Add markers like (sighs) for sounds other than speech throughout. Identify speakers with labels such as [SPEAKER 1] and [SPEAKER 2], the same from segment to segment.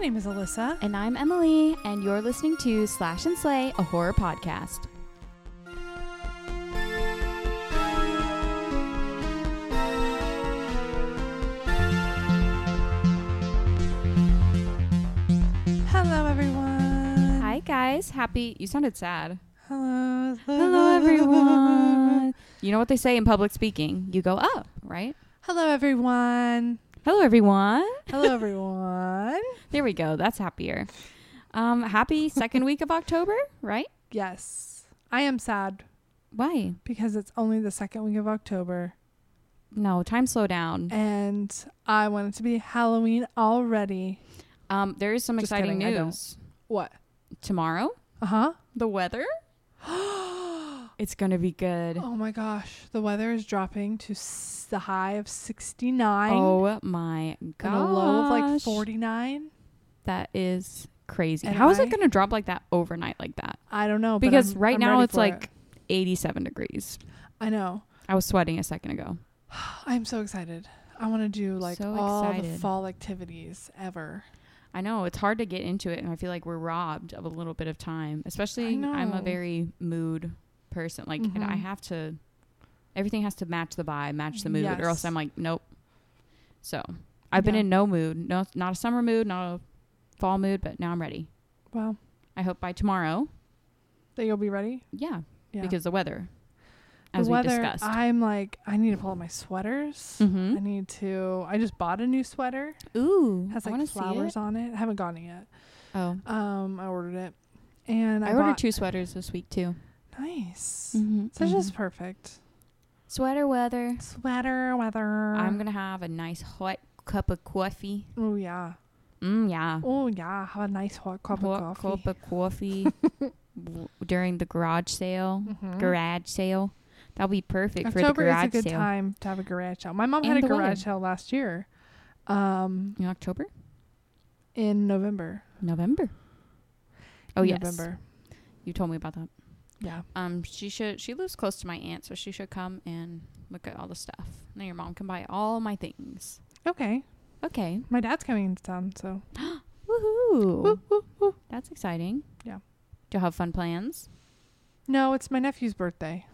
[SPEAKER 1] name is Alyssa.
[SPEAKER 2] And I'm Emily, and you're listening to Slash and Slay, a horror podcast.
[SPEAKER 1] Hello, everyone.
[SPEAKER 2] Hi, guys. Happy. You sounded sad.
[SPEAKER 1] Hello.
[SPEAKER 2] Hello, everyone. You know what they say in public speaking? You go up, right?
[SPEAKER 1] Hello, everyone.
[SPEAKER 2] Hello, everyone. (laughs)
[SPEAKER 1] Hello, everyone.
[SPEAKER 2] There we go. That's happier. Um, happy second week of October, right?
[SPEAKER 1] yes, I am sad
[SPEAKER 2] Why?
[SPEAKER 1] because it's only the second week of October,
[SPEAKER 2] No, time slow down.
[SPEAKER 1] and I want it to be Halloween already.
[SPEAKER 2] Um, there is some
[SPEAKER 1] Just
[SPEAKER 2] exciting
[SPEAKER 1] kidding, I don't.
[SPEAKER 2] news.
[SPEAKER 1] What?
[SPEAKER 2] Tomorrow,
[SPEAKER 1] Uh huh.
[SPEAKER 2] the weather. It's gonna be
[SPEAKER 1] (gasps)
[SPEAKER 2] good.
[SPEAKER 1] Oh my gosh, the weather is dropping to s- the high of 69
[SPEAKER 2] Oh my
[SPEAKER 1] and
[SPEAKER 2] god!
[SPEAKER 1] a low of like 49.
[SPEAKER 2] That is crazy.
[SPEAKER 1] And
[SPEAKER 2] How is
[SPEAKER 1] I-
[SPEAKER 2] it gonna drop like that overnight like that?
[SPEAKER 1] I don't know but
[SPEAKER 2] Because
[SPEAKER 1] I'm-
[SPEAKER 2] right
[SPEAKER 1] I'm
[SPEAKER 2] now
[SPEAKER 1] ready
[SPEAKER 2] it's
[SPEAKER 1] for
[SPEAKER 2] like
[SPEAKER 1] it.
[SPEAKER 2] 87 degrees.
[SPEAKER 1] I know.
[SPEAKER 2] I was sweating a second ago.
[SPEAKER 1] I'm so excited. I want to do like
[SPEAKER 2] So
[SPEAKER 1] all the
[SPEAKER 2] excited.
[SPEAKER 1] fall activities ever.
[SPEAKER 2] I know it's hard to get into it, and I feel like we're robbed of a little bit of time. Especially, I'm
[SPEAKER 1] know.
[SPEAKER 2] a very mood person. Like, and I
[SPEAKER 1] Mhm.
[SPEAKER 2] have to. Everything has to match the vibe, match the mood, or
[SPEAKER 1] Yes.
[SPEAKER 2] else I'm like, nope. So I've been
[SPEAKER 1] Yeah.
[SPEAKER 2] in no mood, no, not a summer mood, not a fall mood, but now I'm ready.
[SPEAKER 1] Well,
[SPEAKER 2] I hope by tomorrow,
[SPEAKER 1] that you'll be ready.
[SPEAKER 2] yeah,
[SPEAKER 1] Yeah.
[SPEAKER 2] because the weather,
[SPEAKER 1] The
[SPEAKER 2] as
[SPEAKER 1] weather,
[SPEAKER 2] we discussed,
[SPEAKER 1] I'm like, I need to pull out my sweaters.
[SPEAKER 2] Mhm.
[SPEAKER 1] I need to. I just bought a new sweater.
[SPEAKER 2] ooh,
[SPEAKER 1] It has
[SPEAKER 2] I
[SPEAKER 1] like
[SPEAKER 2] wanna see
[SPEAKER 1] flowers
[SPEAKER 2] it.
[SPEAKER 1] on it. I haven't gotten it yet.
[SPEAKER 2] Oh,
[SPEAKER 1] Um, I ordered it, and I,
[SPEAKER 2] I ordered
[SPEAKER 1] bought-
[SPEAKER 2] two sweaters this week too.
[SPEAKER 1] Nice.
[SPEAKER 2] Mm-hmm.
[SPEAKER 1] Such is perfect.
[SPEAKER 2] sweater weather.
[SPEAKER 1] Sweater weather.
[SPEAKER 2] I'm gonna have a nice hot cup of coffee.
[SPEAKER 1] Oh yeah.
[SPEAKER 2] Mm, yeah.
[SPEAKER 1] Oh yeah. Have a nice hot cup
[SPEAKER 2] Hot
[SPEAKER 1] of coffee.
[SPEAKER 2] cup of (laughs) coffee w- during the garage sale.
[SPEAKER 1] Mhm.
[SPEAKER 2] Garage sale. That'll be perfect for the
[SPEAKER 1] October is
[SPEAKER 2] garage
[SPEAKER 1] a good
[SPEAKER 2] sale.
[SPEAKER 1] time to have a garage sale. My mom had
[SPEAKER 2] And
[SPEAKER 1] a
[SPEAKER 2] the weather.
[SPEAKER 1] garage sale last year, um,
[SPEAKER 2] In October,
[SPEAKER 1] in November.
[SPEAKER 2] November. Oh
[SPEAKER 1] In
[SPEAKER 2] yes,
[SPEAKER 1] November.
[SPEAKER 2] you told me about that.
[SPEAKER 1] Yeah.
[SPEAKER 2] Um, she should. She lives close to my aunt, so she should come and look at all the stuff. And then your mom can buy all my things.
[SPEAKER 1] Okay.
[SPEAKER 2] Okay.
[SPEAKER 1] My dad's coming into town, so
[SPEAKER 2] Woohoo!
[SPEAKER 1] Woo, woo, woo.
[SPEAKER 2] That's exciting.
[SPEAKER 1] Yeah.
[SPEAKER 2] Do you have fun plans?
[SPEAKER 1] no, it's my nephew's birthday.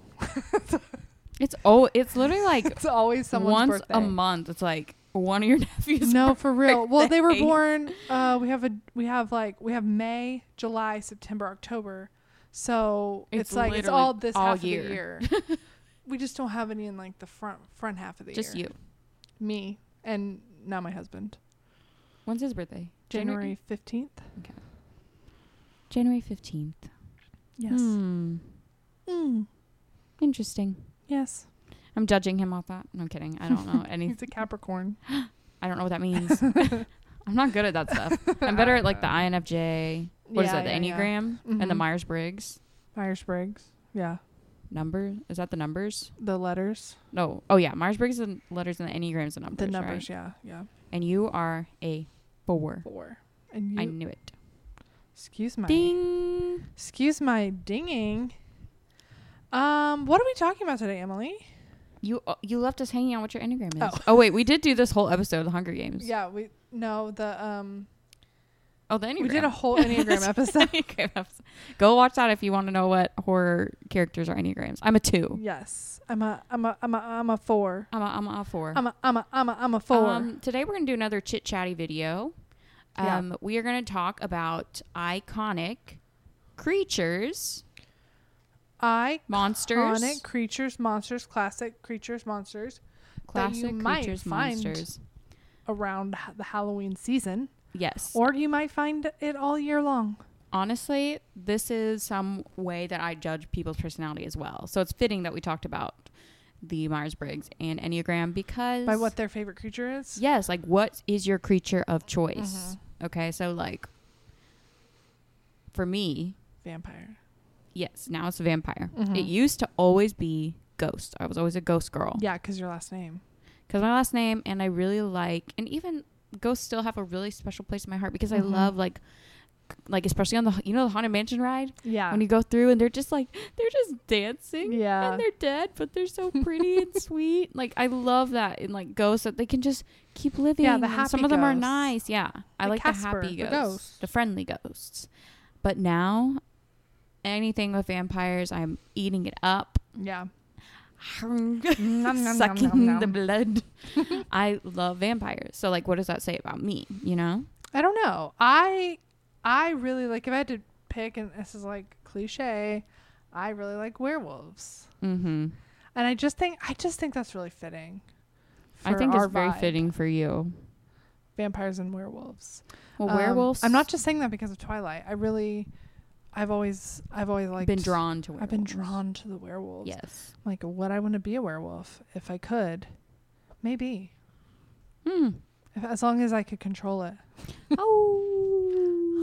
[SPEAKER 2] It's oh, it's literally
[SPEAKER 1] (laughs)
[SPEAKER 2] like
[SPEAKER 1] It's always someone's
[SPEAKER 2] once
[SPEAKER 1] birthday.
[SPEAKER 2] a month. It's like one of your (laughs) nephews.
[SPEAKER 1] No, for real. Well, they were
[SPEAKER 2] birthday.
[SPEAKER 1] born. Uh, we have a we have like we have May, July, September, October. So it's,
[SPEAKER 2] It's
[SPEAKER 1] like it's
[SPEAKER 2] literally
[SPEAKER 1] all this
[SPEAKER 2] all
[SPEAKER 1] half
[SPEAKER 2] year.
[SPEAKER 1] of the year.
[SPEAKER 2] (laughs)
[SPEAKER 1] we just don't have any in like the front front half of the
[SPEAKER 2] just
[SPEAKER 1] year.
[SPEAKER 2] you.
[SPEAKER 1] Just you, me, and now my husband.
[SPEAKER 2] When's his birthday?
[SPEAKER 1] January fifteenth.
[SPEAKER 2] January fifteenth.
[SPEAKER 1] Yes.
[SPEAKER 2] Hmm.
[SPEAKER 1] Mm.
[SPEAKER 2] Interesting.
[SPEAKER 1] Yes.
[SPEAKER 2] I'm judging him off that. No I'm kidding. I don't
[SPEAKER 1] (laughs)
[SPEAKER 2] know any.
[SPEAKER 1] He's a Capricorn.
[SPEAKER 2] I don't know what that means.
[SPEAKER 1] (laughs)
[SPEAKER 2] (laughs) I'm not good at that stuff. I'm better at like the INFJ. What is
[SPEAKER 1] Yeah,
[SPEAKER 2] that? The
[SPEAKER 1] yeah, yeah.
[SPEAKER 2] Enneagram and the
[SPEAKER 1] Mhm.
[SPEAKER 2] Myers Briggs
[SPEAKER 1] Myers Briggs. Yeah.
[SPEAKER 2] number. Is that the numbers?
[SPEAKER 1] The letters.
[SPEAKER 2] No. Oh yeah, Myers Briggs and letters and the Enneagram's the numbers.
[SPEAKER 1] The
[SPEAKER 2] right?
[SPEAKER 1] numbers. Yeah. Yeah.
[SPEAKER 2] And you are a four.
[SPEAKER 1] Four. And you.
[SPEAKER 2] I knew it.
[SPEAKER 1] excuse my.
[SPEAKER 2] Ding.
[SPEAKER 1] Excuse my dinging. Um, what are we talking about today, Emily?
[SPEAKER 2] You uh, you left us hanging on what your enneagram is. Oh. wait, we did do this whole episode of the Hunger Games.
[SPEAKER 1] Yeah, we no the um
[SPEAKER 2] Oh, the enneagram.
[SPEAKER 1] we did a whole
[SPEAKER 2] (laughs)
[SPEAKER 1] enneagram episode.
[SPEAKER 2] Enneagram episode. Go watch that if you want to know what horror characters are enneagrams. I'm a two.
[SPEAKER 1] (laughs) Yes, I'm a I'm a I'm a I'm a four.
[SPEAKER 2] I'm a I'm a four.
[SPEAKER 1] I'm a I'm a I'm a I'm a four.
[SPEAKER 2] Um, today we're gonna do another chit chatty video.
[SPEAKER 1] Yeah.
[SPEAKER 2] Um, we are gonna talk about iconic creatures,
[SPEAKER 1] I
[SPEAKER 2] monsters,
[SPEAKER 1] iconic creatures, monsters, classic creatures, monsters that you
[SPEAKER 2] classic
[SPEAKER 1] might
[SPEAKER 2] creatures,
[SPEAKER 1] find.
[SPEAKER 2] monsters.
[SPEAKER 1] around h- the Halloween season,
[SPEAKER 2] Yes.
[SPEAKER 1] or you might find it all year long.
[SPEAKER 2] honestly, this is some way that I judge people's personality as well. So it's fitting that we talked about the Myers Briggs and Enneagram because
[SPEAKER 1] By what their favorite creature is.
[SPEAKER 2] yes, like what is your creature of choice?
[SPEAKER 1] Mm-hmm.
[SPEAKER 2] Okay, so like for me,
[SPEAKER 1] Vampire.
[SPEAKER 2] yes, now it's a vampire.
[SPEAKER 1] Mhm.
[SPEAKER 2] It used to always be ghost. I was always a ghost girl
[SPEAKER 1] Yeah, because your last name.
[SPEAKER 2] because my last name, and I really like, and even ghosts still have a really special place in my heart because
[SPEAKER 1] Mhm.
[SPEAKER 2] I love like like especially on the you know the haunted mansion ride
[SPEAKER 1] Yeah.
[SPEAKER 2] when you go through and they're just like they're just dancing
[SPEAKER 1] Yeah.
[SPEAKER 2] and they're dead but they're so pretty and
[SPEAKER 1] (laughs)
[SPEAKER 2] sweet like i love that in like ghosts that they can just keep living
[SPEAKER 1] the
[SPEAKER 2] and some
[SPEAKER 1] happy
[SPEAKER 2] of them are
[SPEAKER 1] ghosts.
[SPEAKER 2] nice yeah i
[SPEAKER 1] Like
[SPEAKER 2] like
[SPEAKER 1] Casper,
[SPEAKER 2] the happy
[SPEAKER 1] the
[SPEAKER 2] ghosts
[SPEAKER 1] ghost.
[SPEAKER 2] the friendly ghosts but now anything with vampires i'm eating it up (laughs)
[SPEAKER 1] yeah. (laughs) nom, nom,
[SPEAKER 2] sucking
[SPEAKER 1] nom,
[SPEAKER 2] the
[SPEAKER 1] nom. (laughs)
[SPEAKER 2] blood i love vampires so like what does that say about me you know
[SPEAKER 1] I don't know. I I really like if I had to pick and this is like cliche, I really like werewolves.
[SPEAKER 2] mm-hmm
[SPEAKER 1] And I just think I just think that's really fitting.
[SPEAKER 2] i
[SPEAKER 1] for
[SPEAKER 2] think it's
[SPEAKER 1] our
[SPEAKER 2] very
[SPEAKER 1] vibe.
[SPEAKER 2] fitting for you
[SPEAKER 1] Vampires and werewolves.
[SPEAKER 2] well
[SPEAKER 1] Um,
[SPEAKER 2] werewolves
[SPEAKER 1] I'm not just saying that because of Twilight. I really I've always I've always liked
[SPEAKER 2] been drawn to werewolves.
[SPEAKER 1] I've been drawn to the werewolves.
[SPEAKER 2] Yes.
[SPEAKER 1] I'm Like would I want to be a werewolf if I could? Maybe.
[SPEAKER 2] Hmm.
[SPEAKER 1] If, as long as I could control it.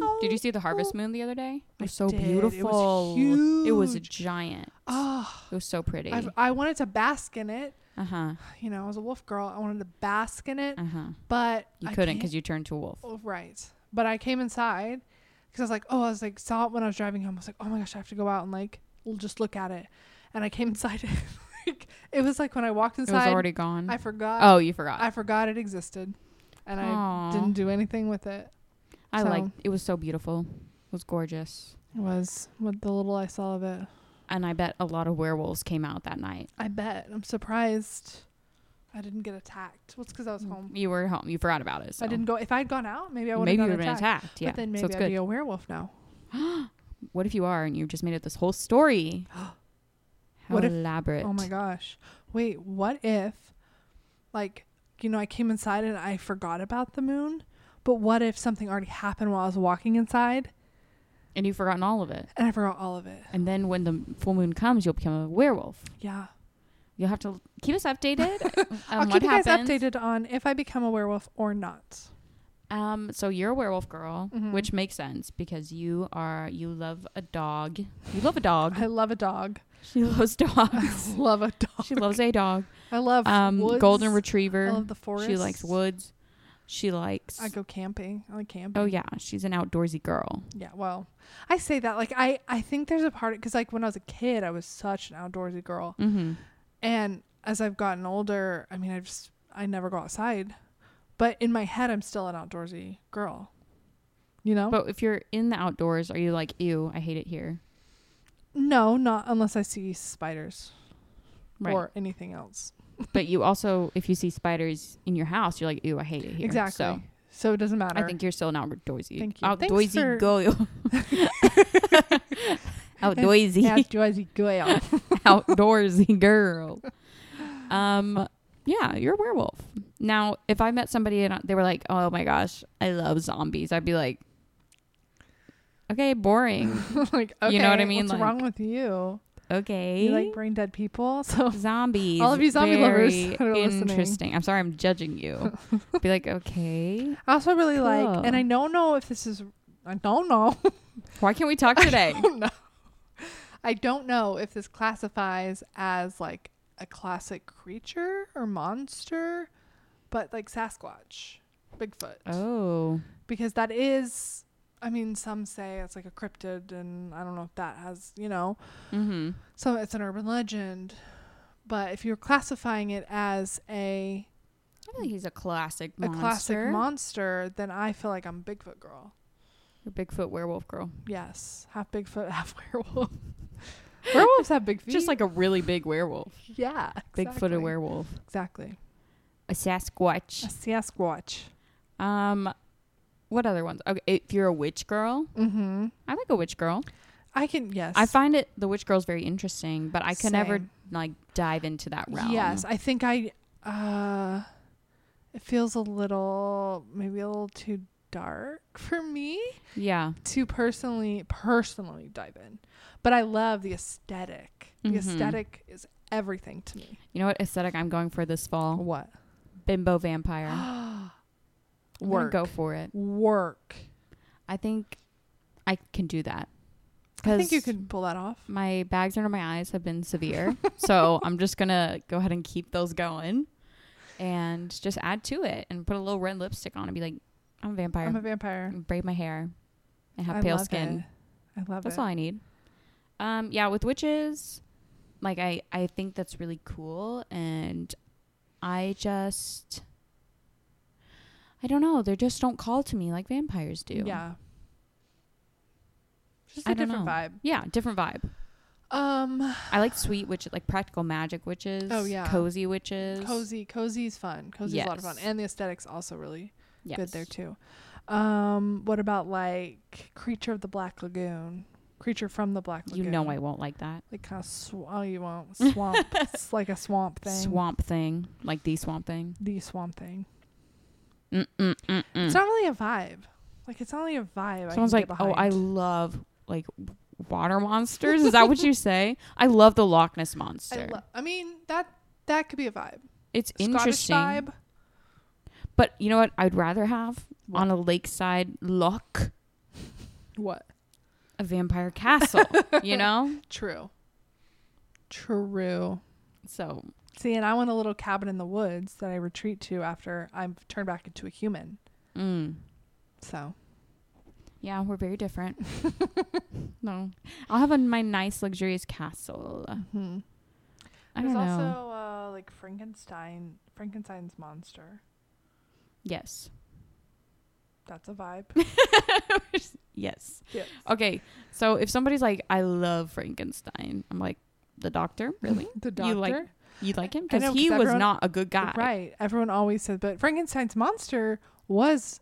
[SPEAKER 2] Oh. Did you see the Harvest Moon the other day? It
[SPEAKER 1] I
[SPEAKER 2] was so
[SPEAKER 1] did. It was
[SPEAKER 2] beautiful. It was
[SPEAKER 1] huge.
[SPEAKER 2] giant.
[SPEAKER 1] Oh,
[SPEAKER 2] It was so pretty. Uh-huh.
[SPEAKER 1] I've,
[SPEAKER 2] Uh
[SPEAKER 1] I wanted to bask in it.
[SPEAKER 2] huh.
[SPEAKER 1] You know, I was a wolf girl. I wanted to bask in it,
[SPEAKER 2] Uh huh.
[SPEAKER 1] but
[SPEAKER 2] You
[SPEAKER 1] I
[SPEAKER 2] couldn't
[SPEAKER 1] can't-
[SPEAKER 2] because you turned to a wolf.
[SPEAKER 1] Oh, right. But I came inside because I was like, oh, I was like, saw it when I was driving home. I was like, oh my gosh, I have to go out and like l- just look at it. And I came (laughs) inside. like, it was like when I walked
[SPEAKER 2] It was
[SPEAKER 1] inside,
[SPEAKER 2] already gone.
[SPEAKER 1] I forgot.
[SPEAKER 2] oh, you forgot.
[SPEAKER 1] I forgot it existed, and I
[SPEAKER 2] Aw.
[SPEAKER 1] didn't do anything with it.
[SPEAKER 2] I
[SPEAKER 1] so-
[SPEAKER 2] liked. It was so beautiful. It was gorgeous.
[SPEAKER 1] It was what the little I saw of it.
[SPEAKER 2] And I bet a lot of werewolves came out that night.
[SPEAKER 1] I bet. I'm surprised I didn't get attacked. Well, it's because I was home.
[SPEAKER 2] You were home. You forgot about it. So.
[SPEAKER 1] I didn't go. If I had gone out, maybe I would have
[SPEAKER 2] Mm, Maybe
[SPEAKER 1] gotten
[SPEAKER 2] you would have been
[SPEAKER 1] attacked.
[SPEAKER 2] attacked. Yeah.
[SPEAKER 1] But then
[SPEAKER 2] so
[SPEAKER 1] maybe
[SPEAKER 2] it's
[SPEAKER 1] I'd
[SPEAKER 2] good.
[SPEAKER 1] be a werewolf now.
[SPEAKER 2] what if you are and you just made it this
[SPEAKER 1] (gasps)
[SPEAKER 2] whole story? How
[SPEAKER 1] What if-
[SPEAKER 2] elaborate.
[SPEAKER 1] Oh my gosh. Wait, what if, like, you know, I came inside and I forgot about the moon, but what if something already happened while I was walking inside
[SPEAKER 2] And you've forgotten all of it.
[SPEAKER 1] and I forgot all of it?
[SPEAKER 2] And then when the full moon comes, you'll become a werewolf.
[SPEAKER 1] Yeah.
[SPEAKER 2] You'll have to keep us
[SPEAKER 1] (laughs)
[SPEAKER 2] updated on
[SPEAKER 1] I'll
[SPEAKER 2] what
[SPEAKER 1] keep you guys
[SPEAKER 2] happens.
[SPEAKER 1] updated on if I become a werewolf or not.
[SPEAKER 2] Um, so you're a werewolf girl,
[SPEAKER 1] Mhm.
[SPEAKER 2] which makes sense because you are you love a dog.
[SPEAKER 1] (laughs)
[SPEAKER 2] You love a dog.
[SPEAKER 1] I love a dog.
[SPEAKER 2] she loves
[SPEAKER 1] (laughs) I
[SPEAKER 2] dogs.
[SPEAKER 1] love a dog.
[SPEAKER 2] (laughs) she loves a dog.
[SPEAKER 1] I love
[SPEAKER 2] Um,
[SPEAKER 1] woods.
[SPEAKER 2] golden
[SPEAKER 1] I
[SPEAKER 2] retriever.
[SPEAKER 1] love the forest.
[SPEAKER 2] She likes woods. She likes.
[SPEAKER 1] I go camping. I like camping.
[SPEAKER 2] oh yeah, she's an outdoorsy girl.
[SPEAKER 1] Yeah, well, I say that like I I think there's a part because like when I was a kid, I was such an outdoorsy girl,
[SPEAKER 2] Mm-hmm.
[SPEAKER 1] and as I've gotten older, I mean, I just I never go outside, but in my head, I'm still an outdoorsy girl. You know?
[SPEAKER 2] But if you're in the outdoors, are you like ew? I hate it here.
[SPEAKER 1] no, not unless I see spiders
[SPEAKER 2] Right.
[SPEAKER 1] or anything else.
[SPEAKER 2] but you also, if you see spiders in your house, you're like ew. I hate it here.
[SPEAKER 1] exactly.
[SPEAKER 2] So
[SPEAKER 1] So. it doesn't matter.
[SPEAKER 2] I
[SPEAKER 1] (laughs)
[SPEAKER 2] think you're still an outdoorsy.
[SPEAKER 1] Thank you. Thanks
[SPEAKER 2] Outdoorsy
[SPEAKER 1] for- (laughs)
[SPEAKER 2] (laughs) girl. outdoorsy.
[SPEAKER 1] outdoorsy girl.
[SPEAKER 2] (laughs) outdoorsy girl. Um, yeah, you're a werewolf. Now, if I met somebody and they were like, "Oh my gosh, I love zombies," I'd be like,
[SPEAKER 1] (laughs)
[SPEAKER 2] "Okay, boring.
[SPEAKER 1] (laughs) like okay,
[SPEAKER 2] You know what I mean?
[SPEAKER 1] What's
[SPEAKER 2] Like- eh?
[SPEAKER 1] wrong with you?
[SPEAKER 2] Okay,
[SPEAKER 1] You like brain dead people, (laughs) so
[SPEAKER 2] zombies.
[SPEAKER 1] All of you zombie lovers
[SPEAKER 2] Very
[SPEAKER 1] (laughs) that are listening.
[SPEAKER 2] interesting. I'm sorry, I'm
[SPEAKER 1] (laughs)
[SPEAKER 2] judging you. be like, okay,
[SPEAKER 1] I also really like,
[SPEAKER 2] Cool.
[SPEAKER 1] and I don't know if this is, I don't know,
[SPEAKER 2] why can't
[SPEAKER 1] (laughs)
[SPEAKER 2] we talk today?
[SPEAKER 1] I don't know if this classifies as like a classic creature or monster, but like Sasquatch, Bigfoot,
[SPEAKER 2] oh,
[SPEAKER 1] because that is, I mean, some say it's like a cryptid, and I don't know if that has, you know,
[SPEAKER 2] mm-hmm.
[SPEAKER 1] some it's an urban legend, but if you're classifying it as a
[SPEAKER 2] I feel like he's a classic
[SPEAKER 1] a
[SPEAKER 2] monster.
[SPEAKER 1] classic monster, then I feel like I'm Bigfoot girl.
[SPEAKER 2] You're a Bigfoot werewolf girl,
[SPEAKER 1] Yes, half Bigfoot, (laughs) half werewolf. Werewolves have big feet.
[SPEAKER 2] just like a really big werewolf,
[SPEAKER 1] yeah,
[SPEAKER 2] Bigfoot
[SPEAKER 1] exactly.
[SPEAKER 2] a werewolf,
[SPEAKER 1] Exactly.
[SPEAKER 2] a Sasquatch.
[SPEAKER 1] A Sasquatch.
[SPEAKER 2] Um, what other ones? Okay, if you're a witch girl,
[SPEAKER 1] Mm-hmm.
[SPEAKER 2] I like a witch girl.
[SPEAKER 1] I can yes.
[SPEAKER 2] I find it the witch girl's very interesting, but I can never
[SPEAKER 1] Same.
[SPEAKER 2] like dive into that realm.
[SPEAKER 1] Yes, I think I. Uh, it feels a little maybe a little too dark for me
[SPEAKER 2] yeah,
[SPEAKER 1] to personally personally dive in, but I love the aesthetic.
[SPEAKER 2] Mhm.
[SPEAKER 1] The aesthetic is everything to me.
[SPEAKER 2] you know what aesthetic I'm going for this fall?
[SPEAKER 1] What
[SPEAKER 2] Bimbo
[SPEAKER 1] (gasps)
[SPEAKER 2] Oh. (gasps) vampire. I'm gonna
[SPEAKER 1] work?
[SPEAKER 2] go for it.
[SPEAKER 1] work.
[SPEAKER 2] I think I can do that.
[SPEAKER 1] I think you
[SPEAKER 2] 'Cause
[SPEAKER 1] could pull that off.
[SPEAKER 2] My bags under my eyes have
[SPEAKER 1] (laughs)
[SPEAKER 2] been severe, so I'm just gonna go ahead and keep those going, and just add to it and put a little red lipstick on and be like, I'm a vampire.
[SPEAKER 1] I'm a vampire.
[SPEAKER 2] braid my hair and have
[SPEAKER 1] I
[SPEAKER 2] pale
[SPEAKER 1] love
[SPEAKER 2] skin.
[SPEAKER 1] it. I love
[SPEAKER 2] That's
[SPEAKER 1] it.
[SPEAKER 2] all I need. Um, yeah, with witches, like I, I think that's really cool, and I just, I don't know, they just don't call to me like vampires do.
[SPEAKER 1] Yeah. Just a
[SPEAKER 2] I don't
[SPEAKER 1] different
[SPEAKER 2] know.
[SPEAKER 1] vibe.
[SPEAKER 2] yeah, different vibe.
[SPEAKER 1] Um,
[SPEAKER 2] I like sweet witches, like practical magic witches.
[SPEAKER 1] Oh, yeah.
[SPEAKER 2] cozy witches.
[SPEAKER 1] cozy, cozy's fun. Cozy's a lot of fun,
[SPEAKER 2] Yes.
[SPEAKER 1] and the aesthetics also really
[SPEAKER 2] yes.
[SPEAKER 1] good there too. Um, what about like creature of the black lagoon? Creature from the black
[SPEAKER 2] You
[SPEAKER 1] lagoon.
[SPEAKER 2] know I won't like that
[SPEAKER 1] like kind of sw- oh you
[SPEAKER 2] (laughs)
[SPEAKER 1] won't swamp. it's like a swamp thing.
[SPEAKER 2] swamp thing, like the swamp thing.
[SPEAKER 1] The swamp thing.
[SPEAKER 2] Mm mm mm. mm.
[SPEAKER 1] It's not really a vibe. Like it's not really a vibe.
[SPEAKER 2] Someone's
[SPEAKER 1] I
[SPEAKER 2] like,
[SPEAKER 1] can get
[SPEAKER 2] "Oh, I
[SPEAKER 1] behind."
[SPEAKER 2] love like w- water monsters." Is that what you say? (laughs) I love the Loch Ness
[SPEAKER 1] I,
[SPEAKER 2] monster.
[SPEAKER 1] lo- I mean that that could be a vibe.
[SPEAKER 2] it's
[SPEAKER 1] Scottish
[SPEAKER 2] interesting,
[SPEAKER 1] vibe.
[SPEAKER 2] but you know what? I'd rather have
[SPEAKER 1] What?
[SPEAKER 2] on a lakeside loch
[SPEAKER 1] What?
[SPEAKER 2] a vampire castle.
[SPEAKER 1] (laughs)
[SPEAKER 2] you know,
[SPEAKER 1] True. True.
[SPEAKER 2] so
[SPEAKER 1] See, and I want a little cabin in the woods that I retreat to after I'm turned back into a human.
[SPEAKER 2] mm.
[SPEAKER 1] So
[SPEAKER 2] yeah, we're very different. (laughs) no, I'll have a, my nice luxurious castle.
[SPEAKER 1] mhm.
[SPEAKER 2] Uh, I
[SPEAKER 1] there's
[SPEAKER 2] don't know.
[SPEAKER 1] also uh, like Frankenstein, Frankenstein's monster. (laughs)
[SPEAKER 2] yes,
[SPEAKER 1] That's a vibe.
[SPEAKER 2] yes.
[SPEAKER 1] Yes.
[SPEAKER 2] Okay, so if somebody's like, "I love Frankenstein," I'm like, "The doctor, really?"
[SPEAKER 1] (laughs) the
[SPEAKER 2] You
[SPEAKER 1] doctor,
[SPEAKER 2] like You like him
[SPEAKER 1] I know,
[SPEAKER 2] because he
[SPEAKER 1] 'cause
[SPEAKER 2] was
[SPEAKER 1] everyone-
[SPEAKER 2] not a good guy.
[SPEAKER 1] right? Everyone always says, but Frankenstein's monster was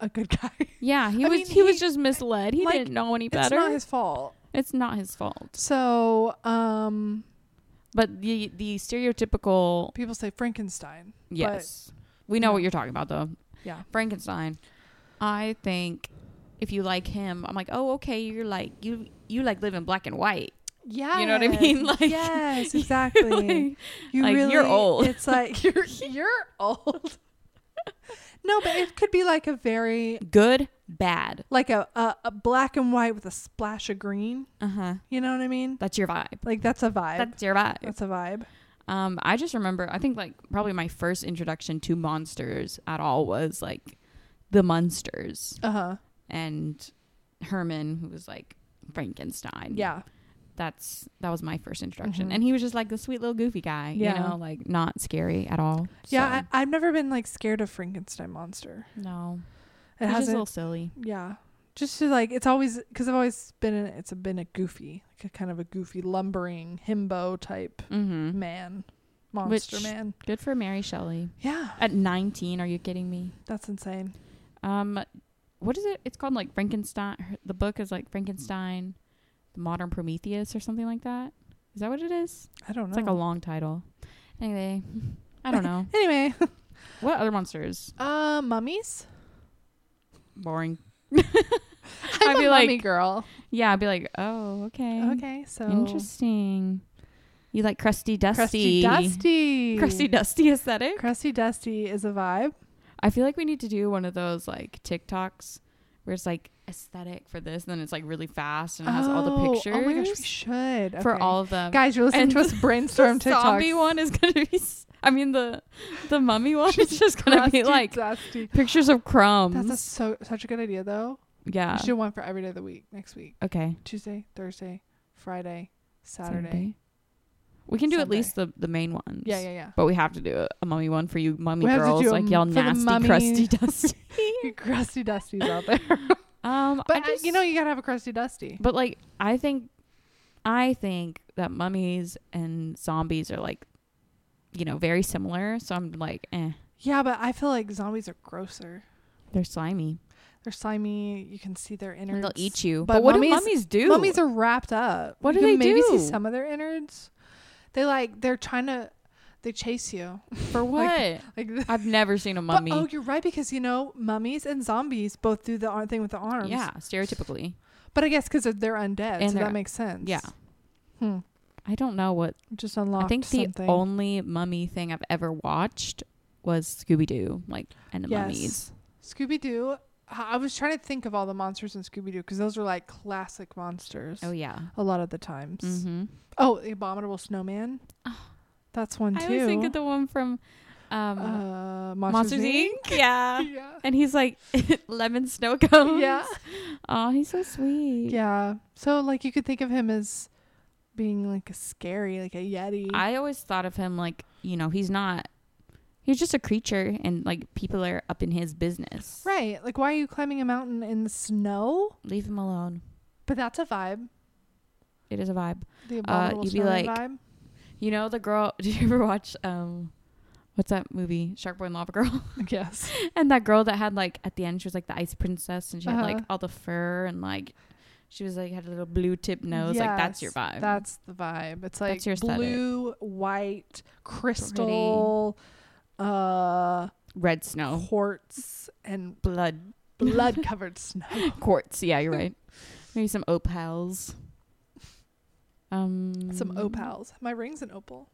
[SPEAKER 1] a good (laughs) guy.
[SPEAKER 2] Yeah, he
[SPEAKER 1] I
[SPEAKER 2] was.
[SPEAKER 1] mean,
[SPEAKER 2] he, was
[SPEAKER 1] he-
[SPEAKER 2] just misled. He
[SPEAKER 1] like,
[SPEAKER 2] didn't know any
[SPEAKER 1] it's
[SPEAKER 2] better.
[SPEAKER 1] not his fault.
[SPEAKER 2] fault.
[SPEAKER 1] So, um,
[SPEAKER 2] But the the stereotypical
[SPEAKER 1] people say Frankenstein.
[SPEAKER 2] yes, we know
[SPEAKER 1] no.
[SPEAKER 2] what you're talking about though.
[SPEAKER 1] Yeah.
[SPEAKER 2] Frankenstein. I think if you like him, I'm like, oh, okay, you're like you you like live in black and white.
[SPEAKER 1] Yeah.
[SPEAKER 2] know what I mean? (laughs) Like-
[SPEAKER 1] yes, exactly.
[SPEAKER 2] (laughs) Like, Like, you're old.
[SPEAKER 1] It's
[SPEAKER 2] (laughs)
[SPEAKER 1] like you're you're old. no, but it could be like a very
[SPEAKER 2] good, bad.
[SPEAKER 1] like a, a a black and white with a splash of green.
[SPEAKER 2] Uh huh.
[SPEAKER 1] You know what I mean?
[SPEAKER 2] That's your vibe.
[SPEAKER 1] Like that's a Uh-huh. vibe. That's,
[SPEAKER 2] That's your vibe.
[SPEAKER 1] a vibe.
[SPEAKER 2] Um, I just remember. I think like probably my first introduction to monsters at all was like the monsters.
[SPEAKER 1] Uh huh.
[SPEAKER 2] and Herman, who was like Frankenstein.
[SPEAKER 1] Yeah.
[SPEAKER 2] That's that was my first introduction.
[SPEAKER 1] Mhm.
[SPEAKER 2] And he was just like the sweet little goofy guy.
[SPEAKER 1] Yeah.
[SPEAKER 2] You know, like not scary at all.
[SPEAKER 1] Yeah.
[SPEAKER 2] So,
[SPEAKER 1] I, I've never been like scared of Frankenstein monster.
[SPEAKER 2] no.
[SPEAKER 1] It
[SPEAKER 2] He's just a
[SPEAKER 1] hasn't.
[SPEAKER 2] little silly.
[SPEAKER 1] yeah. Just to like it's always because I've always been in, it's been a goofy like a kind of a goofy lumbering himbo type
[SPEAKER 2] Mm-hmm.
[SPEAKER 1] man monster
[SPEAKER 2] Which-
[SPEAKER 1] man.
[SPEAKER 2] Good for Mary Shelley.
[SPEAKER 1] Yeah,
[SPEAKER 2] At nineteen, are you kidding me?
[SPEAKER 1] that's insane.
[SPEAKER 2] Um what is it? It's called like Frankenstein her- the book is like Frankenstein, the modern Prometheus or something like that. Is that what it is?
[SPEAKER 1] I don't know.
[SPEAKER 2] It's like a long title. Anyway, (laughs) I don't (laughs) know.
[SPEAKER 1] anyway,
[SPEAKER 2] what other monsters?
[SPEAKER 1] Uh, mummies.
[SPEAKER 2] Boring.
[SPEAKER 1] I'm
[SPEAKER 2] I'd
[SPEAKER 1] a
[SPEAKER 2] be
[SPEAKER 1] mummy
[SPEAKER 2] like-
[SPEAKER 1] girl.
[SPEAKER 2] Yeah, I'd be like, oh, okay.
[SPEAKER 1] Okay, so
[SPEAKER 2] Interesting. You like crusty
[SPEAKER 1] crusty
[SPEAKER 2] dusty.
[SPEAKER 1] dusty.
[SPEAKER 2] Crusty dusty aesthetic.
[SPEAKER 1] crusty dusty is a vibe.
[SPEAKER 2] I feel like we need to do one of those like TikToks where it's like aesthetic for this, and then it's like really fast and it has all the
[SPEAKER 1] Oh,
[SPEAKER 2] pictures
[SPEAKER 1] Oh my gosh, we should
[SPEAKER 2] for
[SPEAKER 1] Okay.
[SPEAKER 2] all of them.
[SPEAKER 1] guys. You're listening
[SPEAKER 2] And
[SPEAKER 1] to us brainstorm
[SPEAKER 2] (laughs) the
[SPEAKER 1] TikTok.
[SPEAKER 2] zombie one is gonna be. s- I mean the the mummy one is just gonna be like
[SPEAKER 1] dusty.
[SPEAKER 2] pictures of crumbs.
[SPEAKER 1] That's a so such a good idea though.
[SPEAKER 2] yeah.
[SPEAKER 1] We should do one for every day of the week next week.
[SPEAKER 2] Okay.
[SPEAKER 1] Tuesday, Thursday, Friday, Saturday.
[SPEAKER 2] We can do
[SPEAKER 1] Sunday.
[SPEAKER 2] at least the the main ones.
[SPEAKER 1] Yeah, yeah, yeah.
[SPEAKER 2] But we have to do a, a mummy one for you mummy
[SPEAKER 1] We have to
[SPEAKER 2] girls,
[SPEAKER 1] do a
[SPEAKER 2] like
[SPEAKER 1] m-
[SPEAKER 2] y'all
[SPEAKER 1] for the
[SPEAKER 2] nasty,
[SPEAKER 1] mummy- (laughs)
[SPEAKER 2] crusty, dusty.
[SPEAKER 1] You crusty dusties out
[SPEAKER 2] (laughs)
[SPEAKER 1] there.
[SPEAKER 2] um,
[SPEAKER 1] But
[SPEAKER 2] I
[SPEAKER 1] I-
[SPEAKER 2] just-
[SPEAKER 1] you know you gotta have a crusty dusty.
[SPEAKER 2] but like I think, I think that mummies and zombies are like, you know, very similar. So I'm like, eh,
[SPEAKER 1] Yeah, but I feel like zombies are grosser.
[SPEAKER 2] they're slimy.
[SPEAKER 1] They're slimy. You can see their innards.
[SPEAKER 2] And they'll eat you.
[SPEAKER 1] But
[SPEAKER 2] But, what
[SPEAKER 1] mummies-
[SPEAKER 2] do mummies do?
[SPEAKER 1] Mummies
[SPEAKER 2] (laughs)
[SPEAKER 1] are wrapped up.
[SPEAKER 2] What
[SPEAKER 1] you
[SPEAKER 2] do
[SPEAKER 1] can
[SPEAKER 2] they
[SPEAKER 1] maybe
[SPEAKER 2] do?
[SPEAKER 1] see some of their innards. They like they're trying to they chase you. (laughs)
[SPEAKER 2] for what?
[SPEAKER 1] Like (laughs) th-
[SPEAKER 2] I've never seen a
[SPEAKER 1] but-
[SPEAKER 2] mummy.
[SPEAKER 1] oh, you're right because you know mummies and zombies both do the ar- thing with the arms.
[SPEAKER 2] yeah, stereotypically.
[SPEAKER 1] But I guess because they're, they're undead,
[SPEAKER 2] And
[SPEAKER 1] so that
[SPEAKER 2] they're-
[SPEAKER 1] makes sense.
[SPEAKER 2] Yeah,
[SPEAKER 1] Hmm.
[SPEAKER 2] I don't know what.
[SPEAKER 1] Just unlocked
[SPEAKER 2] I think the
[SPEAKER 1] something.
[SPEAKER 2] only mummy thing I've ever watched was Scooby Doo, like and the
[SPEAKER 1] Yes.
[SPEAKER 2] mummies.
[SPEAKER 1] Scooby Doo. I I was trying to think of all the monsters in Scooby Doo because those are like classic monsters.
[SPEAKER 2] Oh yeah.
[SPEAKER 1] A lot of the times.
[SPEAKER 2] Mm-hmm. Ah.
[SPEAKER 1] Oh, the Abominable Snowman. That's one too.
[SPEAKER 2] I always think of the one from Um,
[SPEAKER 1] Uh, Monsters,
[SPEAKER 2] Monsters
[SPEAKER 1] Inc.
[SPEAKER 2] Inc. (laughs) Yeah.
[SPEAKER 1] Yeah.
[SPEAKER 2] And he's like (laughs) lemon snow cones. (laughs)
[SPEAKER 1] Yeah.
[SPEAKER 2] Oh, he's so sweet.
[SPEAKER 1] Yeah. So like you could think of him as being like a scary, like a yeti.
[SPEAKER 2] I always thought of him like, you know, he's not he's just a creature and like people are up in his business.
[SPEAKER 1] right. Like why are you climbing a mountain in the snow?
[SPEAKER 2] Leave him alone.
[SPEAKER 1] But that's a vibe.
[SPEAKER 2] It is a vibe.
[SPEAKER 1] The abominable
[SPEAKER 2] Uh, you'd be
[SPEAKER 1] snowman
[SPEAKER 2] like- (laughs)
[SPEAKER 1] vibe.
[SPEAKER 2] You know the girl (laughs) did you ever watch um what's that movie? Shark Boy and Lava Girl? (laughs)
[SPEAKER 1] Yes.
[SPEAKER 2] and that girl that had like at the end she was like the ice princess and she had like
[SPEAKER 1] Uh-huh.
[SPEAKER 2] all the fur and like she was like had a little blue tip nose. like that's your
[SPEAKER 1] Yes,
[SPEAKER 2] vibe.
[SPEAKER 1] That's the vibe. It's like
[SPEAKER 2] That's your aesthetic.
[SPEAKER 1] blue, white, crystal, uh
[SPEAKER 2] Red snow.
[SPEAKER 1] quartz and
[SPEAKER 2] Blood
[SPEAKER 1] blood covered snow.
[SPEAKER 2] quartz. Yeah, you're right. Maybe some opals. Um, (laughs)
[SPEAKER 1] Some opals. My ring's an opal.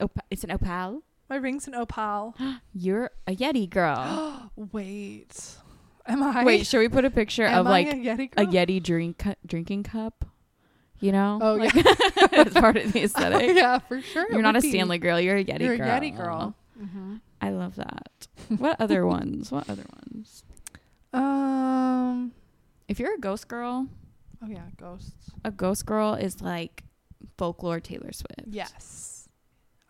[SPEAKER 2] Opa- it's an opal. (gasps)
[SPEAKER 1] My ring's an opal.
[SPEAKER 2] You're a yeti girl.
[SPEAKER 1] Wait. Am (gasps) I
[SPEAKER 2] Wait, should we put a picture
[SPEAKER 1] am
[SPEAKER 2] of
[SPEAKER 1] I
[SPEAKER 2] like
[SPEAKER 1] a
[SPEAKER 2] a,
[SPEAKER 1] yeti girl? (laughs)
[SPEAKER 2] yeti drink cu- drinking cup? You know.
[SPEAKER 1] Oh,
[SPEAKER 2] like, yeah. (laughs) it's part
[SPEAKER 1] (laughs)
[SPEAKER 2] of the aesthetic.
[SPEAKER 1] yeah, for sure. it
[SPEAKER 2] You're not
[SPEAKER 1] would
[SPEAKER 2] a
[SPEAKER 1] be.
[SPEAKER 2] Stanley girl. You're a yeti
[SPEAKER 1] You're
[SPEAKER 2] girl. Uh-huh.
[SPEAKER 1] a Yeti girl. Mm-hmm.
[SPEAKER 2] I
[SPEAKER 1] (laughs)
[SPEAKER 2] love that. What other ones? What other ones?
[SPEAKER 1] Um.
[SPEAKER 2] If you're a ghost girl,
[SPEAKER 1] Oh yeah, ghosts.
[SPEAKER 2] a ghost girl is like folklore Taylor Swift.
[SPEAKER 1] Yes,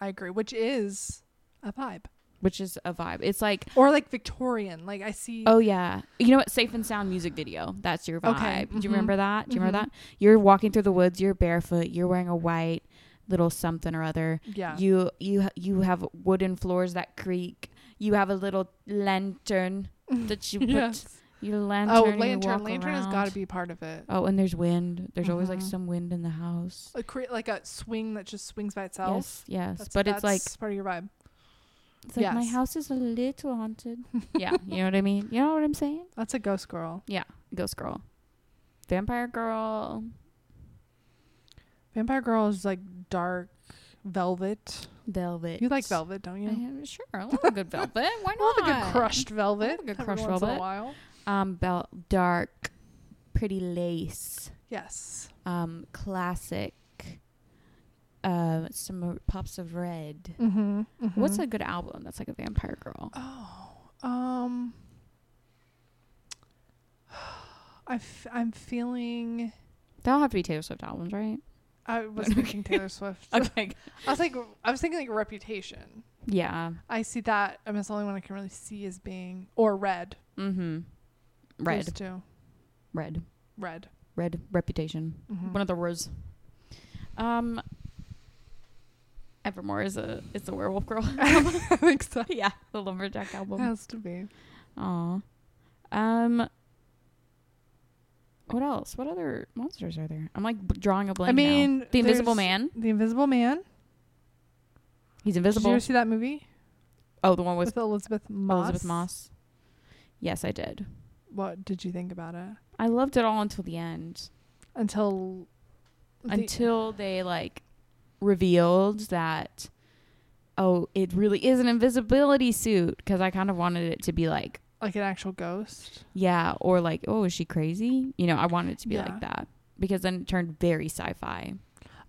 [SPEAKER 1] I agree. Which is a vibe,
[SPEAKER 2] Which is a vibe. It's like
[SPEAKER 1] or like Victorian. Like I see.
[SPEAKER 2] Oh yeah, you know what? Safe and Sound music video. That's your vibe.
[SPEAKER 1] Okay,
[SPEAKER 2] Do you
[SPEAKER 1] mhm,
[SPEAKER 2] remember that? Do you remember
[SPEAKER 1] mhm.
[SPEAKER 2] that? You're walking through the woods. You're barefoot. You're wearing a white little something or other.
[SPEAKER 1] yeah.
[SPEAKER 2] You you ha- you have wooden floors that creak. You have a little
[SPEAKER 1] (laughs)
[SPEAKER 2] lantern that you put
[SPEAKER 1] Yes.
[SPEAKER 2] your lantern.
[SPEAKER 1] Oh,
[SPEAKER 2] you walk
[SPEAKER 1] lantern. Lantern has got
[SPEAKER 2] around.
[SPEAKER 1] to be part of it.
[SPEAKER 2] Oh, and there's wind. There's always like
[SPEAKER 1] Mhm.
[SPEAKER 2] some wind in the house.
[SPEAKER 1] A cre- like a swing that just swings by itself.
[SPEAKER 2] Yes, yes,
[SPEAKER 1] That's-
[SPEAKER 2] but it's like
[SPEAKER 1] that's part of your vibe.
[SPEAKER 2] it's like my
[SPEAKER 1] yes.
[SPEAKER 2] house is a little
[SPEAKER 1] (laughs)
[SPEAKER 2] haunted. yeah, you know what I mean. You know what I'm saying?
[SPEAKER 1] That's a ghost girl.
[SPEAKER 2] Yeah, ghost girl, vampire girl.
[SPEAKER 1] Vampire girl is like dark velvet.
[SPEAKER 2] Velvet.
[SPEAKER 1] You like velvet, don't
[SPEAKER 2] I
[SPEAKER 1] you?
[SPEAKER 2] am sure. I love a
[SPEAKER 1] (laughs)
[SPEAKER 2] good velvet. Why
[SPEAKER 1] I love
[SPEAKER 2] not?
[SPEAKER 1] a good crushed velvet.
[SPEAKER 2] a good
[SPEAKER 1] every
[SPEAKER 2] crushed
[SPEAKER 1] once in a
[SPEAKER 2] velvet.
[SPEAKER 1] while.
[SPEAKER 2] Um, belt, dark, pretty lace,
[SPEAKER 1] Yes.
[SPEAKER 2] um, classic. Uh, some pops of red.
[SPEAKER 1] Mm-hmm.
[SPEAKER 2] What's a good album that's like a vampire girl?
[SPEAKER 1] Oh, um, (sighs) I f- I'm feeling.
[SPEAKER 2] That'll have to be Taylor Swift
[SPEAKER 1] (laughs)
[SPEAKER 2] albums, right?
[SPEAKER 1] I was
[SPEAKER 2] (laughs)
[SPEAKER 1] thinking Taylor Swift.
[SPEAKER 2] Okay.
[SPEAKER 1] I was like, I was thinking like Reputation.
[SPEAKER 2] yeah.
[SPEAKER 1] I see that. I mean, it's the only one I can really see as being or Red.
[SPEAKER 2] Mm-hmm.
[SPEAKER 1] Those
[SPEAKER 2] Red.
[SPEAKER 1] two.
[SPEAKER 2] Red.
[SPEAKER 1] Red.
[SPEAKER 2] (laughs)
[SPEAKER 1] (laughs)
[SPEAKER 2] Red. Reputation.
[SPEAKER 1] Mhm.
[SPEAKER 2] One of the words. Um. Evermore is a is a werewolf
[SPEAKER 1] (laughs)
[SPEAKER 2] girl. (laughs)
[SPEAKER 1] I think so.
[SPEAKER 2] yeah, the lumberjack album.
[SPEAKER 1] Has to be. Oh.
[SPEAKER 2] Aw. Um. What else? What other monsters are there? I'm like b- drawing a blank.
[SPEAKER 1] I
[SPEAKER 2] now.
[SPEAKER 1] mean,
[SPEAKER 2] the Invisible
[SPEAKER 1] there's
[SPEAKER 2] Man.
[SPEAKER 1] The Invisible Man.
[SPEAKER 2] He's
[SPEAKER 1] Did you
[SPEAKER 2] invisible.
[SPEAKER 1] ever see that movie
[SPEAKER 2] Oh, the one with
[SPEAKER 1] with Elizabeth Moss?
[SPEAKER 2] Elizabeth Moss. Yes, I did.
[SPEAKER 1] What did you think about it?
[SPEAKER 2] I loved it all until the end.
[SPEAKER 1] Until. the-
[SPEAKER 2] until they like revealed that. Oh, it really is an invisibility suit because I kind of wanted it to be like,
[SPEAKER 1] like an actual ghost.
[SPEAKER 2] yeah, or like, oh, is she crazy? You know, I wanted it to be
[SPEAKER 1] Yeah.
[SPEAKER 2] like that because then it turned very sci-fi.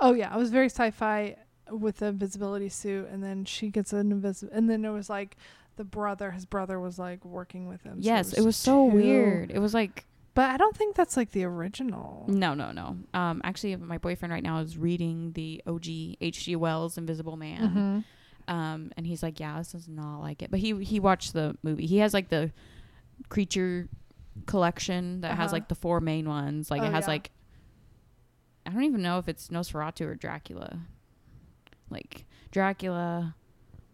[SPEAKER 1] Oh yeah, I was very sci-fi with the invisibility suit, and then she gets an invisible, and then it was like the brother, his brother was like working with him. so
[SPEAKER 2] Yes, it was so
[SPEAKER 1] two-
[SPEAKER 2] weird. It was like
[SPEAKER 1] But I don't think that's like the original.
[SPEAKER 2] no, no, no. Um, actually, my boyfriend right now is reading the OG H.G. Wells Invisible Man.
[SPEAKER 1] Mhm.
[SPEAKER 2] Um, and he's like, yeah, this is not like it. But he he watched the movie. He has like the creature collection that has
[SPEAKER 1] Uh-huh.
[SPEAKER 2] like the four main ones. Like
[SPEAKER 1] Oh,
[SPEAKER 2] it has
[SPEAKER 1] yeah.
[SPEAKER 2] like I don't even know if it's Nosferatu or Dracula. Like Dracula,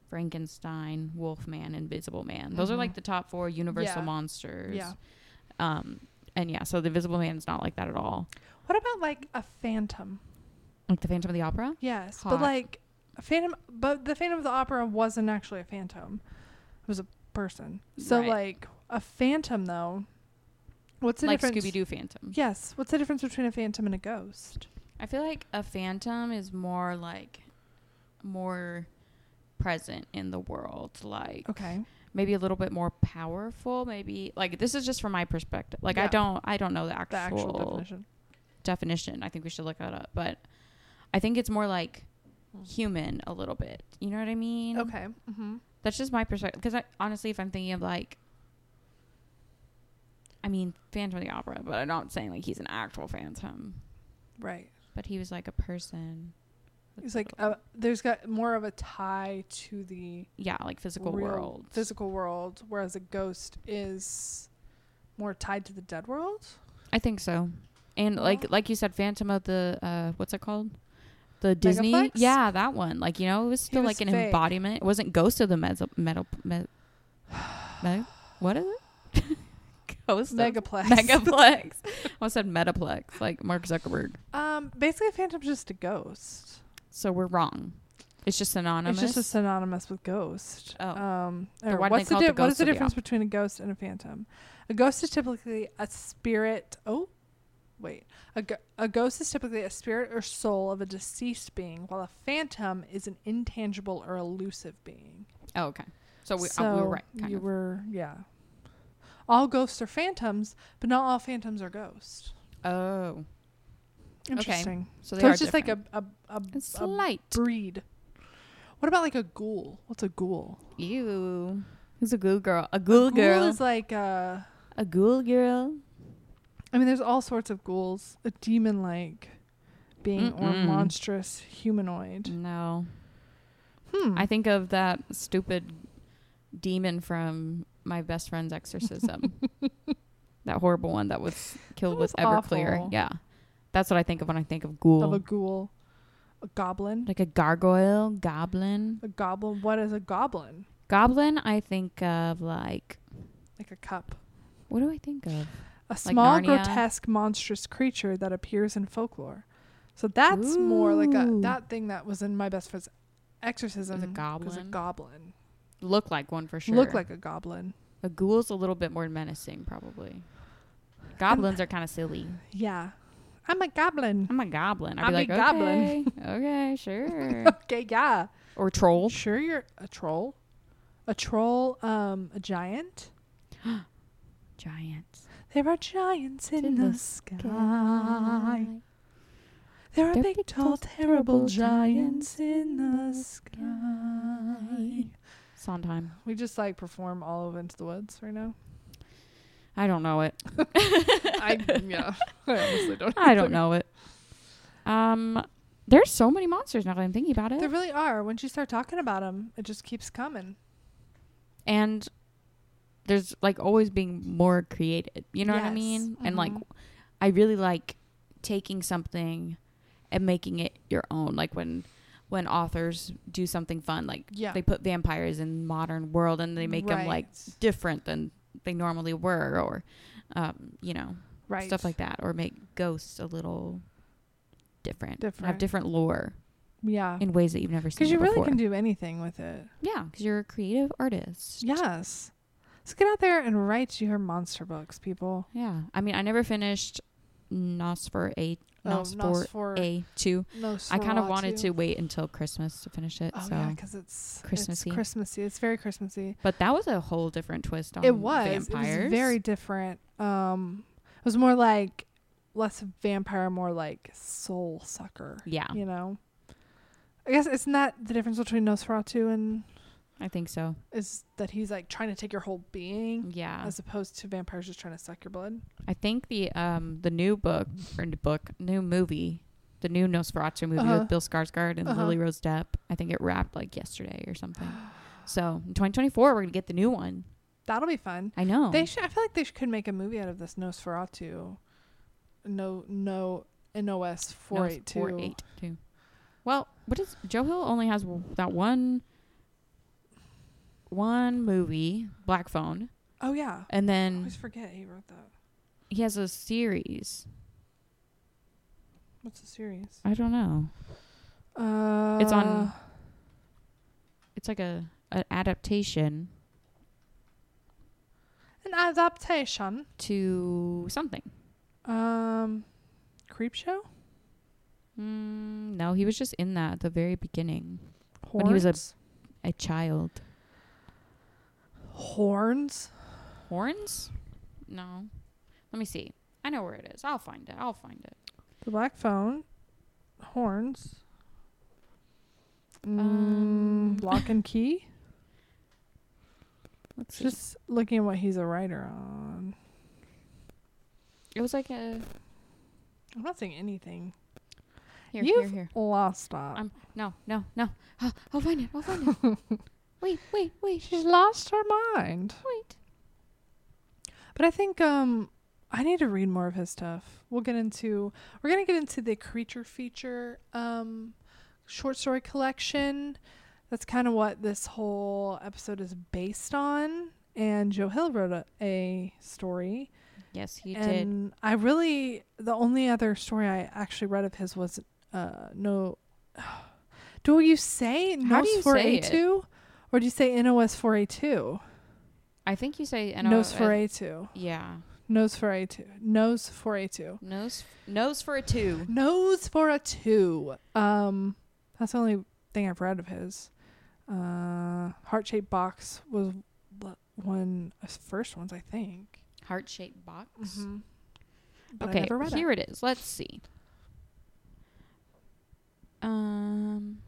[SPEAKER 2] Frankenstein, Wolfman, Invisible Man. Those are
[SPEAKER 1] Mhm.
[SPEAKER 2] like the top four universal
[SPEAKER 1] Yeah.
[SPEAKER 2] monsters.
[SPEAKER 1] Yeah.
[SPEAKER 2] Um, and yeah, so the Invisible Man is not like that at all.
[SPEAKER 1] What about like a phantom?
[SPEAKER 2] Like the Phantom of the Opera.
[SPEAKER 1] Yes,
[SPEAKER 2] Hot.
[SPEAKER 1] but like a phantom, but the Phantom of the Opera wasn't actually a phantom; it was a person. So
[SPEAKER 2] Right.
[SPEAKER 1] like a phantom though. What's the
[SPEAKER 2] like
[SPEAKER 1] difference?
[SPEAKER 2] Scooby Doo Phantom.
[SPEAKER 1] Yes. What's the difference between a phantom and a ghost?
[SPEAKER 2] I feel like a phantom is more like more present in the world. Like
[SPEAKER 1] Okay.
[SPEAKER 2] maybe a little bit more powerful. Maybe like this is just from my perspective. Like I
[SPEAKER 1] Yeah.
[SPEAKER 2] don't I don't know the actual,
[SPEAKER 1] The actual definition.
[SPEAKER 2] definition. I think we should look that up. But I think it's more like human a little bit. You know what I mean?
[SPEAKER 1] Okay. Mm-hmm.
[SPEAKER 2] That's just my perspective. Because honestly, if I'm thinking of like, I mean, Phantom of the Opera, but I'm not saying like he's an actual phantom.
[SPEAKER 1] Right.
[SPEAKER 2] But he was like a person. with
[SPEAKER 1] It's like
[SPEAKER 2] little-
[SPEAKER 1] uh, there's got more of a tie to the
[SPEAKER 2] yeah, like physical
[SPEAKER 1] real
[SPEAKER 2] world.
[SPEAKER 1] physical world, whereas a ghost is more tied to the dead world.
[SPEAKER 2] (sighs) I think so. And like
[SPEAKER 1] Well-
[SPEAKER 2] like you said, Phantom of the uh, what's it called? The Disney,
[SPEAKER 1] Megaplex?
[SPEAKER 2] yeah, that one. Like you know, it was still
[SPEAKER 1] was
[SPEAKER 2] like an
[SPEAKER 1] fake.
[SPEAKER 2] embodiment. It wasn't Ghost of the Meso- Metal me- me- What is it? (laughs) Ghost of-
[SPEAKER 1] Megaplex. (laughs)
[SPEAKER 2] Megaplex. I almost said Metaplex, like Mark Zuckerberg.
[SPEAKER 1] Um, basically, a phantom's just a ghost.
[SPEAKER 2] So we're wrong. It's just synonymous.
[SPEAKER 1] It's just a synonymous with ghost.
[SPEAKER 2] Oh.
[SPEAKER 1] Um,
[SPEAKER 2] Then
[SPEAKER 1] or
[SPEAKER 2] why do they
[SPEAKER 1] what's the,
[SPEAKER 2] call it
[SPEAKER 1] di- what is
[SPEAKER 2] the ghost
[SPEAKER 1] the
[SPEAKER 2] of the
[SPEAKER 1] difference between a ghost and a phantom? A ghost is typically a spirit. Oh, wait. A, go- a ghost is typically a spirit or soul of a deceased being, while a phantom is an intangible or elusive being.
[SPEAKER 2] oh, okay. So we, uh, we
[SPEAKER 1] So
[SPEAKER 2] were right. Kind
[SPEAKER 1] you
[SPEAKER 2] of.
[SPEAKER 1] were, yeah. All ghosts are phantoms, but not all phantoms are ghosts.
[SPEAKER 2] oh,
[SPEAKER 1] Interesting.
[SPEAKER 2] so they
[SPEAKER 1] So
[SPEAKER 2] are
[SPEAKER 1] it's just
[SPEAKER 2] different.
[SPEAKER 1] like a, a,
[SPEAKER 2] a
[SPEAKER 1] a, a
[SPEAKER 2] slight.
[SPEAKER 1] breed. What about like a ghoul? What's a ghoul?
[SPEAKER 2] Ew. Who's a ghoul girl? A ghoul girl.
[SPEAKER 1] Ghoul is like uh
[SPEAKER 2] a ghoul girl.
[SPEAKER 1] I mean there's all sorts of ghouls. A demon like being or
[SPEAKER 2] Mm-mm.
[SPEAKER 1] monstrous humanoid.
[SPEAKER 2] No.
[SPEAKER 1] Hmm.
[SPEAKER 2] Mm. I think of that stupid demon from my best friend's exorcism. that horrible one that was killed
[SPEAKER 1] That
[SPEAKER 2] with
[SPEAKER 1] was
[SPEAKER 2] Everclear.
[SPEAKER 1] awful.
[SPEAKER 2] Yeah. That's what I think of when I think of ghoul.
[SPEAKER 1] of a ghoul. A goblin.
[SPEAKER 2] like a gargoyle, goblin.
[SPEAKER 1] A goblin. What is a goblin?
[SPEAKER 2] Goblin, I think of like
[SPEAKER 1] Like a cup.
[SPEAKER 2] what do I think of?
[SPEAKER 1] A small
[SPEAKER 2] Narnia?
[SPEAKER 1] grotesque monstrous creature that appears in folklore. So that's more like a
[SPEAKER 2] Ooh.
[SPEAKER 1] that thing that was in my best friend's exorcism a
[SPEAKER 2] goblin?
[SPEAKER 1] goblin.
[SPEAKER 2] Look like one for sure.
[SPEAKER 1] Look like a goblin.
[SPEAKER 2] a ghoul's a little bit more menacing, probably. Goblins are kind of silly.
[SPEAKER 1] Yeah. I'm a goblin.
[SPEAKER 2] I'm a goblin. I'd
[SPEAKER 1] I'm
[SPEAKER 2] be
[SPEAKER 1] a
[SPEAKER 2] like,
[SPEAKER 1] goblin.
[SPEAKER 2] okay,
[SPEAKER 1] (laughs)
[SPEAKER 2] okay, sure.
[SPEAKER 1] Okay, yeah. (laughs)
[SPEAKER 2] or troll.
[SPEAKER 1] Sure, you're a troll. A troll, um, a giant.
[SPEAKER 2] Giants.
[SPEAKER 1] There are giants in,
[SPEAKER 2] in
[SPEAKER 1] the,
[SPEAKER 2] the
[SPEAKER 1] sky. There are
[SPEAKER 2] They're
[SPEAKER 1] big,
[SPEAKER 2] big,
[SPEAKER 1] tall,
[SPEAKER 2] tall,
[SPEAKER 1] terrible
[SPEAKER 2] terrible
[SPEAKER 1] giants
[SPEAKER 2] giants
[SPEAKER 1] in the
[SPEAKER 2] the
[SPEAKER 1] sky.
[SPEAKER 2] sky. Sondheim.
[SPEAKER 1] We just like perform all of Into the Woods right now.
[SPEAKER 2] I don't know it.
[SPEAKER 1] (laughs) I (laughs) yeah, I honestly don't.
[SPEAKER 2] (laughs) I don't know it. Um, there's so many monsters now that I'm thinking about it.
[SPEAKER 1] There really are. Once you start talking about them, it just keeps coming.
[SPEAKER 2] and there's like always being more created. You know what I
[SPEAKER 1] Yes.
[SPEAKER 2] mean? And like,
[SPEAKER 1] Mhm.
[SPEAKER 2] I really like taking something and making it your own. Like when when authors do something fun, like
[SPEAKER 1] Yeah.
[SPEAKER 2] they put vampires in modern world and they make them like
[SPEAKER 1] Right.
[SPEAKER 2] different than they normally were, or um, you know,
[SPEAKER 1] right
[SPEAKER 2] stuff like that, or make ghosts a little different,
[SPEAKER 1] Different.
[SPEAKER 2] have different lore
[SPEAKER 1] Yeah,
[SPEAKER 2] in ways that you've never seen
[SPEAKER 1] because you
[SPEAKER 2] it
[SPEAKER 1] really
[SPEAKER 2] before.
[SPEAKER 1] can do anything with it.
[SPEAKER 2] yeah, because you're a creative artist.
[SPEAKER 1] Yes. So get out there and write your monster books, people.
[SPEAKER 2] Yeah. I mean, I never finished Nosfer A.
[SPEAKER 1] Oh,
[SPEAKER 2] Nosfer A two. I kind of wanted to wait until Christmas to finish it.
[SPEAKER 1] Oh
[SPEAKER 2] so,
[SPEAKER 1] yeah, because it's Christmassy.
[SPEAKER 2] Christmassy.
[SPEAKER 1] It's Christmassy. It's very Christmassy.
[SPEAKER 2] but that was a whole different twist on
[SPEAKER 1] it was.
[SPEAKER 2] Um, vampires.
[SPEAKER 1] It was very different. Um, it was more like less vampire, more like soul sucker.
[SPEAKER 2] Yeah,
[SPEAKER 1] You know. I guess it's not the difference between Nosferatu and
[SPEAKER 2] I think so.
[SPEAKER 1] is that he's like trying to take your whole being
[SPEAKER 2] Yeah,
[SPEAKER 1] as opposed to vampires just trying to suck your blood.
[SPEAKER 2] I think the um the new book or new book new movie, the new Nosferatu movie
[SPEAKER 1] Uh-huh.
[SPEAKER 2] with Bill Skarsgård and
[SPEAKER 1] Uh-huh.
[SPEAKER 2] Lily Rose Depp. I think it wrapped like yesterday or something. So in 2024, we're gonna get the new one.
[SPEAKER 1] That'll be fun.
[SPEAKER 2] I know.
[SPEAKER 1] They should. I feel like they sh- could make a movie out of this Nosferatu. No, no, NOS
[SPEAKER 2] No,
[SPEAKER 1] four
[SPEAKER 2] it's
[SPEAKER 1] eight two.
[SPEAKER 2] 482. Well, what is Joe Hill only has w- that one one movie, Black Phone,
[SPEAKER 1] Oh yeah,
[SPEAKER 2] and
[SPEAKER 1] I
[SPEAKER 2] then
[SPEAKER 1] always forget he wrote that.
[SPEAKER 2] he has a series.
[SPEAKER 1] What's the series?
[SPEAKER 2] I don't know.
[SPEAKER 1] Uh,
[SPEAKER 2] Mm. It's on- It's like a an adaptation
[SPEAKER 1] an adaptation.
[SPEAKER 2] to something.
[SPEAKER 1] Um, creep show.
[SPEAKER 2] Mm, no, he was just in that at the very beginning. When he was a-
[SPEAKER 1] Horns?
[SPEAKER 2] A child.
[SPEAKER 1] horns.
[SPEAKER 2] Horns? No. Let me see. I know where it is. I'll find it. I'll find it.
[SPEAKER 1] The black phone. Horns. Mm,
[SPEAKER 2] Um. (laughs)
[SPEAKER 1] lock and key.
[SPEAKER 2] Let's just.
[SPEAKER 1] Just looking at what he's a writer on.
[SPEAKER 2] It was like a.
[SPEAKER 1] I'm not seeing anything.
[SPEAKER 2] Here,
[SPEAKER 1] You've-
[SPEAKER 2] here, here.
[SPEAKER 1] Lost on.
[SPEAKER 2] I'm no, no, no. (gasps) Ah, I'll find it. I'll find it.
[SPEAKER 1] (laughs)
[SPEAKER 2] wait, wait, wait.
[SPEAKER 1] She's lost her mind.
[SPEAKER 2] Wait.
[SPEAKER 1] But I think um I need to read more of his stuff. We'll get into we're gonna get into the creature feature um short story collection. That's kind of what this whole episode is based on. And Joe Hill wrote a, a story.
[SPEAKER 2] Yes, he did.
[SPEAKER 1] and I really the only other story I actually read of his was uh no (sighs) do you say
[SPEAKER 2] How do you
[SPEAKER 1] NOS four
[SPEAKER 2] say
[SPEAKER 1] A
[SPEAKER 2] it?
[SPEAKER 1] two? Or do you say NOS four A two?
[SPEAKER 2] I think you say
[SPEAKER 1] Nose for
[SPEAKER 2] a.
[SPEAKER 1] A two.
[SPEAKER 2] Yeah,
[SPEAKER 1] Nose for a two. Nose for a two.
[SPEAKER 2] nose nose for a two.
[SPEAKER 1] Nose for a two. Um, that's the only thing I've read of his. Uh, heart shaped box was l- one of his first ones, I think.
[SPEAKER 2] Heart shaped box.
[SPEAKER 1] But Mm-hmm. I
[SPEAKER 2] Mm-hmm. okay,
[SPEAKER 1] never read
[SPEAKER 2] here it is. Let's see. Um,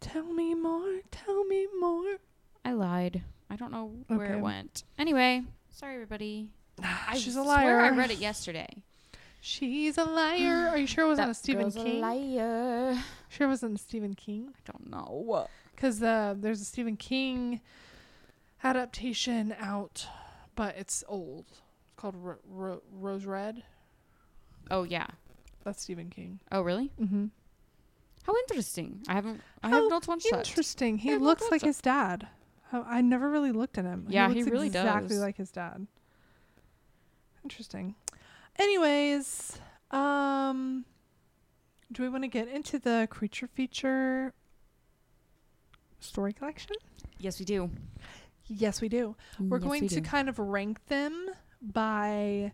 [SPEAKER 1] Tell me more. Tell me more.
[SPEAKER 2] I lied. I don't know where
[SPEAKER 1] Okay.
[SPEAKER 2] it went. Anyway, sorry everybody. I
[SPEAKER 1] She's a
[SPEAKER 2] swear
[SPEAKER 1] liar.
[SPEAKER 2] I read it yesterday.
[SPEAKER 1] She's a liar. Are you sure it (laughs) wasn't a Stephen
[SPEAKER 2] girl's
[SPEAKER 1] King?
[SPEAKER 2] A liar.
[SPEAKER 1] Sure it wasn't a Stephen King.
[SPEAKER 2] I don't know.
[SPEAKER 1] because uh, there's a Stephen King adaptation out, but it's old. It's called Ro- Ro- Rose Red.
[SPEAKER 2] Oh yeah.
[SPEAKER 1] That's Stephen King.
[SPEAKER 2] Oh really?
[SPEAKER 1] Mm-hmm.
[SPEAKER 2] How interesting. I haven't. I
[SPEAKER 1] How
[SPEAKER 2] have not watched that.
[SPEAKER 1] Interesting. He
[SPEAKER 2] Yeah,
[SPEAKER 1] looks
[SPEAKER 2] that's
[SPEAKER 1] like
[SPEAKER 2] a-
[SPEAKER 1] his dad. How- I never really looked at him.
[SPEAKER 2] Yeah,
[SPEAKER 1] he,
[SPEAKER 2] he
[SPEAKER 1] looks
[SPEAKER 2] really
[SPEAKER 1] exactly
[SPEAKER 2] does.
[SPEAKER 1] like his dad. Interesting. Anyways, um, do we want to get into the creature feature story collection?
[SPEAKER 2] Yes, we do.
[SPEAKER 1] Mm, Yes, we do. We're going to
[SPEAKER 2] How
[SPEAKER 1] kind of rank them by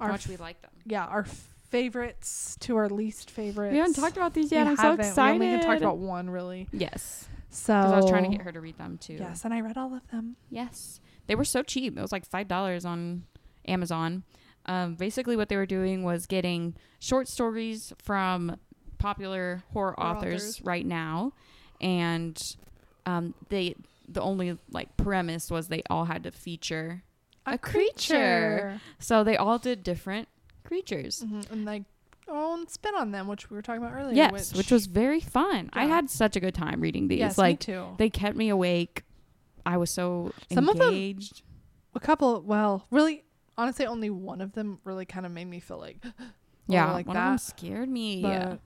[SPEAKER 1] our
[SPEAKER 2] much we
[SPEAKER 1] f-
[SPEAKER 2] like them.
[SPEAKER 1] yeah our favorites to our least favorites.
[SPEAKER 2] about these
[SPEAKER 1] We haven't. We only can talk about one really.
[SPEAKER 2] yes,
[SPEAKER 1] So
[SPEAKER 2] because I was trying to get her to read them too.
[SPEAKER 1] Yes, and I read all of them.
[SPEAKER 2] Yes. They were so cheap. It was like five dollars on Amazon. Um, basically, what they were doing was getting short stories from popular horror,
[SPEAKER 1] Horror
[SPEAKER 2] authors,
[SPEAKER 1] authors.
[SPEAKER 2] right now, and um, they the only like premise was they all had to feature. A creature. So they all did different creatures.
[SPEAKER 1] Mhm, and like own spin on them, which we were talking about earlier.
[SPEAKER 2] Yes, which, was very fun. I
[SPEAKER 1] Yeah.
[SPEAKER 2] had such a good time reading these.
[SPEAKER 1] yes, me
[SPEAKER 2] like
[SPEAKER 1] too.
[SPEAKER 2] they kept me awake. I was so
[SPEAKER 1] Some of them-
[SPEAKER 2] engaged.
[SPEAKER 1] a couple. Well, really, honestly, only one of them really kind of made me feel like (gasps) oh,
[SPEAKER 2] yeah,
[SPEAKER 1] like
[SPEAKER 2] one
[SPEAKER 1] that.
[SPEAKER 2] of them scared me.
[SPEAKER 1] but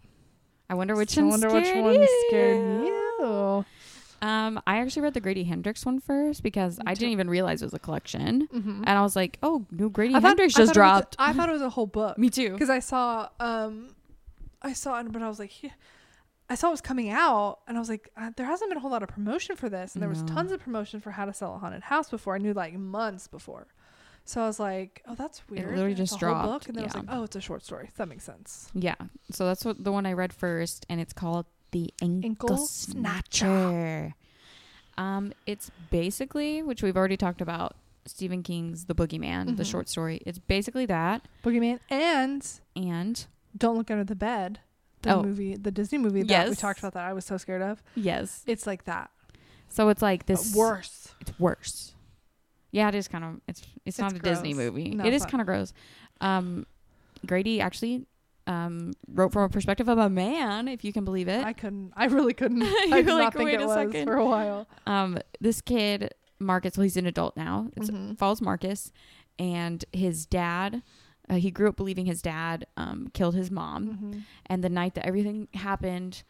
[SPEAKER 2] I wonder which
[SPEAKER 1] I
[SPEAKER 2] one
[SPEAKER 1] wonder
[SPEAKER 2] scared
[SPEAKER 1] which one scared
[SPEAKER 2] you.
[SPEAKER 1] you.
[SPEAKER 2] Um, I actually read the Grady Hendrix one first because
[SPEAKER 1] Me
[SPEAKER 2] I
[SPEAKER 1] too.
[SPEAKER 2] didn't even realize it was a collection,
[SPEAKER 1] Mm-hmm.
[SPEAKER 2] and I was like, "Oh, new Grady
[SPEAKER 1] I thought-
[SPEAKER 2] Hendrix
[SPEAKER 1] I
[SPEAKER 2] just
[SPEAKER 1] thought it was-
[SPEAKER 2] dropped."
[SPEAKER 1] I thought it was a whole
[SPEAKER 2] (laughs)
[SPEAKER 1] book
[SPEAKER 2] me too.
[SPEAKER 1] because I saw um, I saw it, but I was like, "Yeah." I saw it was coming out, and I was like, uh, there hasn't been a whole lot of promotion for this, and there was
[SPEAKER 2] No.
[SPEAKER 1] tons of promotion for How to Sell a Haunted House before. I knew like months before, so I was like, oh, that's weird.
[SPEAKER 2] literally
[SPEAKER 1] and it's
[SPEAKER 2] just
[SPEAKER 1] a whole
[SPEAKER 2] dropped,
[SPEAKER 1] book, and then I
[SPEAKER 2] yeah.
[SPEAKER 1] was like, oh, it's a short story. That makes sense.
[SPEAKER 2] Yeah, so that's what the one I read first, and it's called the Ankle,
[SPEAKER 1] Ankle
[SPEAKER 2] Snatcher. Um, it's basically which we've already talked about Stephen King's The Boogeyman, the
[SPEAKER 1] Mhm.
[SPEAKER 2] short story. It's basically that,
[SPEAKER 1] Boogeyman and
[SPEAKER 2] and
[SPEAKER 1] Don't Look Under the Bed, the
[SPEAKER 2] Oh.
[SPEAKER 1] movie, the Disney movie that we
[SPEAKER 2] Yes.
[SPEAKER 1] talked about that I was so scared of.
[SPEAKER 2] yes,
[SPEAKER 1] It's like that,
[SPEAKER 2] so it's like
[SPEAKER 1] but
[SPEAKER 2] this
[SPEAKER 1] worse.
[SPEAKER 2] it's worse. Yeah, it is kind of it's it's, not a
[SPEAKER 1] It's
[SPEAKER 2] Disney
[SPEAKER 1] gross.
[SPEAKER 2] movie.
[SPEAKER 1] No,
[SPEAKER 2] it
[SPEAKER 1] it's
[SPEAKER 2] is
[SPEAKER 1] not.
[SPEAKER 2] kind of gross. Um, Grady actually um, wrote from a perspective of a man, if you can believe it.
[SPEAKER 1] I couldn't. I really
[SPEAKER 2] (laughs)
[SPEAKER 1] couldn't. I
[SPEAKER 2] You're
[SPEAKER 1] did not
[SPEAKER 2] like,
[SPEAKER 1] think
[SPEAKER 2] "Wait
[SPEAKER 1] it
[SPEAKER 2] a
[SPEAKER 1] was
[SPEAKER 2] second."
[SPEAKER 1] for a while.
[SPEAKER 2] um, this kid Marcus, well, he's an adult now. It's
[SPEAKER 1] Mhm.
[SPEAKER 2] follows Marcus, and his dad. Uh, he grew up believing his dad um, killed his mom,
[SPEAKER 1] Mhm.
[SPEAKER 2] and the night that everything happened.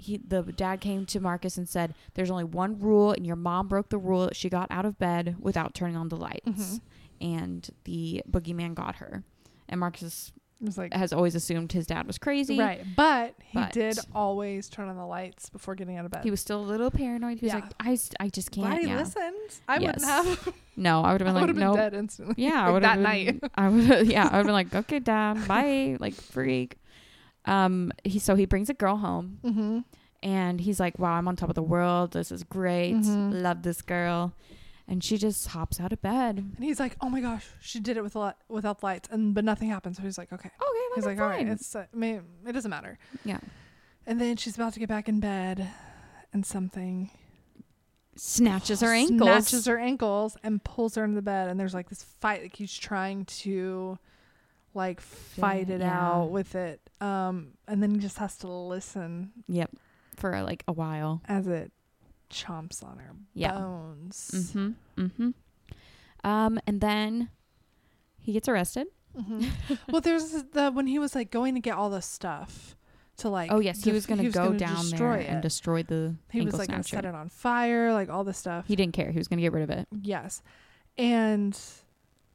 [SPEAKER 2] He, the dad came to Marcus and said, "There's only one rule, and your mom broke the rule. that She got out of bed without turning on the lights."
[SPEAKER 1] Mhm.
[SPEAKER 2] and the boogeyman got her. And Marcus
[SPEAKER 1] It was like
[SPEAKER 2] has always assumed his dad was crazy.
[SPEAKER 1] right, but he
[SPEAKER 2] But-
[SPEAKER 1] did always turn on the lights before getting out of bed.
[SPEAKER 2] He was still a little paranoid. He was
[SPEAKER 1] Yeah.
[SPEAKER 2] like, I, s- I just
[SPEAKER 1] Glad
[SPEAKER 2] can't.
[SPEAKER 1] he
[SPEAKER 2] Yeah.
[SPEAKER 1] listened. I wouldn't
[SPEAKER 2] Yes.
[SPEAKER 1] have.
[SPEAKER 2] No, I
[SPEAKER 1] (laughs)
[SPEAKER 2] would
[SPEAKER 1] I would
[SPEAKER 2] have been
[SPEAKER 1] have
[SPEAKER 2] like,
[SPEAKER 1] been
[SPEAKER 2] no.
[SPEAKER 1] dead instantly.
[SPEAKER 2] Yeah,
[SPEAKER 1] (laughs)
[SPEAKER 2] I
[SPEAKER 1] Like
[SPEAKER 2] would
[SPEAKER 1] that
[SPEAKER 2] have been,
[SPEAKER 1] night.
[SPEAKER 2] (laughs) I would. Yeah, I would have
[SPEAKER 1] (laughs)
[SPEAKER 2] been like, okay, dad, bye, like freak. Um, he so he brings a girl home,
[SPEAKER 1] Mm-hmm.
[SPEAKER 2] and he's like, wow, I'm on top of the world. This is great.
[SPEAKER 1] Mhm.
[SPEAKER 2] Love this girl, and she just hops out of bed.
[SPEAKER 1] And he's like, "Oh my gosh, she did it with li- without lights, and but nothing happened." So he's like, "Okay."
[SPEAKER 2] Okay,
[SPEAKER 1] He's like,
[SPEAKER 2] like,
[SPEAKER 1] "All right,
[SPEAKER 2] fine.
[SPEAKER 1] it's uh, I mean, it doesn't matter."
[SPEAKER 2] Yeah.
[SPEAKER 1] And then she's about to get back in bed, and something
[SPEAKER 2] snatches her ankles.
[SPEAKER 1] (gasps) Snatches her ankles and pulls her into the bed. And there's like this fight. Like he's trying to like fight it
[SPEAKER 2] yeah.
[SPEAKER 1] out with it. Um, and then he just has to listen
[SPEAKER 2] Yep. For like a while.
[SPEAKER 1] as it chomps on her
[SPEAKER 2] Yeah.
[SPEAKER 1] bones.
[SPEAKER 2] Mm-hmm. Mm-hmm. Um, and then he gets arrested.
[SPEAKER 1] Mhm. well, there's the when he was like going to get all the stuff to like.
[SPEAKER 2] oh yes, he
[SPEAKER 1] def-
[SPEAKER 2] was going to go
[SPEAKER 1] gonna
[SPEAKER 2] down there
[SPEAKER 1] destroy
[SPEAKER 2] and
[SPEAKER 1] it.
[SPEAKER 2] destroy the
[SPEAKER 1] He was
[SPEAKER 2] ankle
[SPEAKER 1] like going to
[SPEAKER 2] snatcher.
[SPEAKER 1] set it on fire, like all this stuff.
[SPEAKER 2] He didn't care. He was going to get rid of it.
[SPEAKER 1] Yes. And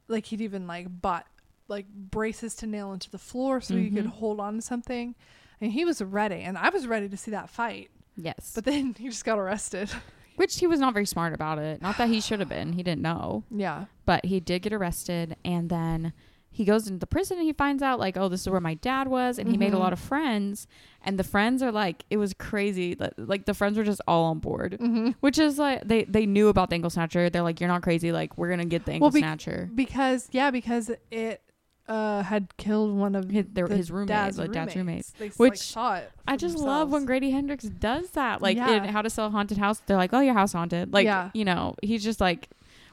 [SPEAKER 1] like he'd even like bought like braces to nail into the floor so he could
[SPEAKER 2] Mhm.
[SPEAKER 1] hold on to something. And he was ready. And I was ready to see that fight.
[SPEAKER 2] Yes,
[SPEAKER 1] But then (laughs) he just got arrested.
[SPEAKER 2] which he was not very smart about it. Not that he should have been. He didn't know,
[SPEAKER 1] yeah.
[SPEAKER 2] but he did get arrested, and then he goes into the prison and he finds out like, oh, this is where my dad was, and he made a
[SPEAKER 1] Mhm.
[SPEAKER 2] lot of friends, and the friends are like, it was crazy. Like- Like the friends were just all on board.
[SPEAKER 1] Mm-hmm.
[SPEAKER 2] Which is like they they knew about the ankle snatcher. They're like, you're not crazy. Like we're gonna get the ankle
[SPEAKER 1] bec-
[SPEAKER 2] snatcher.
[SPEAKER 1] Because, yeah, because it uh, had killed one of
[SPEAKER 2] His, their,
[SPEAKER 1] the
[SPEAKER 2] his roommate,
[SPEAKER 1] dad's
[SPEAKER 2] like dad's roommate.
[SPEAKER 1] roommates. They s- like,
[SPEAKER 2] Which
[SPEAKER 1] saw it.
[SPEAKER 2] I
[SPEAKER 1] for
[SPEAKER 2] just love when
[SPEAKER 1] themselves.
[SPEAKER 2] Grady Hendrix does that. Like
[SPEAKER 1] Yeah.
[SPEAKER 2] in How to Sell a Haunted House, they're like, "Oh, your house haunted." Like
[SPEAKER 1] Yeah.
[SPEAKER 2] you know, he's just like,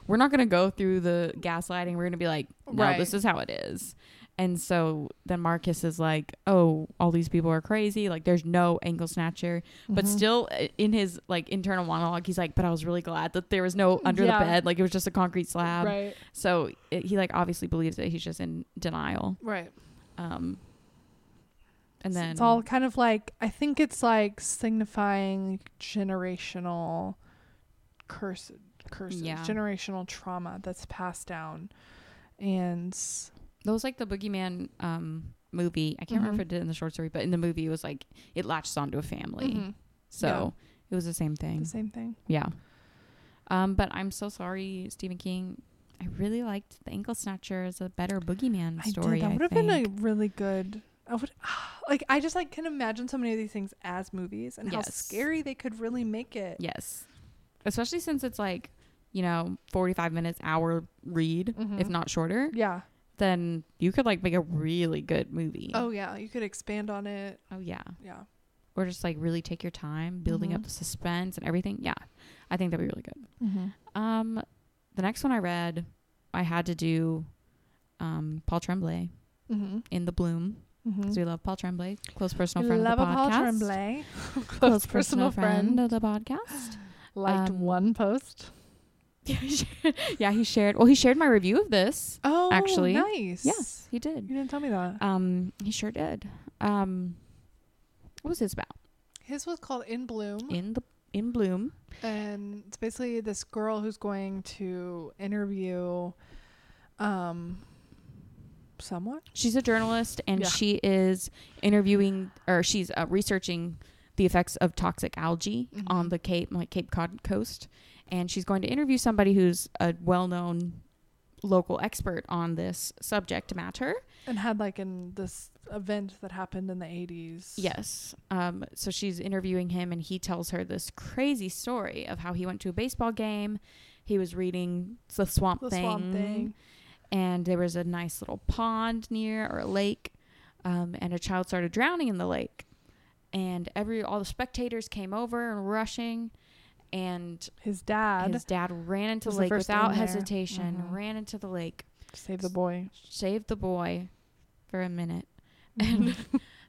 [SPEAKER 2] "We're not gonna go through the gaslighting. We're gonna be like, no,
[SPEAKER 1] Right.
[SPEAKER 2] this is how it is." And so then Marcus is like, "Oh, all these people are crazy. Like, there's no ankle snatcher." But
[SPEAKER 1] Mhm.
[SPEAKER 2] still, uh, in his like internal monologue, he's like, "But I was really glad that there was no under
[SPEAKER 1] Yeah.
[SPEAKER 2] the bed. Like it was just a concrete slab."
[SPEAKER 1] right,
[SPEAKER 2] So it, he like obviously believes it. He's just in denial.
[SPEAKER 1] right.
[SPEAKER 2] Um, and
[SPEAKER 1] So
[SPEAKER 2] then
[SPEAKER 1] it's all kind of like I think it's like signifying generational curse curses,
[SPEAKER 2] Yeah.
[SPEAKER 1] generational trauma that's passed down. And
[SPEAKER 2] those like the boogeyman um movie i can't remember
[SPEAKER 1] Mhm.
[SPEAKER 2] if it did in the short story but in the movie it was like it latches onto a family
[SPEAKER 1] Mhm.
[SPEAKER 2] so it was the same thing
[SPEAKER 1] the same thing.
[SPEAKER 2] yeah um but i'm so sorry stephen king i really liked the ankle snatcher as a better boogeyman
[SPEAKER 1] I did.
[SPEAKER 2] story
[SPEAKER 1] That
[SPEAKER 2] I
[SPEAKER 1] would have been a
[SPEAKER 2] think.
[SPEAKER 1] really good. I would (sighs) like. I just like can imagine so many of these things as movies and how
[SPEAKER 2] Yes.
[SPEAKER 1] scary they could really make it.
[SPEAKER 2] yes especially since it's like you know 45 minutes hour read if
[SPEAKER 1] Mhm.
[SPEAKER 2] not shorter
[SPEAKER 1] Yeah.
[SPEAKER 2] then you could like make a really good movie
[SPEAKER 1] Oh yeah. You could expand on it.
[SPEAKER 2] oh yeah
[SPEAKER 1] Yeah.
[SPEAKER 2] or just like really take your time building up
[SPEAKER 1] Mhm.
[SPEAKER 2] the suspense and everything yeah i think that'd be really good Um, the next one I read, I had to do, um, Paul Tremblay
[SPEAKER 1] Mm-hmm.
[SPEAKER 2] in the Bloom
[SPEAKER 1] Mm-hmm.
[SPEAKER 2] 'cause we love Paul Tremblay, close personal friend
[SPEAKER 1] Love
[SPEAKER 2] of
[SPEAKER 1] a
[SPEAKER 2] the podcast.
[SPEAKER 1] Paul (laughs) Tremblay.
[SPEAKER 2] Close personal friend of the podcast. (laughs)
[SPEAKER 1] Liked
[SPEAKER 2] Um,
[SPEAKER 1] one post.
[SPEAKER 2] yeah, he shared. Well, he shared my review of this.
[SPEAKER 1] Oh,
[SPEAKER 2] actually,
[SPEAKER 1] nice.
[SPEAKER 2] Yes, he
[SPEAKER 1] you
[SPEAKER 2] did.
[SPEAKER 1] didn't tell me that.
[SPEAKER 2] Um, he sure did. Um, what was his about?
[SPEAKER 1] His was called In Bloom,
[SPEAKER 2] In the in Bloom.
[SPEAKER 1] and it's basically this girl who's going to interview, um, someone.
[SPEAKER 2] She's a journalist and
[SPEAKER 1] Yeah.
[SPEAKER 2] she is interviewing or she's uh, researching the effects of toxic algae
[SPEAKER 1] Mhm.
[SPEAKER 2] on the Cape like Cape Cod coast and she's going to interview somebody who's a well-known local expert on this subject matter.
[SPEAKER 1] And had like in this event that happened in the eighties.
[SPEAKER 2] Yes. Um, so she's interviewing him, and he tells her this crazy story of how he went to a baseball game. He was reading the Swamp,
[SPEAKER 1] The
[SPEAKER 2] thing,
[SPEAKER 1] Swamp Thing.
[SPEAKER 2] and there was a nice little pond near or a lake, um, and a child started drowning in the lake, and every all the spectators came over and rushing, and
[SPEAKER 1] His dad
[SPEAKER 2] his dad ran into
[SPEAKER 1] was
[SPEAKER 2] the
[SPEAKER 1] the
[SPEAKER 2] lake
[SPEAKER 1] first one
[SPEAKER 2] without
[SPEAKER 1] there.
[SPEAKER 2] hesitation,
[SPEAKER 1] Mhm.
[SPEAKER 2] ran into the lake,
[SPEAKER 1] saved the boy.
[SPEAKER 2] saved the boy for a minute (laughs) and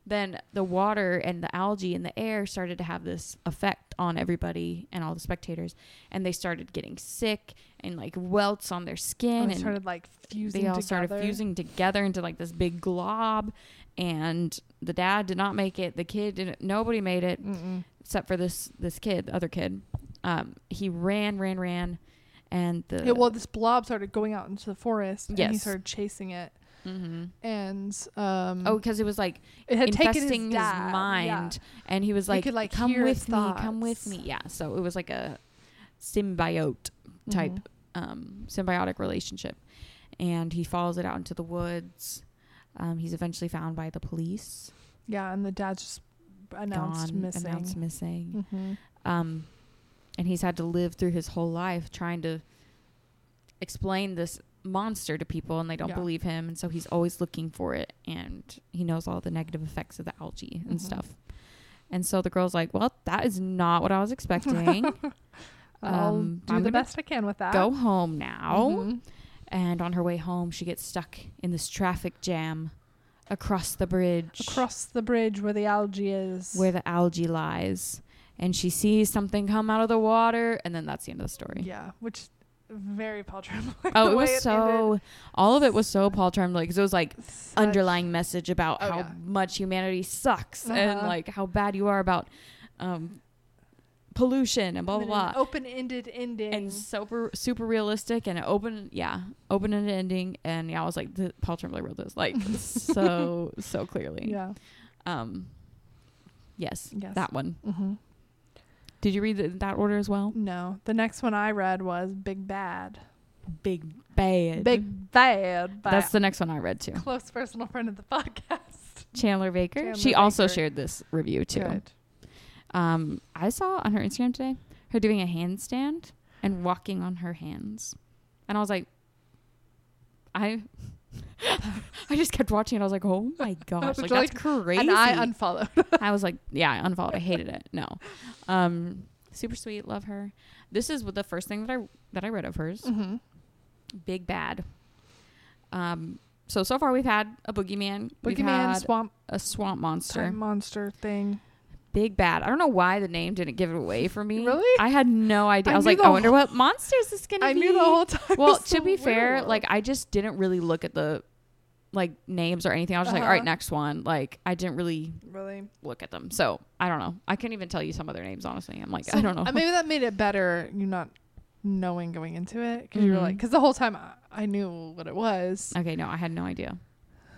[SPEAKER 2] then the water and the algae in the air started to have this effect on everybody and all the spectators and they started getting sick and like welts on their skin
[SPEAKER 1] And
[SPEAKER 2] and
[SPEAKER 1] started like fusing.
[SPEAKER 2] they all
[SPEAKER 1] together.
[SPEAKER 2] started fusing together into like this big glob and the dad did not make it the kid didn't nobody made it
[SPEAKER 1] Mm-mm.
[SPEAKER 2] except for this this kid the other kid um he ran ran ran and the
[SPEAKER 1] Yeah, well, this blob started going out into the forest, and he
[SPEAKER 2] Yes.
[SPEAKER 1] started chasing it.
[SPEAKER 2] Mhm.
[SPEAKER 1] And um,
[SPEAKER 2] oh because it was like
[SPEAKER 1] it had
[SPEAKER 2] infesting
[SPEAKER 1] taken
[SPEAKER 2] his,
[SPEAKER 1] dad, yeah.
[SPEAKER 2] mind, and he was
[SPEAKER 1] He
[SPEAKER 2] like,
[SPEAKER 1] could, like,
[SPEAKER 2] "Come
[SPEAKER 1] hear his
[SPEAKER 2] with me, come with
[SPEAKER 1] thoughts.
[SPEAKER 2] me." Yeah, so it was like a symbiote type,
[SPEAKER 1] Mhm.
[SPEAKER 2] um, symbiotic relationship, and he follows it out into the woods. Um, he's eventually found by the police.
[SPEAKER 1] Yeah, and the dad just announced
[SPEAKER 2] gone,
[SPEAKER 1] missing.
[SPEAKER 2] Announced missing.
[SPEAKER 1] Mhm.
[SPEAKER 2] Um, and he's had to live through his whole life trying to explain this monster to people and they don't
[SPEAKER 1] Yeah.
[SPEAKER 2] believe him and so he's always looking for it and he knows all the negative effects of the algae and
[SPEAKER 1] Mhm. (laughs)
[SPEAKER 2] stuff and so the girl's like well that is not what i was expecting
[SPEAKER 1] I'll
[SPEAKER 2] Um,
[SPEAKER 1] do
[SPEAKER 2] I'm
[SPEAKER 1] the
[SPEAKER 2] gonna
[SPEAKER 1] best I can with that.
[SPEAKER 2] Go home now.
[SPEAKER 1] Mhm.
[SPEAKER 2] And on her way home, she gets stuck in this traffic jam across the bridge
[SPEAKER 1] across the bridge where the algae is.
[SPEAKER 2] where the algae lies. And she sees something come out of the water, and then that's the end of the story.
[SPEAKER 1] yeah, which very Paul (laughs) Trimble.
[SPEAKER 2] Oh,
[SPEAKER 1] the
[SPEAKER 2] it was
[SPEAKER 1] way
[SPEAKER 2] so.
[SPEAKER 1] ended.
[SPEAKER 2] All of it was so Paul Trimble because it was like
[SPEAKER 1] Such-
[SPEAKER 2] underlying message about
[SPEAKER 1] Oh,
[SPEAKER 2] how
[SPEAKER 1] yeah.
[SPEAKER 2] much humanity sucks and
[SPEAKER 1] Uh-huh.
[SPEAKER 2] like how bad you are about um, pollution and blah blah
[SPEAKER 1] and then an
[SPEAKER 2] blah.
[SPEAKER 1] Open-ended ending.
[SPEAKER 2] and super super realistic and open yeah open and ending and yeah i was like the, paul tremblay wrote
[SPEAKER 1] (laughs)
[SPEAKER 2] this like so so clearly
[SPEAKER 1] yeah.
[SPEAKER 2] um yes,
[SPEAKER 1] Yes.
[SPEAKER 2] that one
[SPEAKER 1] Mm-hmm.
[SPEAKER 2] did you read it in that order as well
[SPEAKER 1] No, the next one I read was Big Bad.
[SPEAKER 2] big bad
[SPEAKER 1] Big Bad by
[SPEAKER 2] that's the next one i read too
[SPEAKER 1] close personal friend of the podcast.
[SPEAKER 2] chandler baker
[SPEAKER 1] Chandler
[SPEAKER 2] she also
[SPEAKER 1] Baker.
[SPEAKER 2] shared this review too um i saw on her instagram today her doing a handstand and walking on her hands and i was like i (laughs) I just kept watching it. I was like, "Oh
[SPEAKER 1] (laughs)
[SPEAKER 2] my
[SPEAKER 1] was
[SPEAKER 2] gosh, like,
[SPEAKER 1] like-
[SPEAKER 2] that's crazy!"
[SPEAKER 1] And I unfollowed.
[SPEAKER 2] (laughs) I was like, yeah, I unfollowed. I hated it. No, um, super sweet. Love her. This is what the first thing that I that I read of hers.
[SPEAKER 1] Mm-hmm.
[SPEAKER 2] Big bad. Um, so so far we've had a boogeyman, we've
[SPEAKER 1] Boogeyman
[SPEAKER 2] had
[SPEAKER 1] Swamp
[SPEAKER 2] a swamp monster,
[SPEAKER 1] Time Monster thing.
[SPEAKER 2] big bad. I don't know why the name didn't give it away for me.
[SPEAKER 1] Really?
[SPEAKER 2] I had no idea.
[SPEAKER 1] I
[SPEAKER 2] I, was
[SPEAKER 1] knew
[SPEAKER 2] like,
[SPEAKER 1] the
[SPEAKER 2] I wonder
[SPEAKER 1] whole-
[SPEAKER 2] what monsters this is
[SPEAKER 1] (laughs)
[SPEAKER 2] gonna
[SPEAKER 1] I
[SPEAKER 2] be.
[SPEAKER 1] knew the whole time. (laughs)
[SPEAKER 2] (laughs) well,
[SPEAKER 1] it's the
[SPEAKER 2] to be fair,
[SPEAKER 1] werewolf.
[SPEAKER 2] like I just didn't really look at the like names or anything. I was just like, all right,
[SPEAKER 1] Uh-huh.
[SPEAKER 2] next one. Like I didn't really
[SPEAKER 1] really,
[SPEAKER 2] look at them. So I don't know. I couldn't even tell you some other names, honestly. I'm like, I don't know.
[SPEAKER 1] Uh, maybe that made it better. You not knowing going into it because you were
[SPEAKER 2] Mhm.
[SPEAKER 1] like, because the whole time I, I knew what it was,
[SPEAKER 2] (laughs) okay, no, I had no idea.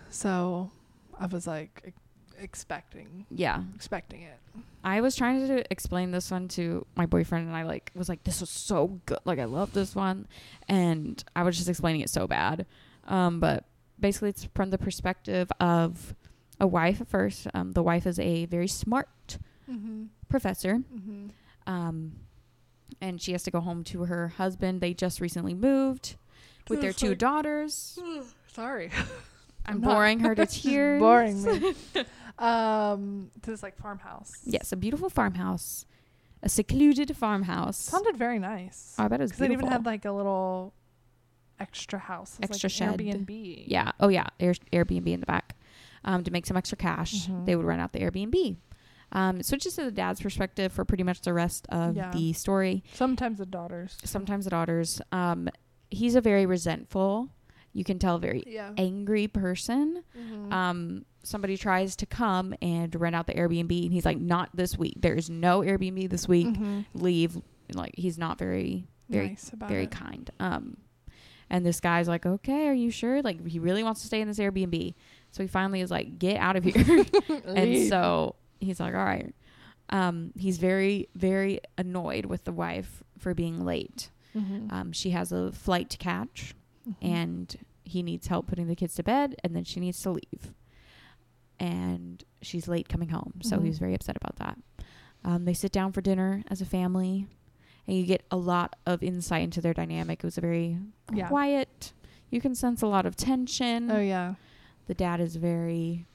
[SPEAKER 1] so I was like ex- expecting,
[SPEAKER 2] Yeah.
[SPEAKER 1] expecting it.
[SPEAKER 2] I was trying to explain this one to my boyfriend and I like was like, This was so good. Like I love this one and I was just explaining it so bad. Um, but basically it's from the perspective of a wife at first. Um, the wife is a very smart
[SPEAKER 1] Mm-hmm.
[SPEAKER 2] professor.
[SPEAKER 1] Mm-hmm.
[SPEAKER 2] Um and she has to go home to her husband. They just recently moved with their
[SPEAKER 1] It's
[SPEAKER 2] two
[SPEAKER 1] like-
[SPEAKER 2] daughters.
[SPEAKER 1] (sighs) Sorry,
[SPEAKER 2] I'm
[SPEAKER 1] I'm not-
[SPEAKER 2] boring
[SPEAKER 1] (laughs)
[SPEAKER 2] her to
[SPEAKER 1] This is
[SPEAKER 2] tears.
[SPEAKER 1] boring me.
[SPEAKER 2] (laughs)
[SPEAKER 1] um, to this like farmhouse.
[SPEAKER 2] Yes, a beautiful farmhouse, a secluded farmhouse.
[SPEAKER 1] sounded very nice.
[SPEAKER 2] Oh, I bet it was
[SPEAKER 1] Because it
[SPEAKER 2] beautiful.
[SPEAKER 1] even had like a little extra house, It was
[SPEAKER 2] Extra
[SPEAKER 1] like
[SPEAKER 2] shed.
[SPEAKER 1] an Airbnb.
[SPEAKER 2] yeah. Oh yeah. Air- Airbnb in the back. Um, to make some extra cash,
[SPEAKER 1] Mhm.
[SPEAKER 2] they would rent out the Airbnb. Um, it switches to the dad's perspective for pretty much the rest of
[SPEAKER 1] Yeah.
[SPEAKER 2] the story.
[SPEAKER 1] Sometimes the daughters.
[SPEAKER 2] Sometimes the daughters. Um, he's a very resentful. You can tell very
[SPEAKER 1] Yeah.
[SPEAKER 2] angry person.
[SPEAKER 1] Mhm.
[SPEAKER 2] um, somebody tries to come and rent out the Airbnb, and he's like, "Not this week. There is no Airbnb this week.
[SPEAKER 1] Mhm.
[SPEAKER 2] Leave." And, like he's not very, very,
[SPEAKER 1] nice about
[SPEAKER 2] very
[SPEAKER 1] it.
[SPEAKER 2] kind. Um, and this guy's like, "Okay, are you sure? Like he really wants to stay in this Airbnb." So he finally is like, "Get out of here!" (laughs) and
[SPEAKER 1] Leave.
[SPEAKER 2] so he's like, "All right." Um, he's very, very annoyed with the wife for being late.
[SPEAKER 1] Mhm.
[SPEAKER 2] Um, she has a flight to catch
[SPEAKER 1] Mhm.
[SPEAKER 2] and he needs help putting the kids to bed and then she needs to leave and she's late coming home so
[SPEAKER 1] Mhm.
[SPEAKER 2] he's very upset about that um, they sit down for dinner as a family and you get a lot of insight into their dynamic it was a very
[SPEAKER 1] Yeah.
[SPEAKER 2] quiet you can sense a lot of tension
[SPEAKER 1] Oh yeah.
[SPEAKER 2] the dad is very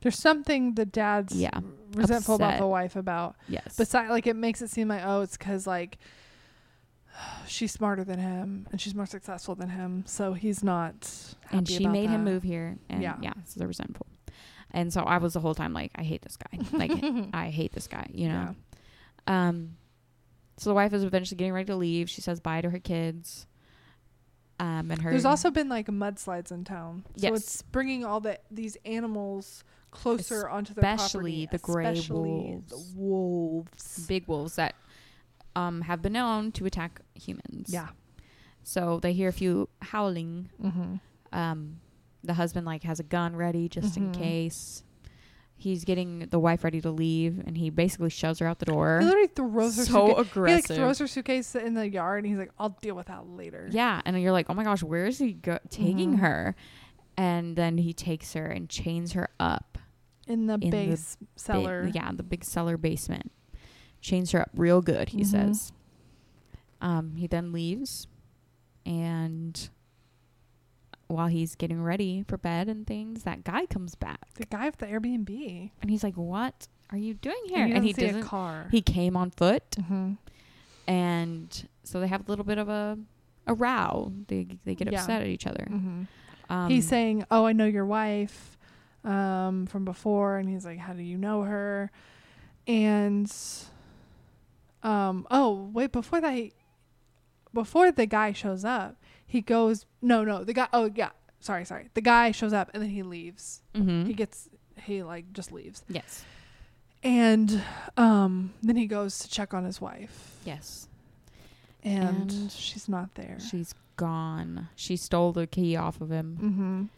[SPEAKER 1] There's something the dad's
[SPEAKER 2] Yeah.
[SPEAKER 1] r- resentful about the
[SPEAKER 2] Upset.
[SPEAKER 1] wife about.
[SPEAKER 2] yes
[SPEAKER 1] Besides, like it makes it seem like oh, it's because like she's smarter than him and she's more successful than him, so he's not.
[SPEAKER 2] and
[SPEAKER 1] happy
[SPEAKER 2] she
[SPEAKER 1] about
[SPEAKER 2] made him
[SPEAKER 1] that.
[SPEAKER 2] move here and yeah,
[SPEAKER 1] Yeah.
[SPEAKER 2] so they're resentful and so i was the whole time like i hate this guy
[SPEAKER 1] (laughs)
[SPEAKER 2] like
[SPEAKER 1] Mm-hmm.
[SPEAKER 2] i hate this guy you know Um, so the wife is eventually getting ready to leave. She says bye to her kids. Um, and her
[SPEAKER 1] There's also been like mudslides in town, so
[SPEAKER 2] Yes.
[SPEAKER 1] it's bringing all the these animals closer onto their
[SPEAKER 2] Especially
[SPEAKER 1] property,
[SPEAKER 2] the gray
[SPEAKER 1] especially the
[SPEAKER 2] wolves.
[SPEAKER 1] wolves.
[SPEAKER 2] big wolves that um have been known to attack humans.
[SPEAKER 1] Yeah.
[SPEAKER 2] So they hear a few howling.
[SPEAKER 1] Mm-hmm.
[SPEAKER 2] Um, the husband like has a gun ready just in
[SPEAKER 1] Mhm.
[SPEAKER 2] case. He's getting the wife ready to leave, and he basically shoves her out the door.
[SPEAKER 1] He literally throws her
[SPEAKER 2] so
[SPEAKER 1] suitcase.
[SPEAKER 2] aggressive.
[SPEAKER 1] He like throws her suitcase in the yard, and he's like, "I'll deal with that later."
[SPEAKER 2] Yeah, and you're like, oh my gosh, where is he go- taking
[SPEAKER 1] Mhm.
[SPEAKER 2] her? And then he takes her and chains her up.
[SPEAKER 1] in the
[SPEAKER 2] the
[SPEAKER 1] base
[SPEAKER 2] big-
[SPEAKER 1] cellar.
[SPEAKER 2] yeah, the big cellar basement. Chains her up real good, he
[SPEAKER 1] Mhm.
[SPEAKER 2] says. Um, he then leaves, and while he's getting ready for bed and things, that guy comes back,
[SPEAKER 1] The guy with the Airbnb.
[SPEAKER 2] and he's like, "What are you doing
[SPEAKER 1] And
[SPEAKER 2] here?"
[SPEAKER 1] you
[SPEAKER 2] and he
[SPEAKER 1] don't see a
[SPEAKER 2] doesn't.
[SPEAKER 1] car.
[SPEAKER 2] He came on foot,
[SPEAKER 1] Mhm.
[SPEAKER 2] and so they have a little bit of a a row. They they get
[SPEAKER 1] Yeah.
[SPEAKER 2] upset at each other.
[SPEAKER 1] hmm
[SPEAKER 2] Um,
[SPEAKER 1] he's saying, "Oh, I know your wife um, from before," and he's like, "How do you know her?" And um, oh, wait, before that, he, before the guy shows up, he goes, "No, no, the guy." Oh, yeah, sorry, sorry. The guy shows up and then he leaves.
[SPEAKER 2] mhm.
[SPEAKER 1] He gets he like just leaves,
[SPEAKER 2] yes,
[SPEAKER 1] and um, then he goes to check on his wife,
[SPEAKER 2] yes.
[SPEAKER 1] and,
[SPEAKER 2] And
[SPEAKER 1] she's not there.
[SPEAKER 2] She's gone. She stole the key off of him,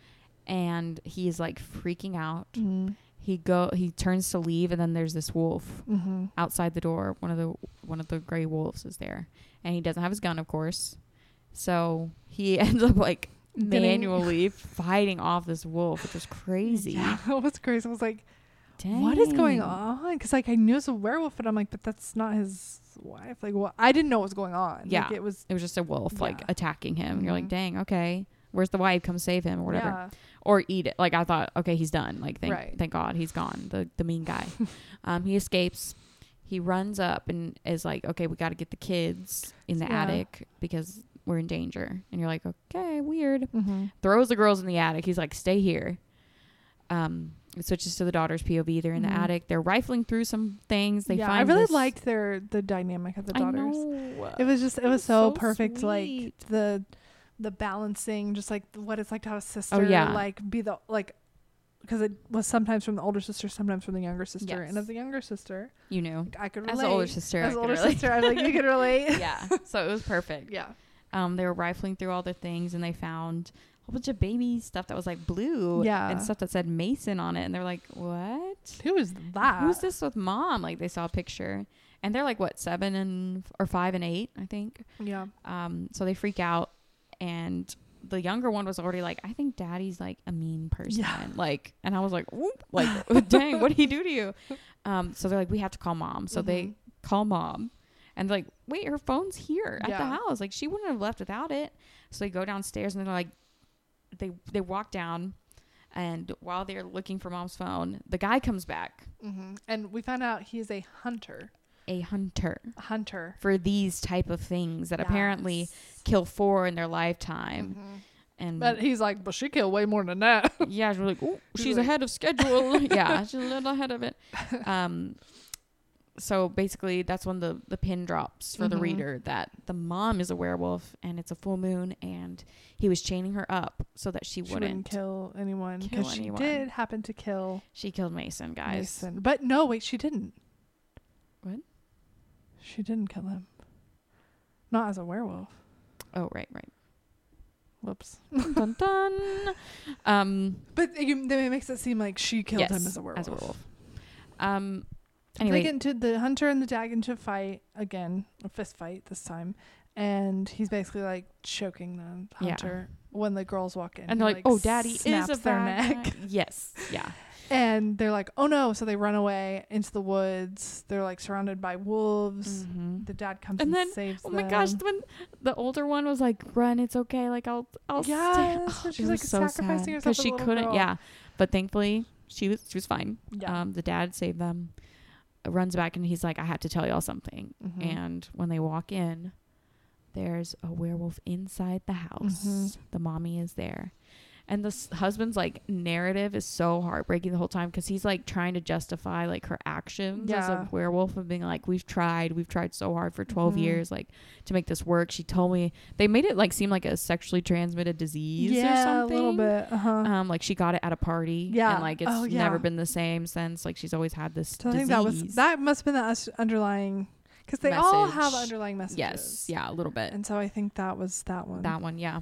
[SPEAKER 1] mm-hmm.
[SPEAKER 2] and he's like freaking out.
[SPEAKER 1] Mm-hmm.
[SPEAKER 2] He go. He turns to leave, and then there's this wolf
[SPEAKER 1] Mm-hmm.
[SPEAKER 2] outside the door. One of the one of the gray wolves is there, and he doesn't have his gun, of course. So he (laughs) ends up like
[SPEAKER 1] Getting-
[SPEAKER 2] manually fighting off this wolf, which is
[SPEAKER 1] (laughs)
[SPEAKER 2] crazy.
[SPEAKER 1] Yeah, it was crazy. I was like. what is going
[SPEAKER 2] Dang.
[SPEAKER 1] on? Because like I knew it was a werewolf, but I'm like, but that's not his wife. Like, what? I didn't know what was going on.
[SPEAKER 2] Yeah.
[SPEAKER 1] like, it was
[SPEAKER 2] It was just a wolf like
[SPEAKER 1] Yeah.
[SPEAKER 2] attacking him. You're like,
[SPEAKER 1] Mhm.
[SPEAKER 2] dang, okay. Where's the wife? Come save him or whatever.
[SPEAKER 1] Yeah.
[SPEAKER 2] Or eat it. Like I thought, okay, he's done. Like thank
[SPEAKER 1] Right.
[SPEAKER 2] thank God he's gone. The the mean
[SPEAKER 1] (laughs)
[SPEAKER 2] guy. um, he escapes. He runs up and is like, okay, we got to get the kids in the
[SPEAKER 1] Yeah.
[SPEAKER 2] attic because we're in danger. And you're like, okay, weird.
[SPEAKER 1] Mm-hmm.
[SPEAKER 2] Throws the girls in the attic. He's like, stay here. Um, it switches to the daughter's POV. They're in
[SPEAKER 1] Mhm.
[SPEAKER 2] the attic. They're rifling through some things. They
[SPEAKER 1] yeah,
[SPEAKER 2] find.
[SPEAKER 1] I really
[SPEAKER 2] this-
[SPEAKER 1] liked their the dynamic of the
[SPEAKER 2] I
[SPEAKER 1] daughters.
[SPEAKER 2] know.
[SPEAKER 1] It was just it was
[SPEAKER 2] was
[SPEAKER 1] so,
[SPEAKER 2] so
[SPEAKER 1] perfect. Like
[SPEAKER 2] sweet.
[SPEAKER 1] the the balancing, just like what it's like to have a sister.
[SPEAKER 2] Oh, yeah.
[SPEAKER 1] like be the like because it was sometimes from the older sister, sometimes from the younger sister, and
[SPEAKER 2] Yes.
[SPEAKER 1] as the younger sister,
[SPEAKER 2] you knew.
[SPEAKER 1] I could relate.
[SPEAKER 2] As an older sister,
[SPEAKER 1] as
[SPEAKER 2] I
[SPEAKER 1] the
[SPEAKER 2] could
[SPEAKER 1] older
[SPEAKER 2] relate.
[SPEAKER 1] sister, I'm like
[SPEAKER 2] (laughs)
[SPEAKER 1] you could relate.
[SPEAKER 2] yeah. So it was perfect.
[SPEAKER 1] yeah,
[SPEAKER 2] Um, they were rifling through all the things and they found a whole bunch of baby stuff that was like blue
[SPEAKER 1] Yeah.
[SPEAKER 2] and stuff that said Mason on it. And they're like, what?
[SPEAKER 1] who is that?
[SPEAKER 2] Who's this with mom? Like they saw a picture and they're like, what, seven and or five and eight, I think.
[SPEAKER 1] Yeah,
[SPEAKER 2] Um, so they freak out and the younger one was already like, I think daddy's like a mean person.
[SPEAKER 1] Yeah.
[SPEAKER 2] (laughs) Like, and I was like,
[SPEAKER 1] (laughs)
[SPEAKER 2] Whoop, like, (laughs) dang, what did he do to you? Um, so they're like, we have to call mom. So they
[SPEAKER 1] Mhm.
[SPEAKER 2] call mom and they're like, wait, her phone's here at the
[SPEAKER 1] Yeah.
[SPEAKER 2] house. Like she wouldn't have left without it. So they go downstairs and they're like, they, they walk down and while they're looking for mom's phone, the guy comes back,
[SPEAKER 1] hmm and we found out he is a hunter.
[SPEAKER 2] a hunter
[SPEAKER 1] A hunter.
[SPEAKER 2] for these type of things that apparently
[SPEAKER 1] Yes.
[SPEAKER 2] kill four in their lifetime.
[SPEAKER 1] Mhm.
[SPEAKER 2] And
[SPEAKER 1] But (laughs) he's like, but she killed way more than that.
[SPEAKER 2] yeah, she was like, "Ooh,
[SPEAKER 1] She's
[SPEAKER 2] she's
[SPEAKER 1] like-
[SPEAKER 2] ahead of
[SPEAKER 1] (laughs)
[SPEAKER 2] schedule. (laughs) yeah, she's a little ahead of it. Um, so basically, that's when the the pin drops for the
[SPEAKER 1] Mhm.
[SPEAKER 2] reader that the mom is a werewolf and it's a full moon, and he was chaining her up so that
[SPEAKER 1] (laughs)
[SPEAKER 2] she,
[SPEAKER 1] she
[SPEAKER 2] wouldn't.
[SPEAKER 1] wouldn't kill anyone
[SPEAKER 2] kill
[SPEAKER 1] because she
[SPEAKER 2] anyone.
[SPEAKER 1] did happen to kill
[SPEAKER 2] She killed Mason, guys.
[SPEAKER 1] Mason. But no, wait, she didn't.
[SPEAKER 2] What?
[SPEAKER 1] She didn't kill him. Not as a werewolf.
[SPEAKER 2] Oh, right, right.
[SPEAKER 1] Whoops.
[SPEAKER 2] dun
[SPEAKER 1] (laughs)
[SPEAKER 2] dun. Um,
[SPEAKER 1] But you, then it makes it seem like she killed
[SPEAKER 2] yes,
[SPEAKER 1] him as a werewolf.
[SPEAKER 2] As a werewolf. Um,
[SPEAKER 1] They
[SPEAKER 2] anyway,
[SPEAKER 1] get into the hunter and the dag into a fight again, a fist fight this time, and he's basically like choking the
[SPEAKER 2] Yeah.
[SPEAKER 1] hunter when the girls walk in.
[SPEAKER 2] and
[SPEAKER 1] He,
[SPEAKER 2] they're like, "Oh, daddy
[SPEAKER 1] snaps
[SPEAKER 2] is a
[SPEAKER 1] their
[SPEAKER 2] bad
[SPEAKER 1] neck."
[SPEAKER 2] guy." Yes, yeah.
[SPEAKER 1] (laughs) And they're like, oh no. So they run away into the woods. They're like surrounded by wolves.
[SPEAKER 2] Mhm.
[SPEAKER 1] The dad comes and,
[SPEAKER 2] And then-
[SPEAKER 1] saves
[SPEAKER 2] Oh
[SPEAKER 1] them.
[SPEAKER 2] my gosh, when the older one was like, "Run, it's okay. Like I'll, I'll stay." (laughs)
[SPEAKER 1] Yes.
[SPEAKER 2] Oh,
[SPEAKER 1] and she's
[SPEAKER 2] it
[SPEAKER 1] like
[SPEAKER 2] was so
[SPEAKER 1] sacrificing
[SPEAKER 2] sad,
[SPEAKER 1] herself. for the
[SPEAKER 2] she
[SPEAKER 1] little
[SPEAKER 2] couldn't.
[SPEAKER 1] girl.
[SPEAKER 2] Yeah, but thankfully she was she was fine.
[SPEAKER 1] Yeah.
[SPEAKER 2] Um, the dad saved them. Runs back and he's like, "I have to tell y'all something."
[SPEAKER 1] Mhm.
[SPEAKER 2] And when they walk in, there's a werewolf inside the house.
[SPEAKER 1] Mhm.
[SPEAKER 2] The mommy is there. And the s- husband's like narrative is so heartbreaking the whole time because he's like trying to justify like her actions as
[SPEAKER 1] Yeah.
[SPEAKER 2] a werewolf and being like, we've tried, we've tried so hard for 12
[SPEAKER 1] Mhm.
[SPEAKER 2] years like to make this work. She told me they made it like seem like a sexually transmitted disease
[SPEAKER 1] yeah,
[SPEAKER 2] or something.
[SPEAKER 1] a little bit. Uh huh.
[SPEAKER 2] Um, like she got it at a party.
[SPEAKER 1] Yeah.
[SPEAKER 2] And like it's
[SPEAKER 1] Oh, yeah.
[SPEAKER 2] never been the same since. Like she's always had this
[SPEAKER 1] so I think
[SPEAKER 2] disease.
[SPEAKER 1] that was that must have been the us- underlying because they all have
[SPEAKER 2] Message.
[SPEAKER 1] underlying messages.
[SPEAKER 2] yes. Yeah. A little bit.
[SPEAKER 1] And so I think that was that one.
[SPEAKER 2] That one, yeah.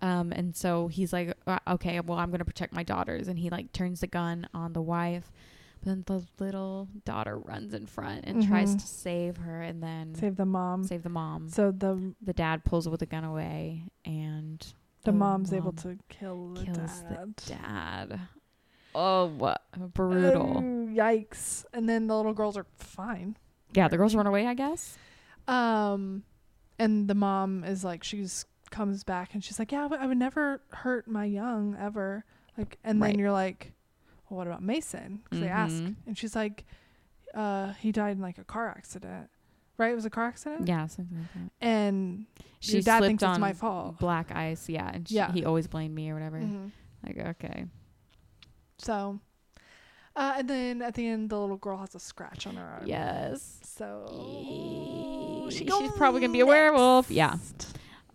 [SPEAKER 2] Um, and so he's like, "Uh, okay, well, I'm gonna protect my daughters, and he like turns the gun on the wife, but then the little daughter runs in front and tries
[SPEAKER 1] Mhm.
[SPEAKER 2] to save her, and then save,
[SPEAKER 1] Save the mom.
[SPEAKER 2] the mom.
[SPEAKER 1] So the
[SPEAKER 2] the dad pulls with the gun away, and
[SPEAKER 1] the
[SPEAKER 2] the
[SPEAKER 1] mom's able
[SPEAKER 2] Oh, mom
[SPEAKER 1] to kill the
[SPEAKER 2] kills the
[SPEAKER 1] dad.
[SPEAKER 2] dad, oh, what brutal.
[SPEAKER 1] Oh, yikes! And then the little girls are fine.
[SPEAKER 2] yeah, the girls run away, I guess.
[SPEAKER 1] Um, and the mom is like, she's comes back and she's like, yeah, I would- I would never hurt my young ever. Like, and
[SPEAKER 2] Right.
[SPEAKER 1] then you're like, well, what about Mason? 'Cause they ask,
[SPEAKER 2] Mhm.
[SPEAKER 1] and she's like, uh, he died in like a car accident. right? It was a car accident,
[SPEAKER 2] Yeah, something like that.
[SPEAKER 1] and
[SPEAKER 2] She
[SPEAKER 1] your dad
[SPEAKER 2] slipped
[SPEAKER 1] thinks
[SPEAKER 2] on
[SPEAKER 1] it's my fault.
[SPEAKER 2] black ice. Yeah, and she,
[SPEAKER 1] Yeah.
[SPEAKER 2] he always blamed me or whatever.
[SPEAKER 1] Mhm.
[SPEAKER 2] Like, okay,
[SPEAKER 1] So, uh, and then at the end, the little girl has a scratch on her arm.
[SPEAKER 2] yes.
[SPEAKER 1] So
[SPEAKER 2] Yee.
[SPEAKER 1] Oh, she
[SPEAKER 2] She's probably gonna be a werewolf. Yeah.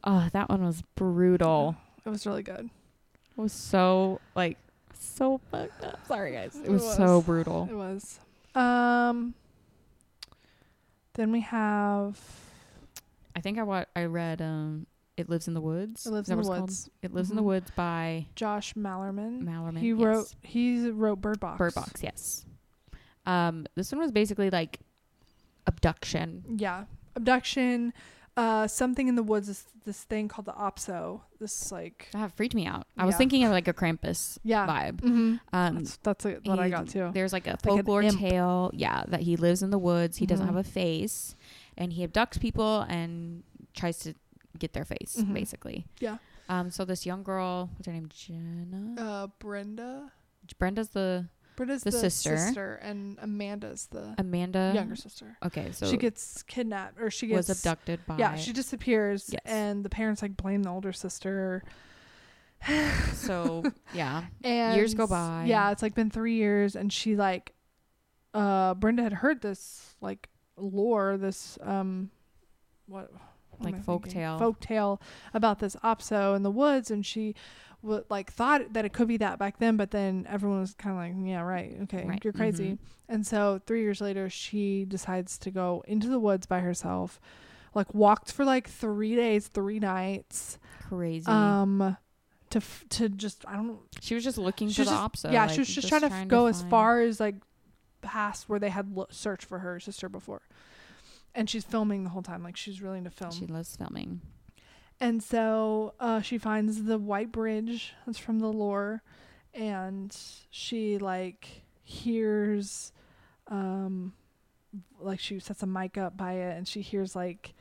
[SPEAKER 2] Oh, that one was brutal.
[SPEAKER 1] It was really good.
[SPEAKER 2] It was so like so fucked up. Sorry guys. It
[SPEAKER 1] It
[SPEAKER 2] was,
[SPEAKER 1] was.
[SPEAKER 2] so brutal.
[SPEAKER 1] It was. Um. Then we have
[SPEAKER 2] I think I wa- I read um It Lives in the Woods.
[SPEAKER 1] It Lives
[SPEAKER 2] Is that
[SPEAKER 1] in the
[SPEAKER 2] what it's called?
[SPEAKER 1] Woods.
[SPEAKER 2] It Lives in the
[SPEAKER 1] Mhm.
[SPEAKER 2] Woods by
[SPEAKER 1] Josh Mallerman.
[SPEAKER 2] Mallerman.
[SPEAKER 1] He
[SPEAKER 2] yes.
[SPEAKER 1] wrote. He wrote Bird Box.
[SPEAKER 2] Bird Box, yes. Um this one was basically like abduction.
[SPEAKER 1] Yeah, abduction. Uh, something in the woods. This, this thing called the Opso. This like.
[SPEAKER 2] That freaked me out. I was
[SPEAKER 1] Yeah.
[SPEAKER 2] thinking of like a Krampus
[SPEAKER 1] Yeah.
[SPEAKER 2] vibe.
[SPEAKER 1] Mm-hmm.
[SPEAKER 2] Um
[SPEAKER 1] That's that's like what I
[SPEAKER 2] he-
[SPEAKER 1] got too.
[SPEAKER 2] There's like a
[SPEAKER 1] like an
[SPEAKER 2] folklore
[SPEAKER 1] imp.
[SPEAKER 2] tale, yeah, that he lives in the woods. He doesn't
[SPEAKER 1] Mhm.
[SPEAKER 2] have a face, and he abducts people and tries to get their face,
[SPEAKER 1] Mhm.
[SPEAKER 2] basically.
[SPEAKER 1] Yeah.
[SPEAKER 2] Um. So this young girl, what's her name? Jenna.
[SPEAKER 1] Uh, Brenda.
[SPEAKER 2] Brenda's the
[SPEAKER 1] Brenda's
[SPEAKER 2] The
[SPEAKER 1] the,
[SPEAKER 2] sister.
[SPEAKER 1] sister. and Amanda's the
[SPEAKER 2] Amanda.
[SPEAKER 1] younger sister.
[SPEAKER 2] Okay, so
[SPEAKER 1] she gets kidnapped, or she gets
[SPEAKER 2] was abducted
[SPEAKER 1] (laughs)
[SPEAKER 2] by.
[SPEAKER 1] Yeah, she disappears,
[SPEAKER 2] Yes.
[SPEAKER 1] and the parents like blame the older sister.
[SPEAKER 2] (laughs)
[SPEAKER 1] (laughs)
[SPEAKER 2] so yeah,
[SPEAKER 1] And
[SPEAKER 2] Years go by.
[SPEAKER 1] Yeah, it's like been three years, and she like, uh, Brenda had heard this like lore, this um, what, what am
[SPEAKER 2] Like
[SPEAKER 1] I thinking?
[SPEAKER 2] folktale.
[SPEAKER 1] folktale about this opso in the woods, and she. wa- Like thought that it could be that back then, but then everyone was kind of like, "Yeah, right, okay,
[SPEAKER 2] Right, mm-hmm.
[SPEAKER 1] you're crazy." And so three years later, she decides to go into the woods by herself, like walked for like three days, three nights,
[SPEAKER 2] crazy.
[SPEAKER 1] um to f- to just i don't
[SPEAKER 2] she was just looking
[SPEAKER 1] she
[SPEAKER 2] for
[SPEAKER 1] was
[SPEAKER 2] the
[SPEAKER 1] just-
[SPEAKER 2] opposite.
[SPEAKER 1] yeah she was just, trying to f go as far as like past where they had lo- searched for her sister before and she's filming the whole time like she's really into film
[SPEAKER 2] She loves filming.
[SPEAKER 1] and so uh she finds the white bridge that's from the lore and she like hears um like she sets a mic up by it and she hears like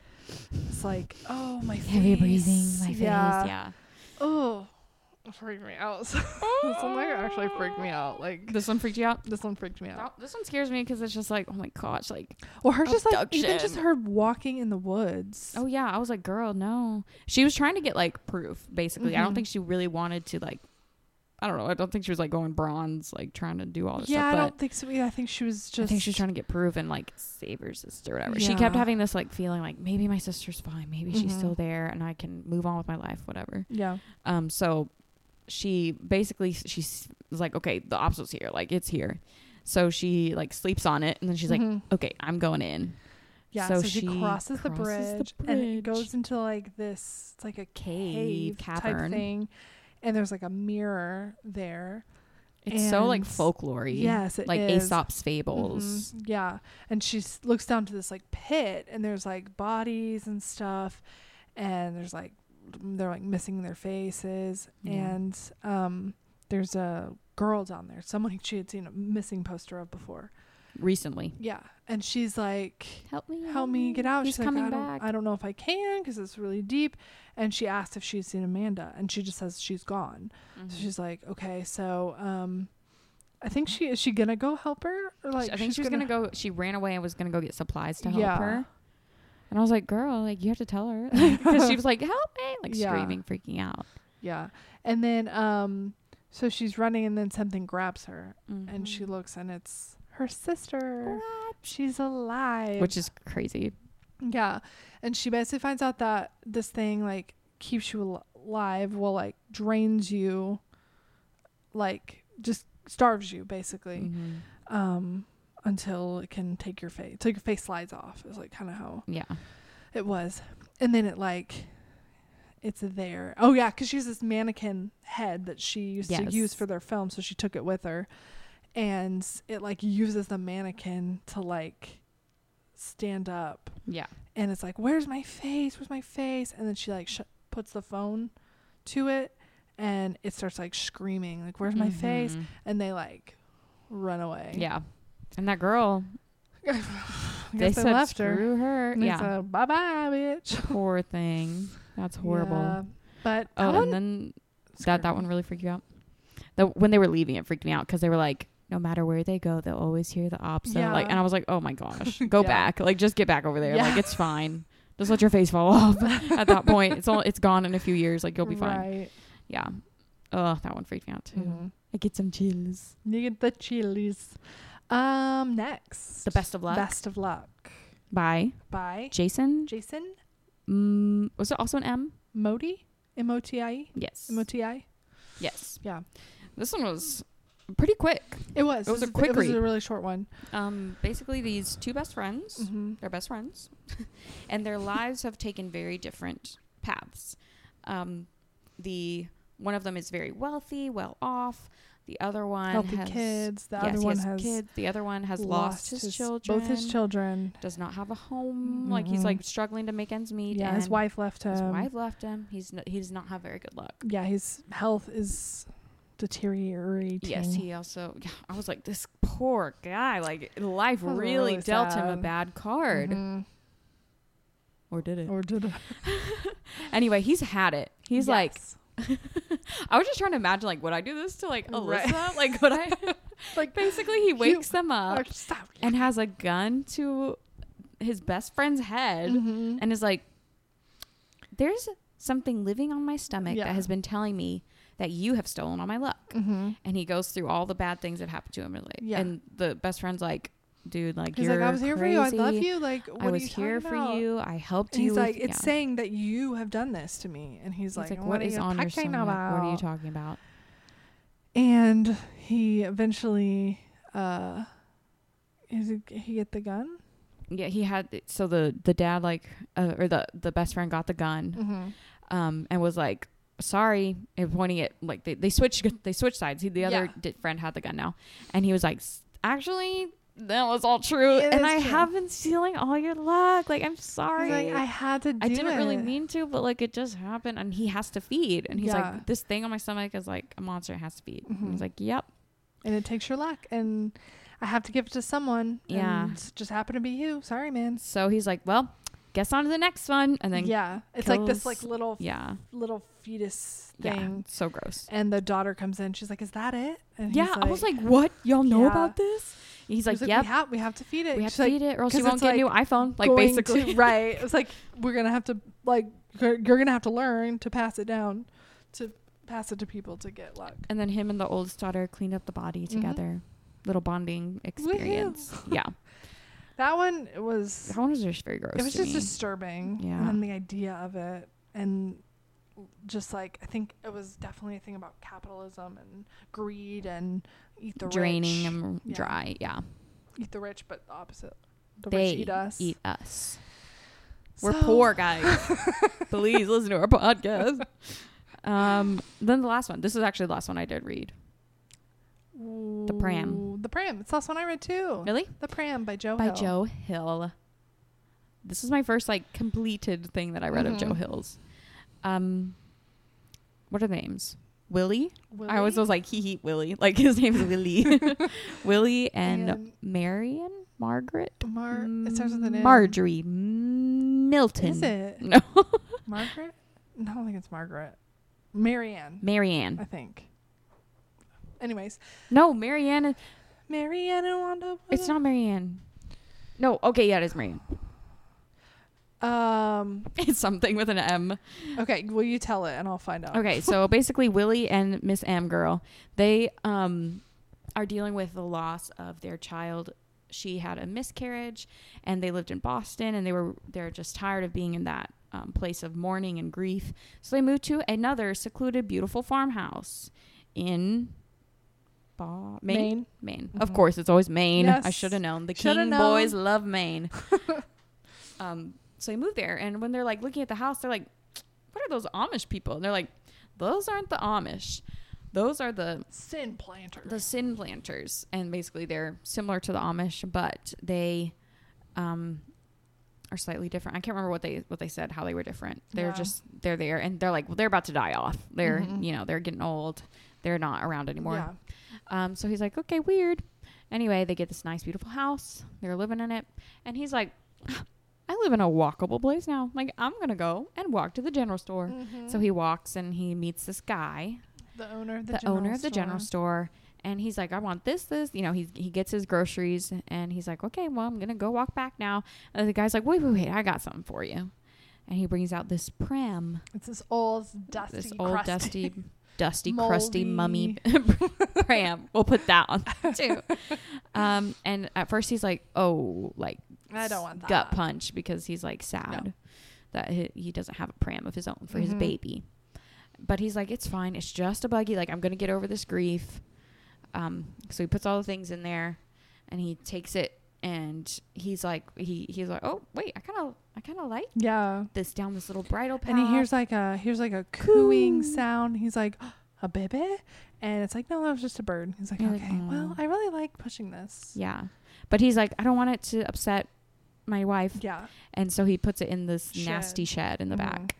[SPEAKER 1] it's like oh my face
[SPEAKER 2] Heavy breathing, my face.
[SPEAKER 1] yeah
[SPEAKER 2] yeah.
[SPEAKER 1] Oh, freak me out. (laughs) this one like actually freaked me out. Like
[SPEAKER 2] This one freaked you out.
[SPEAKER 1] this one freaked me out.
[SPEAKER 2] That- This one scares me because it's just like, oh my gosh, like,
[SPEAKER 1] Well, her just like even just
[SPEAKER 2] Abduction.
[SPEAKER 1] her walking in the woods.
[SPEAKER 2] oh yeah. I was like, girl, no. She was trying to get like proof, basically. I don't
[SPEAKER 1] Mhm.
[SPEAKER 2] think she really wanted to like, I don't know. I don't think she was like going bronze, like trying to do all this
[SPEAKER 1] yeah, I
[SPEAKER 2] stuff.
[SPEAKER 1] don't think so. Either. I think she was
[SPEAKER 2] But I
[SPEAKER 1] just.
[SPEAKER 2] think she was trying to get proof and like save her sister, or whatever. She kept
[SPEAKER 1] Yeah.
[SPEAKER 2] having this like feeling like maybe my sister's fine, maybe she's
[SPEAKER 1] Mhm.
[SPEAKER 2] still there, and I can move on with my life, whatever.
[SPEAKER 1] Yeah.
[SPEAKER 2] Um, so she basically she s- was like, okay, the opso's here, like it's here. So she like sleeps on it, and then she's like,
[SPEAKER 1] Mhm.
[SPEAKER 2] okay, I'm going in.
[SPEAKER 1] yeah.
[SPEAKER 2] so
[SPEAKER 1] So, she,
[SPEAKER 2] she
[SPEAKER 1] crosses, the,
[SPEAKER 2] crosses the
[SPEAKER 1] bridge and it
[SPEAKER 2] bridge.
[SPEAKER 1] goes into like this. It's like a cave,
[SPEAKER 2] Cave, cavern.
[SPEAKER 1] type thing, and there's like a mirror there.
[SPEAKER 2] It's so like
[SPEAKER 1] And-
[SPEAKER 2] folklore
[SPEAKER 1] Yes, it
[SPEAKER 2] like
[SPEAKER 1] is.
[SPEAKER 2] Aesop's fables.
[SPEAKER 1] Mhm, Yeah. And she s- looks down to this like pit and there's like bodies and stuff and there's like they're like missing their faces
[SPEAKER 2] Yeah.
[SPEAKER 1] and um there's a girl down there, someone (laughs) she had seen a missing poster of before.
[SPEAKER 2] Recently,
[SPEAKER 1] Yeah. And she's like
[SPEAKER 2] help me,
[SPEAKER 1] Mm-hmm. Help me get out.
[SPEAKER 2] He's
[SPEAKER 1] She's like,
[SPEAKER 2] coming
[SPEAKER 1] I don't,
[SPEAKER 2] back.
[SPEAKER 1] I don't know if I can because it's really deep. And she asked if she's seen Amanda, and she just says she's gone.
[SPEAKER 2] Mm-hmm.
[SPEAKER 1] So she's like, okay, so um, I think she is she gonna go help her? Or like
[SPEAKER 2] I think she was gonna, go. She ran away and was gonna go get supplies to help
[SPEAKER 1] Yeah.
[SPEAKER 2] her. And I was like, girl, like you have to
[SPEAKER 1] (laughs)
[SPEAKER 2] tell her because she was like, help me, like
[SPEAKER 1] Yeah.
[SPEAKER 2] screaming, freaking out.
[SPEAKER 1] Yeah. And then um so she's running and then something grabs her and she
[SPEAKER 2] Mhm.
[SPEAKER 1] looks and it's her sister.
[SPEAKER 2] What?
[SPEAKER 1] She's alive.
[SPEAKER 2] which is crazy.
[SPEAKER 1] yeah. And she basically finds out that this thing like keeps you al- alive, well like drains you like just starves you basically.
[SPEAKER 2] Mhm.
[SPEAKER 1] Um until it can take your face till your face slides off is like kind of how
[SPEAKER 2] Yeah.
[SPEAKER 1] It was. And then it like it's there. Oh yeah, cuz she has this mannequin head that she used to
[SPEAKER 2] Yes.
[SPEAKER 1] use for their film, so she took it with her. And it like uses the mannequin to like stand up.
[SPEAKER 2] Yeah.
[SPEAKER 1] And it's like, "Where's my face? Where's my face?" And then she like sh- puts the phone to it and it starts like screaming like, "Where's my face?"
[SPEAKER 2] Mhm.
[SPEAKER 1] And they like run away.
[SPEAKER 2] Yeah. And that girl,
[SPEAKER 1] I
[SPEAKER 2] they,
[SPEAKER 1] guess
[SPEAKER 2] said
[SPEAKER 1] they left her.
[SPEAKER 2] screw her.
[SPEAKER 1] And
[SPEAKER 2] Yeah.
[SPEAKER 1] yeah. said, "Bye-bye, bitch."
[SPEAKER 2] Poor thing. That's horrible.
[SPEAKER 1] Yeah, But
[SPEAKER 2] Oh,
[SPEAKER 1] that one
[SPEAKER 2] and then
[SPEAKER 1] scared
[SPEAKER 2] that that
[SPEAKER 1] me.
[SPEAKER 2] one really freaked you out. The when they were leaving, it freaked me out because they were like, no matter where they go, they'll always hear the opsa. Like,
[SPEAKER 1] Yeah.
[SPEAKER 2] and I was like, oh
[SPEAKER 1] (laughs)
[SPEAKER 2] my gosh, go
[SPEAKER 1] Yeah.
[SPEAKER 2] back. Like, just get back over there.
[SPEAKER 1] Yeah.
[SPEAKER 2] Like, it's fine. Just let your face
[SPEAKER 1] (laughs)
[SPEAKER 2] fall off at that point. It's all it's gone in a few years. Like, you'll be fine.
[SPEAKER 1] Right.
[SPEAKER 2] Yeah. Oh, that one freaked me out too.
[SPEAKER 1] Mhm.
[SPEAKER 2] I get some chills.
[SPEAKER 1] You get the chilies. Um, next.
[SPEAKER 2] The best of luck.
[SPEAKER 1] Best of luck.
[SPEAKER 2] By
[SPEAKER 1] By
[SPEAKER 2] Jason.
[SPEAKER 1] Jason
[SPEAKER 2] Mm, was it also an M?
[SPEAKER 1] Modi. M O T I E.
[SPEAKER 2] Yes.
[SPEAKER 1] M O T I.
[SPEAKER 2] yes.
[SPEAKER 1] Yeah.
[SPEAKER 2] This one was pretty quick.
[SPEAKER 1] It was.
[SPEAKER 2] It was a
[SPEAKER 1] b-
[SPEAKER 2] quick
[SPEAKER 1] It was
[SPEAKER 2] read.
[SPEAKER 1] a really short one.
[SPEAKER 2] Um, basically, these two best friends,
[SPEAKER 1] Mhm.
[SPEAKER 2] they're best friends, (laughs) and their lives have taken very different paths. Um, the one of them is very wealthy, well off. The other one
[SPEAKER 1] Healthy
[SPEAKER 2] has
[SPEAKER 1] kids. The
[SPEAKER 2] yes,
[SPEAKER 1] other
[SPEAKER 2] he
[SPEAKER 1] one
[SPEAKER 2] has
[SPEAKER 1] has
[SPEAKER 2] kids. The other one has lost, his, children.
[SPEAKER 1] Both his children.
[SPEAKER 2] Does not have a home. Like
[SPEAKER 1] Mm-mm.
[SPEAKER 2] he's like struggling to make ends meet.
[SPEAKER 1] Yeah, his
[SPEAKER 2] and
[SPEAKER 1] wife um, left him.
[SPEAKER 2] His wife left him. He's no, he does not have very good luck.
[SPEAKER 1] Yeah, his health is deteriorating.
[SPEAKER 2] Yes, he also. (laughs) Yeah, I was like, this poor guy. Like life
[SPEAKER 1] That's
[SPEAKER 2] really,
[SPEAKER 1] really
[SPEAKER 2] dealt him a
[SPEAKER 1] sad.
[SPEAKER 2] bad card,
[SPEAKER 1] Mhm.
[SPEAKER 2] or did it?
[SPEAKER 1] Or did
[SPEAKER 2] Anyway, he's had it. He's like,
[SPEAKER 1] Yes.
[SPEAKER 2] I was just trying to imagine, like, would I do this to like
[SPEAKER 1] Right.
[SPEAKER 2] Alyssa? (laughs) Like,
[SPEAKER 1] (laughs)
[SPEAKER 2] would I?
[SPEAKER 1] Like,
[SPEAKER 2] basically, he wakes them up
[SPEAKER 1] "Oh, stop.
[SPEAKER 2] and has a gun to his best friend's head,
[SPEAKER 1] Mhm.
[SPEAKER 2] and is like, "There's something living on my stomach
[SPEAKER 1] Yeah.
[SPEAKER 2] that has been telling me that you have stolen all my luck."
[SPEAKER 1] Mhm.
[SPEAKER 2] and he goes through all the bad things that happened to him. and, Like,
[SPEAKER 1] Yeah.
[SPEAKER 2] And the best friend's like, dude, like
[SPEAKER 1] He's
[SPEAKER 2] you're
[SPEAKER 1] like, I was here
[SPEAKER 2] crazy.
[SPEAKER 1] for you. I love you. Like, what
[SPEAKER 2] I
[SPEAKER 1] are
[SPEAKER 2] was
[SPEAKER 1] you talking
[SPEAKER 2] here for
[SPEAKER 1] about?"
[SPEAKER 2] you. I helped
[SPEAKER 1] And
[SPEAKER 2] you.
[SPEAKER 1] he's
[SPEAKER 2] with-
[SPEAKER 1] like, it's
[SPEAKER 2] yeah.
[SPEAKER 1] saying that you have done this to me, and he's,
[SPEAKER 2] He's
[SPEAKER 1] like,
[SPEAKER 2] like,
[SPEAKER 1] "What
[SPEAKER 2] what
[SPEAKER 1] are
[SPEAKER 2] is
[SPEAKER 1] you
[SPEAKER 2] on your
[SPEAKER 1] talking
[SPEAKER 2] stomach? What are you
[SPEAKER 1] about?"
[SPEAKER 2] talking about?
[SPEAKER 1] And he eventually, uh, is it, he get the gun?
[SPEAKER 2] Yeah, he had so the the dad like uh, or the the best friend got the gun,
[SPEAKER 1] Mm-hmm.
[SPEAKER 2] um, and was like, sorry, and pointing it like they they switched (laughs) they switched sides. He, the other
[SPEAKER 1] Yeah.
[SPEAKER 2] di- friend had the gun now, and he was like, "S- actually. That was all true,
[SPEAKER 1] It is
[SPEAKER 2] and I
[SPEAKER 1] true.
[SPEAKER 2] have been stealing all your luck. Like I'm sorry.
[SPEAKER 1] He's like, I had to. Do
[SPEAKER 2] I didn't really
[SPEAKER 1] it."
[SPEAKER 2] mean to, but like it just happened, and he has to feed, and he's
[SPEAKER 1] Yeah.
[SPEAKER 2] like, "This thing on my stomach is like a monster. It has to feed." And
[SPEAKER 1] Mhm.
[SPEAKER 2] he's like, "Yep,
[SPEAKER 1] and it takes your luck and i have to give it to someone
[SPEAKER 2] Yeah.
[SPEAKER 1] and it's just happened to be you sorry man
[SPEAKER 2] So he's like, "Well, guess on to the next one," and then yeah,
[SPEAKER 1] yeah it's like this like
[SPEAKER 2] kills-
[SPEAKER 1] little
[SPEAKER 2] yeah,
[SPEAKER 1] little fetus
[SPEAKER 2] yeah.
[SPEAKER 1] thing
[SPEAKER 2] so gross.
[SPEAKER 1] and the daughter comes in she's like is that it and
[SPEAKER 2] yeah, I was like, "What? Y'all know
[SPEAKER 1] Yeah.
[SPEAKER 2] about this?" And he's like,
[SPEAKER 1] he's like,
[SPEAKER 2] "Yep,
[SPEAKER 1] we, have, we have to feed it
[SPEAKER 2] we have
[SPEAKER 1] She's
[SPEAKER 2] to
[SPEAKER 1] like,
[SPEAKER 2] feed it, or else
[SPEAKER 1] 'cause
[SPEAKER 2] you won't
[SPEAKER 1] it's
[SPEAKER 2] get a new iPhone." Like
[SPEAKER 1] going to- (laughs)
[SPEAKER 2] basically, (laughs)
[SPEAKER 1] right it's like we're gonna have to like you're, you're gonna have to learn to pass it down to pass it to people to get luck
[SPEAKER 2] And then him and the oldest daughter cleaned up the body
[SPEAKER 1] Mm-hmm.
[SPEAKER 2] together. Little bonding experience.
[SPEAKER 1] (laughs)
[SPEAKER 2] Yeah,
[SPEAKER 1] that one was
[SPEAKER 2] that one was just very gross.
[SPEAKER 1] it was
[SPEAKER 2] to
[SPEAKER 1] just
[SPEAKER 2] me.
[SPEAKER 1] disturbing
[SPEAKER 2] Yeah.
[SPEAKER 1] and then the idea of it and just like i think it was definitely a thing about capitalism and greed and eat the
[SPEAKER 2] draining
[SPEAKER 1] rich
[SPEAKER 2] and
[SPEAKER 1] Yeah.
[SPEAKER 2] dry. Yeah,
[SPEAKER 1] eat the rich but the opposite the
[SPEAKER 2] they
[SPEAKER 1] rich eat us
[SPEAKER 2] Eat us. We're
[SPEAKER 1] So- (laughs)
[SPEAKER 2] poor guys. Please listen to our podcast. Um, then the last one. This is actually the last one I did read.
[SPEAKER 1] the
[SPEAKER 2] Pram.
[SPEAKER 1] the pram it's the last one i read too
[SPEAKER 2] Really?
[SPEAKER 1] the pram by joe
[SPEAKER 2] By
[SPEAKER 1] Oh, Hill.
[SPEAKER 2] Joe Hill. This is my first like completed thing that I read of Joe
[SPEAKER 1] Mhm.
[SPEAKER 2] Hill's. Um, what are the names? Willie. I always
[SPEAKER 1] Willie
[SPEAKER 2] was like he he Willie. Like his name
[SPEAKER 1] (laughs)
[SPEAKER 2] is Willie. (laughs) Willie and,
[SPEAKER 1] And-
[SPEAKER 2] Marion Margaret.
[SPEAKER 1] Mar- it starts with an M.
[SPEAKER 2] Marjorie Milton.
[SPEAKER 1] is it
[SPEAKER 2] (laughs) No,
[SPEAKER 1] margaret no i don't think it's margaret marianne
[SPEAKER 2] Marianne.
[SPEAKER 1] i think anyways
[SPEAKER 2] No, Marianne.
[SPEAKER 1] marianne and wanda
[SPEAKER 2] It's not Marianne. No, okay, yeah, it is Marianne. (laughs)
[SPEAKER 1] um
[SPEAKER 2] It's something with an M.
[SPEAKER 1] Okay, will you tell it and I'll find out.
[SPEAKER 2] Okay, so basically Willie and Miss M girl, they um are dealing with the loss of their child. She had a miscarriage and they lived in Boston and they were they're just tired of being in that um, place of mourning and grief. So they moved to another secluded beautiful farmhouse in Ba- Maine.
[SPEAKER 1] Maine.
[SPEAKER 2] Maine.
[SPEAKER 1] Mhm.
[SPEAKER 2] Of course, it's always Maine. I
[SPEAKER 1] Yes.
[SPEAKER 2] should have known. The
[SPEAKER 1] Shoulda
[SPEAKER 2] King
[SPEAKER 1] known.
[SPEAKER 2] boys love
[SPEAKER 1] (laughs)
[SPEAKER 2] Maine. um, so they move there, and when they're like looking at the house, they're like, "What are those Amish people?" And they're like, "Those aren't the Amish. Those are the
[SPEAKER 1] Sin planter.
[SPEAKER 2] the sin planters." And basically, they're similar to the Amish, but they, um, are slightly different. I can't remember what they what they said how they were different. They're
[SPEAKER 1] Yeah.
[SPEAKER 2] just they're there, and they're like, well, they're about to die off. They're
[SPEAKER 1] Mhm.
[SPEAKER 2] you know they're getting old. They're not around anymore.
[SPEAKER 1] Yeah.
[SPEAKER 2] Um, so he's like, okay, weird. Anyway, they get this nice, beautiful house. They're living in it. And he's like, I live in a walkable place now. Like, I'm going to go and walk to the general store. So he walks and he meets this guy,
[SPEAKER 1] Mm-hmm. The owner of the,
[SPEAKER 2] Mm-hmm. the,
[SPEAKER 1] general
[SPEAKER 2] owner of the general store. and he's like, I want this, this. You know, he he gets his groceries, and he's like, okay, well, I'm gonna go walk back now. And the guy's like, wait, wait, wait, I got something for you. And he brings out this pram,
[SPEAKER 1] It's this old dusty,
[SPEAKER 2] this old
[SPEAKER 1] crusty- (laughs)
[SPEAKER 2] dusty, dusty, crusty mummy pram. We'll put that on
[SPEAKER 1] (laughs)
[SPEAKER 2] too. Um, and at first he's like, oh, like
[SPEAKER 1] I don't want that.
[SPEAKER 2] gut punch because he's like sad that he, he doesn't have a pram of his own for his
[SPEAKER 1] Mhm.
[SPEAKER 2] baby. But he's like, it's fine. It's just a buggy. Like I'm gonna get over this grief. Um, so he puts all the things in there, and he takes it, and he's like, he he's like, oh wait, I kind of I kind of like
[SPEAKER 1] Yeah.
[SPEAKER 2] this down this little bridle path.
[SPEAKER 1] And he hears like a hears like a cooing
[SPEAKER 2] Coo.
[SPEAKER 1] sound. He's like, a baby? And it's like, no, that was just a bird. He's like,
[SPEAKER 2] You're like,
[SPEAKER 1] okay, well,
[SPEAKER 2] "Aw."
[SPEAKER 1] I really like pushing this.
[SPEAKER 2] yeah, but he's like, I don't want it to upset my wife,
[SPEAKER 1] Yeah.
[SPEAKER 2] and so he puts it in this
[SPEAKER 1] Shed.
[SPEAKER 2] nasty shed in the
[SPEAKER 1] Mhm.
[SPEAKER 2] back.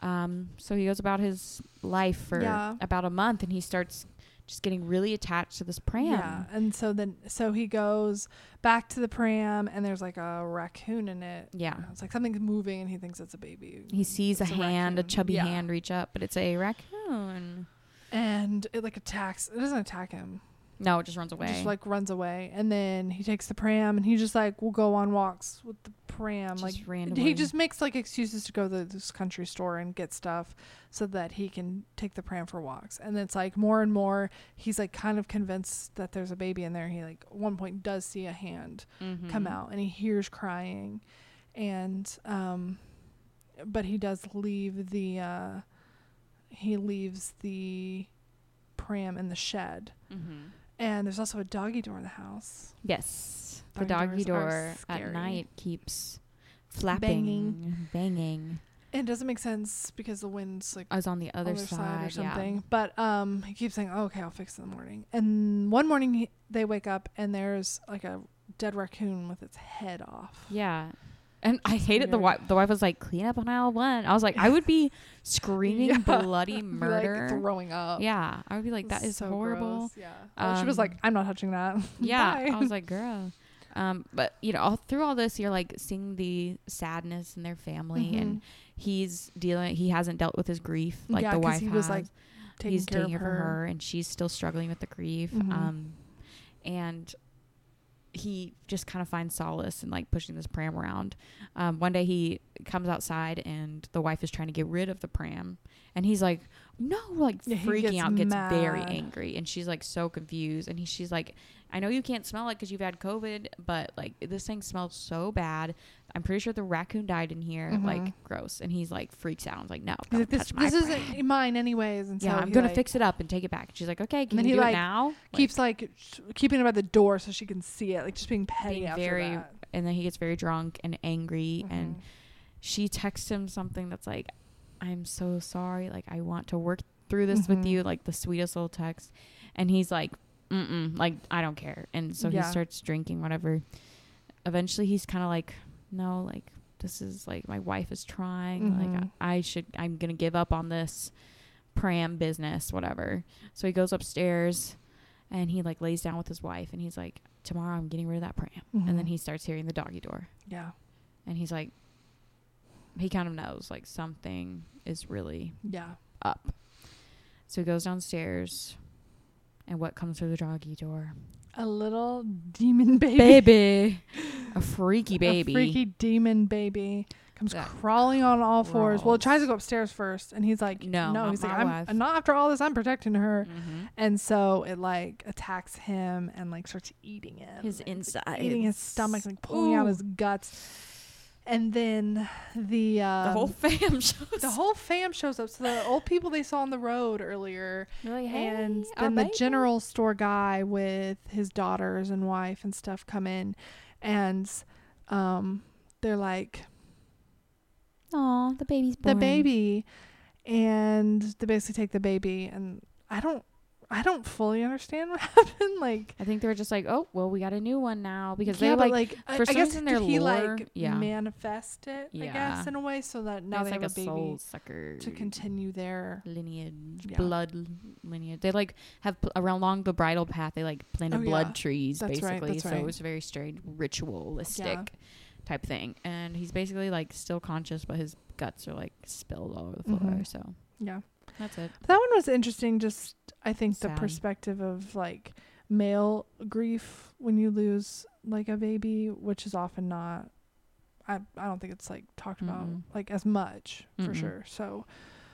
[SPEAKER 2] Um, so he goes about his life for
[SPEAKER 1] Yeah.
[SPEAKER 2] about a month, and he starts just getting really attached to this pram.
[SPEAKER 1] Yeah. And so then so he goes back to the pram and there's like a raccoon in it.
[SPEAKER 2] Yeah.
[SPEAKER 1] It's like something's moving and he thinks it's a baby.
[SPEAKER 2] He sees a
[SPEAKER 1] It's a
[SPEAKER 2] hand, a
[SPEAKER 1] raccoon.
[SPEAKER 2] chubby
[SPEAKER 1] Yeah.
[SPEAKER 2] hand reach up, but it's a raccoon.
[SPEAKER 1] And it like attacks it doesn't attack him.
[SPEAKER 2] No, it just runs away.
[SPEAKER 1] Just like runs away, and then he takes the pram, and he just like will go on walks with the pram.
[SPEAKER 2] Just
[SPEAKER 1] like he
[SPEAKER 2] randomly.
[SPEAKER 1] just makes like excuses to go to this country store and get stuff so that he can take the pram for walks. And it's like more and more he's like kind of convinced that there's a baby in there. He like at one point does see a hand
[SPEAKER 2] Mhm.
[SPEAKER 1] come out, and he hears crying, and um, but he does leave the uh, he leaves the pram in the shed.
[SPEAKER 2] Mhm.
[SPEAKER 1] And there's also a doggy door in the house.
[SPEAKER 2] Yes, the
[SPEAKER 1] Doggy
[SPEAKER 2] doggy
[SPEAKER 1] doors are
[SPEAKER 2] door
[SPEAKER 1] scary.
[SPEAKER 2] at night keeps
[SPEAKER 1] Banging.
[SPEAKER 2] flapping, banging.
[SPEAKER 1] And it doesn't make sense because the wind's like
[SPEAKER 2] I was on the other,
[SPEAKER 1] other side, or something.
[SPEAKER 2] Yeah.
[SPEAKER 1] But um, he keeps saying, oh, "Okay, I'll fix it in the morning." And one morning he, they wake up and there's like a dead raccoon with its head off. (laughs)
[SPEAKER 2] Yeah. And I hated the
[SPEAKER 1] weird.
[SPEAKER 2] wife. The wife was like, "Clean up on aisle one." I was like, "I would
[SPEAKER 1] (laughs)
[SPEAKER 2] be screaming
[SPEAKER 1] Yeah.
[SPEAKER 2] bloody
[SPEAKER 1] Be,
[SPEAKER 2] murder."
[SPEAKER 1] like throwing up.
[SPEAKER 2] yeah, I would be like,
[SPEAKER 1] It's
[SPEAKER 2] "That is
[SPEAKER 1] so
[SPEAKER 2] horrible."
[SPEAKER 1] gross. (laughs) Yeah. And she was
[SPEAKER 2] Um,
[SPEAKER 1] like, "I'm not touching that." (laughs)
[SPEAKER 2] Yeah, oh,
[SPEAKER 1] Bye.
[SPEAKER 2] I was like, "Girl." Um, but you know, all through all this, you're like seeing the sadness in their family, and
[SPEAKER 1] Mhm.
[SPEAKER 2] he's dealing. He hasn't dealt with his grief like
[SPEAKER 1] Yeah,
[SPEAKER 2] the
[SPEAKER 1] 'cause
[SPEAKER 2] wife
[SPEAKER 1] he
[SPEAKER 2] has.
[SPEAKER 1] was, like, taking
[SPEAKER 2] he's
[SPEAKER 1] care
[SPEAKER 2] taking
[SPEAKER 1] of
[SPEAKER 2] care
[SPEAKER 1] her.
[SPEAKER 2] of her, and she's still struggling with the grief.
[SPEAKER 1] Mhm.
[SPEAKER 2] Um, and he just kind of finds solace in like pushing this pram around. Um, one day he comes outside, and the wife is trying to get rid of the pram, and he's like, "No!" Like
[SPEAKER 1] Yeah, he
[SPEAKER 2] freaking
[SPEAKER 1] gets
[SPEAKER 2] out, gets very
[SPEAKER 1] mad.
[SPEAKER 2] angry, and she's like so confused, and he, she's like, "I know you can't smell it because you've had COVID, but like this thing smells so bad. I'm pretty sure the raccoon died in here.
[SPEAKER 1] Mhm.
[SPEAKER 2] Like gross." And he's like freaks out. I was like, "No,
[SPEAKER 1] He's
[SPEAKER 2] don't
[SPEAKER 1] like, "This,
[SPEAKER 2] touch my
[SPEAKER 1] this
[SPEAKER 2] pram."
[SPEAKER 1] isn't mine, anyways." And
[SPEAKER 2] Yeah,
[SPEAKER 1] so
[SPEAKER 2] I'm
[SPEAKER 1] he,
[SPEAKER 2] gonna
[SPEAKER 1] like,
[SPEAKER 2] fix it up and take it back. And she's like, okay, can
[SPEAKER 1] then
[SPEAKER 2] you
[SPEAKER 1] he,
[SPEAKER 2] do
[SPEAKER 1] like,
[SPEAKER 2] it now?
[SPEAKER 1] Keeps like sh- keeping it by the door so she can see it, like just being petty
[SPEAKER 2] Being
[SPEAKER 1] after
[SPEAKER 2] very
[SPEAKER 1] that.
[SPEAKER 2] Like- and then he gets very drunk and angry, and
[SPEAKER 1] Mhm.
[SPEAKER 2] she texts him something that's like, "I'm so sorry. Like, I want to work through this
[SPEAKER 1] Mhm.
[SPEAKER 2] with you." Like the sweetest little text, and he's like, "Mm-mm. Like, I don't care." And so
[SPEAKER 1] Yeah.
[SPEAKER 2] he starts drinking whatever. Eventually, he's kind of like, "No, like." This is like my wife is trying. Like
[SPEAKER 1] Mhm.
[SPEAKER 2] I, I should. I'm gonna give up on this pram business, whatever. So he goes upstairs and he like lays down with his wife and he's like, Tomorrow I'm getting rid of that pram. And then
[SPEAKER 1] Mhm.
[SPEAKER 2] he starts hearing the doggy door.
[SPEAKER 1] yeah,
[SPEAKER 2] And he's like he kind of knows like something is really
[SPEAKER 1] yeah.
[SPEAKER 2] up. So he goes downstairs and what comes through the doggy door?
[SPEAKER 1] A little demon (laughs) baby.
[SPEAKER 2] Baby. A freaky
[SPEAKER 1] (laughs)
[SPEAKER 2] baby.
[SPEAKER 1] A freaky demon baby comes
[SPEAKER 2] That
[SPEAKER 1] crawling on all fours. Well, it
[SPEAKER 2] crawls.
[SPEAKER 1] tries to go upstairs first, and he's like,
[SPEAKER 2] No,
[SPEAKER 1] no.
[SPEAKER 2] not
[SPEAKER 1] He's like,
[SPEAKER 2] my
[SPEAKER 1] I'm
[SPEAKER 2] wife."
[SPEAKER 1] and not after all this. I'm protecting her.
[SPEAKER 2] Mhm.
[SPEAKER 1] And so it like attacks him and like starts eating him.
[SPEAKER 2] His
[SPEAKER 1] Like,
[SPEAKER 2] inside.
[SPEAKER 1] eating his stomach, like pulling out his guts. And then the um,
[SPEAKER 2] the whole (laughs) fam shows.
[SPEAKER 1] the whole fam shows up. So the old people they saw on the road earlier
[SPEAKER 2] Really,
[SPEAKER 1] and
[SPEAKER 2] "Hey, our
[SPEAKER 1] then the
[SPEAKER 2] baby."
[SPEAKER 1] general store guy with his daughters and wife and stuff come in and um they're like
[SPEAKER 2] (laughs) Aw, the baby's
[SPEAKER 1] the
[SPEAKER 2] born.
[SPEAKER 1] baby and they basically take the baby and i don't i don't fully understand what (laughs) happened like
[SPEAKER 2] I think they were just like, oh, well, we got a new one now because
[SPEAKER 1] yeah,
[SPEAKER 2] they
[SPEAKER 1] but,
[SPEAKER 2] like,
[SPEAKER 1] like I,
[SPEAKER 2] for
[SPEAKER 1] I
[SPEAKER 2] some
[SPEAKER 1] guess
[SPEAKER 2] reason
[SPEAKER 1] did
[SPEAKER 2] their
[SPEAKER 1] he
[SPEAKER 2] lore-
[SPEAKER 1] like
[SPEAKER 2] yeah.
[SPEAKER 1] manifest it i guess
[SPEAKER 2] Yeah.
[SPEAKER 1] in a way so that now
[SPEAKER 2] now
[SPEAKER 1] they
[SPEAKER 2] like
[SPEAKER 1] have
[SPEAKER 2] a,
[SPEAKER 1] a, baby
[SPEAKER 2] soul sucker
[SPEAKER 1] to continue their
[SPEAKER 2] lineage,
[SPEAKER 1] Yeah.
[SPEAKER 2] blood l- lineage. They like have pl- around along the bridal path. They like planted
[SPEAKER 1] Oh,
[SPEAKER 2] blood
[SPEAKER 1] yeah.
[SPEAKER 2] trees
[SPEAKER 1] That's right,
[SPEAKER 2] basically.
[SPEAKER 1] that's
[SPEAKER 2] so
[SPEAKER 1] right.
[SPEAKER 2] it was very strange, ritualistic type thing. And he's basically like still conscious, but his guts are like spilled all over the floor.
[SPEAKER 1] Mhm.
[SPEAKER 2] So
[SPEAKER 1] yeah
[SPEAKER 2] That's it.
[SPEAKER 1] That one was interesting. Just I think the
[SPEAKER 2] Sad.
[SPEAKER 1] perspective of like male grief when you lose like a baby, which is often not. I I don't think it's like talked about
[SPEAKER 2] Mm-mm.
[SPEAKER 1] like as much for
[SPEAKER 2] Mm-mm.
[SPEAKER 1] sure. So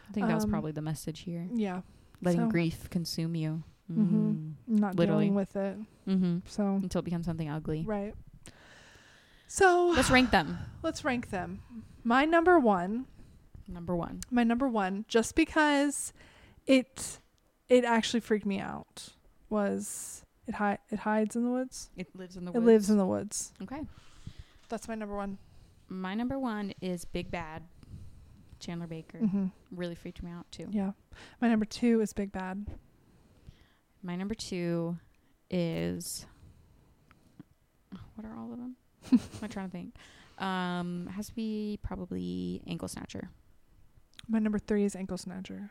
[SPEAKER 2] I think that was
[SPEAKER 1] Um,
[SPEAKER 2] probably the message here.
[SPEAKER 1] yeah,
[SPEAKER 2] Letting
[SPEAKER 1] so-
[SPEAKER 2] grief consume you.
[SPEAKER 1] Mhm. not
[SPEAKER 2] Literally.
[SPEAKER 1] dealing
[SPEAKER 2] Mm-hmm.
[SPEAKER 1] with it.
[SPEAKER 2] Mm. hmm
[SPEAKER 1] So
[SPEAKER 2] Until it becomes something ugly.
[SPEAKER 1] right. So
[SPEAKER 2] Let's
[SPEAKER 1] (laughs)
[SPEAKER 2] rank them.
[SPEAKER 1] let's rank them. My number one
[SPEAKER 2] Number one.
[SPEAKER 1] my number one just because it it actually freaked me out was it hi- it hides in the woods
[SPEAKER 2] It lives in the
[SPEAKER 1] it lives in the woods
[SPEAKER 2] okay.
[SPEAKER 1] that's my number one
[SPEAKER 2] My number one is Big Bad. Chandler Baker
[SPEAKER 1] mm-hmm.
[SPEAKER 2] really freaked me out too.
[SPEAKER 1] yeah my number two is big bad
[SPEAKER 2] My number two is what are all
[SPEAKER 1] (laughs)
[SPEAKER 2] of them? I'm trying to think. Um, has to be probably Ankle Snatcher.
[SPEAKER 1] my number three is ankle snatcher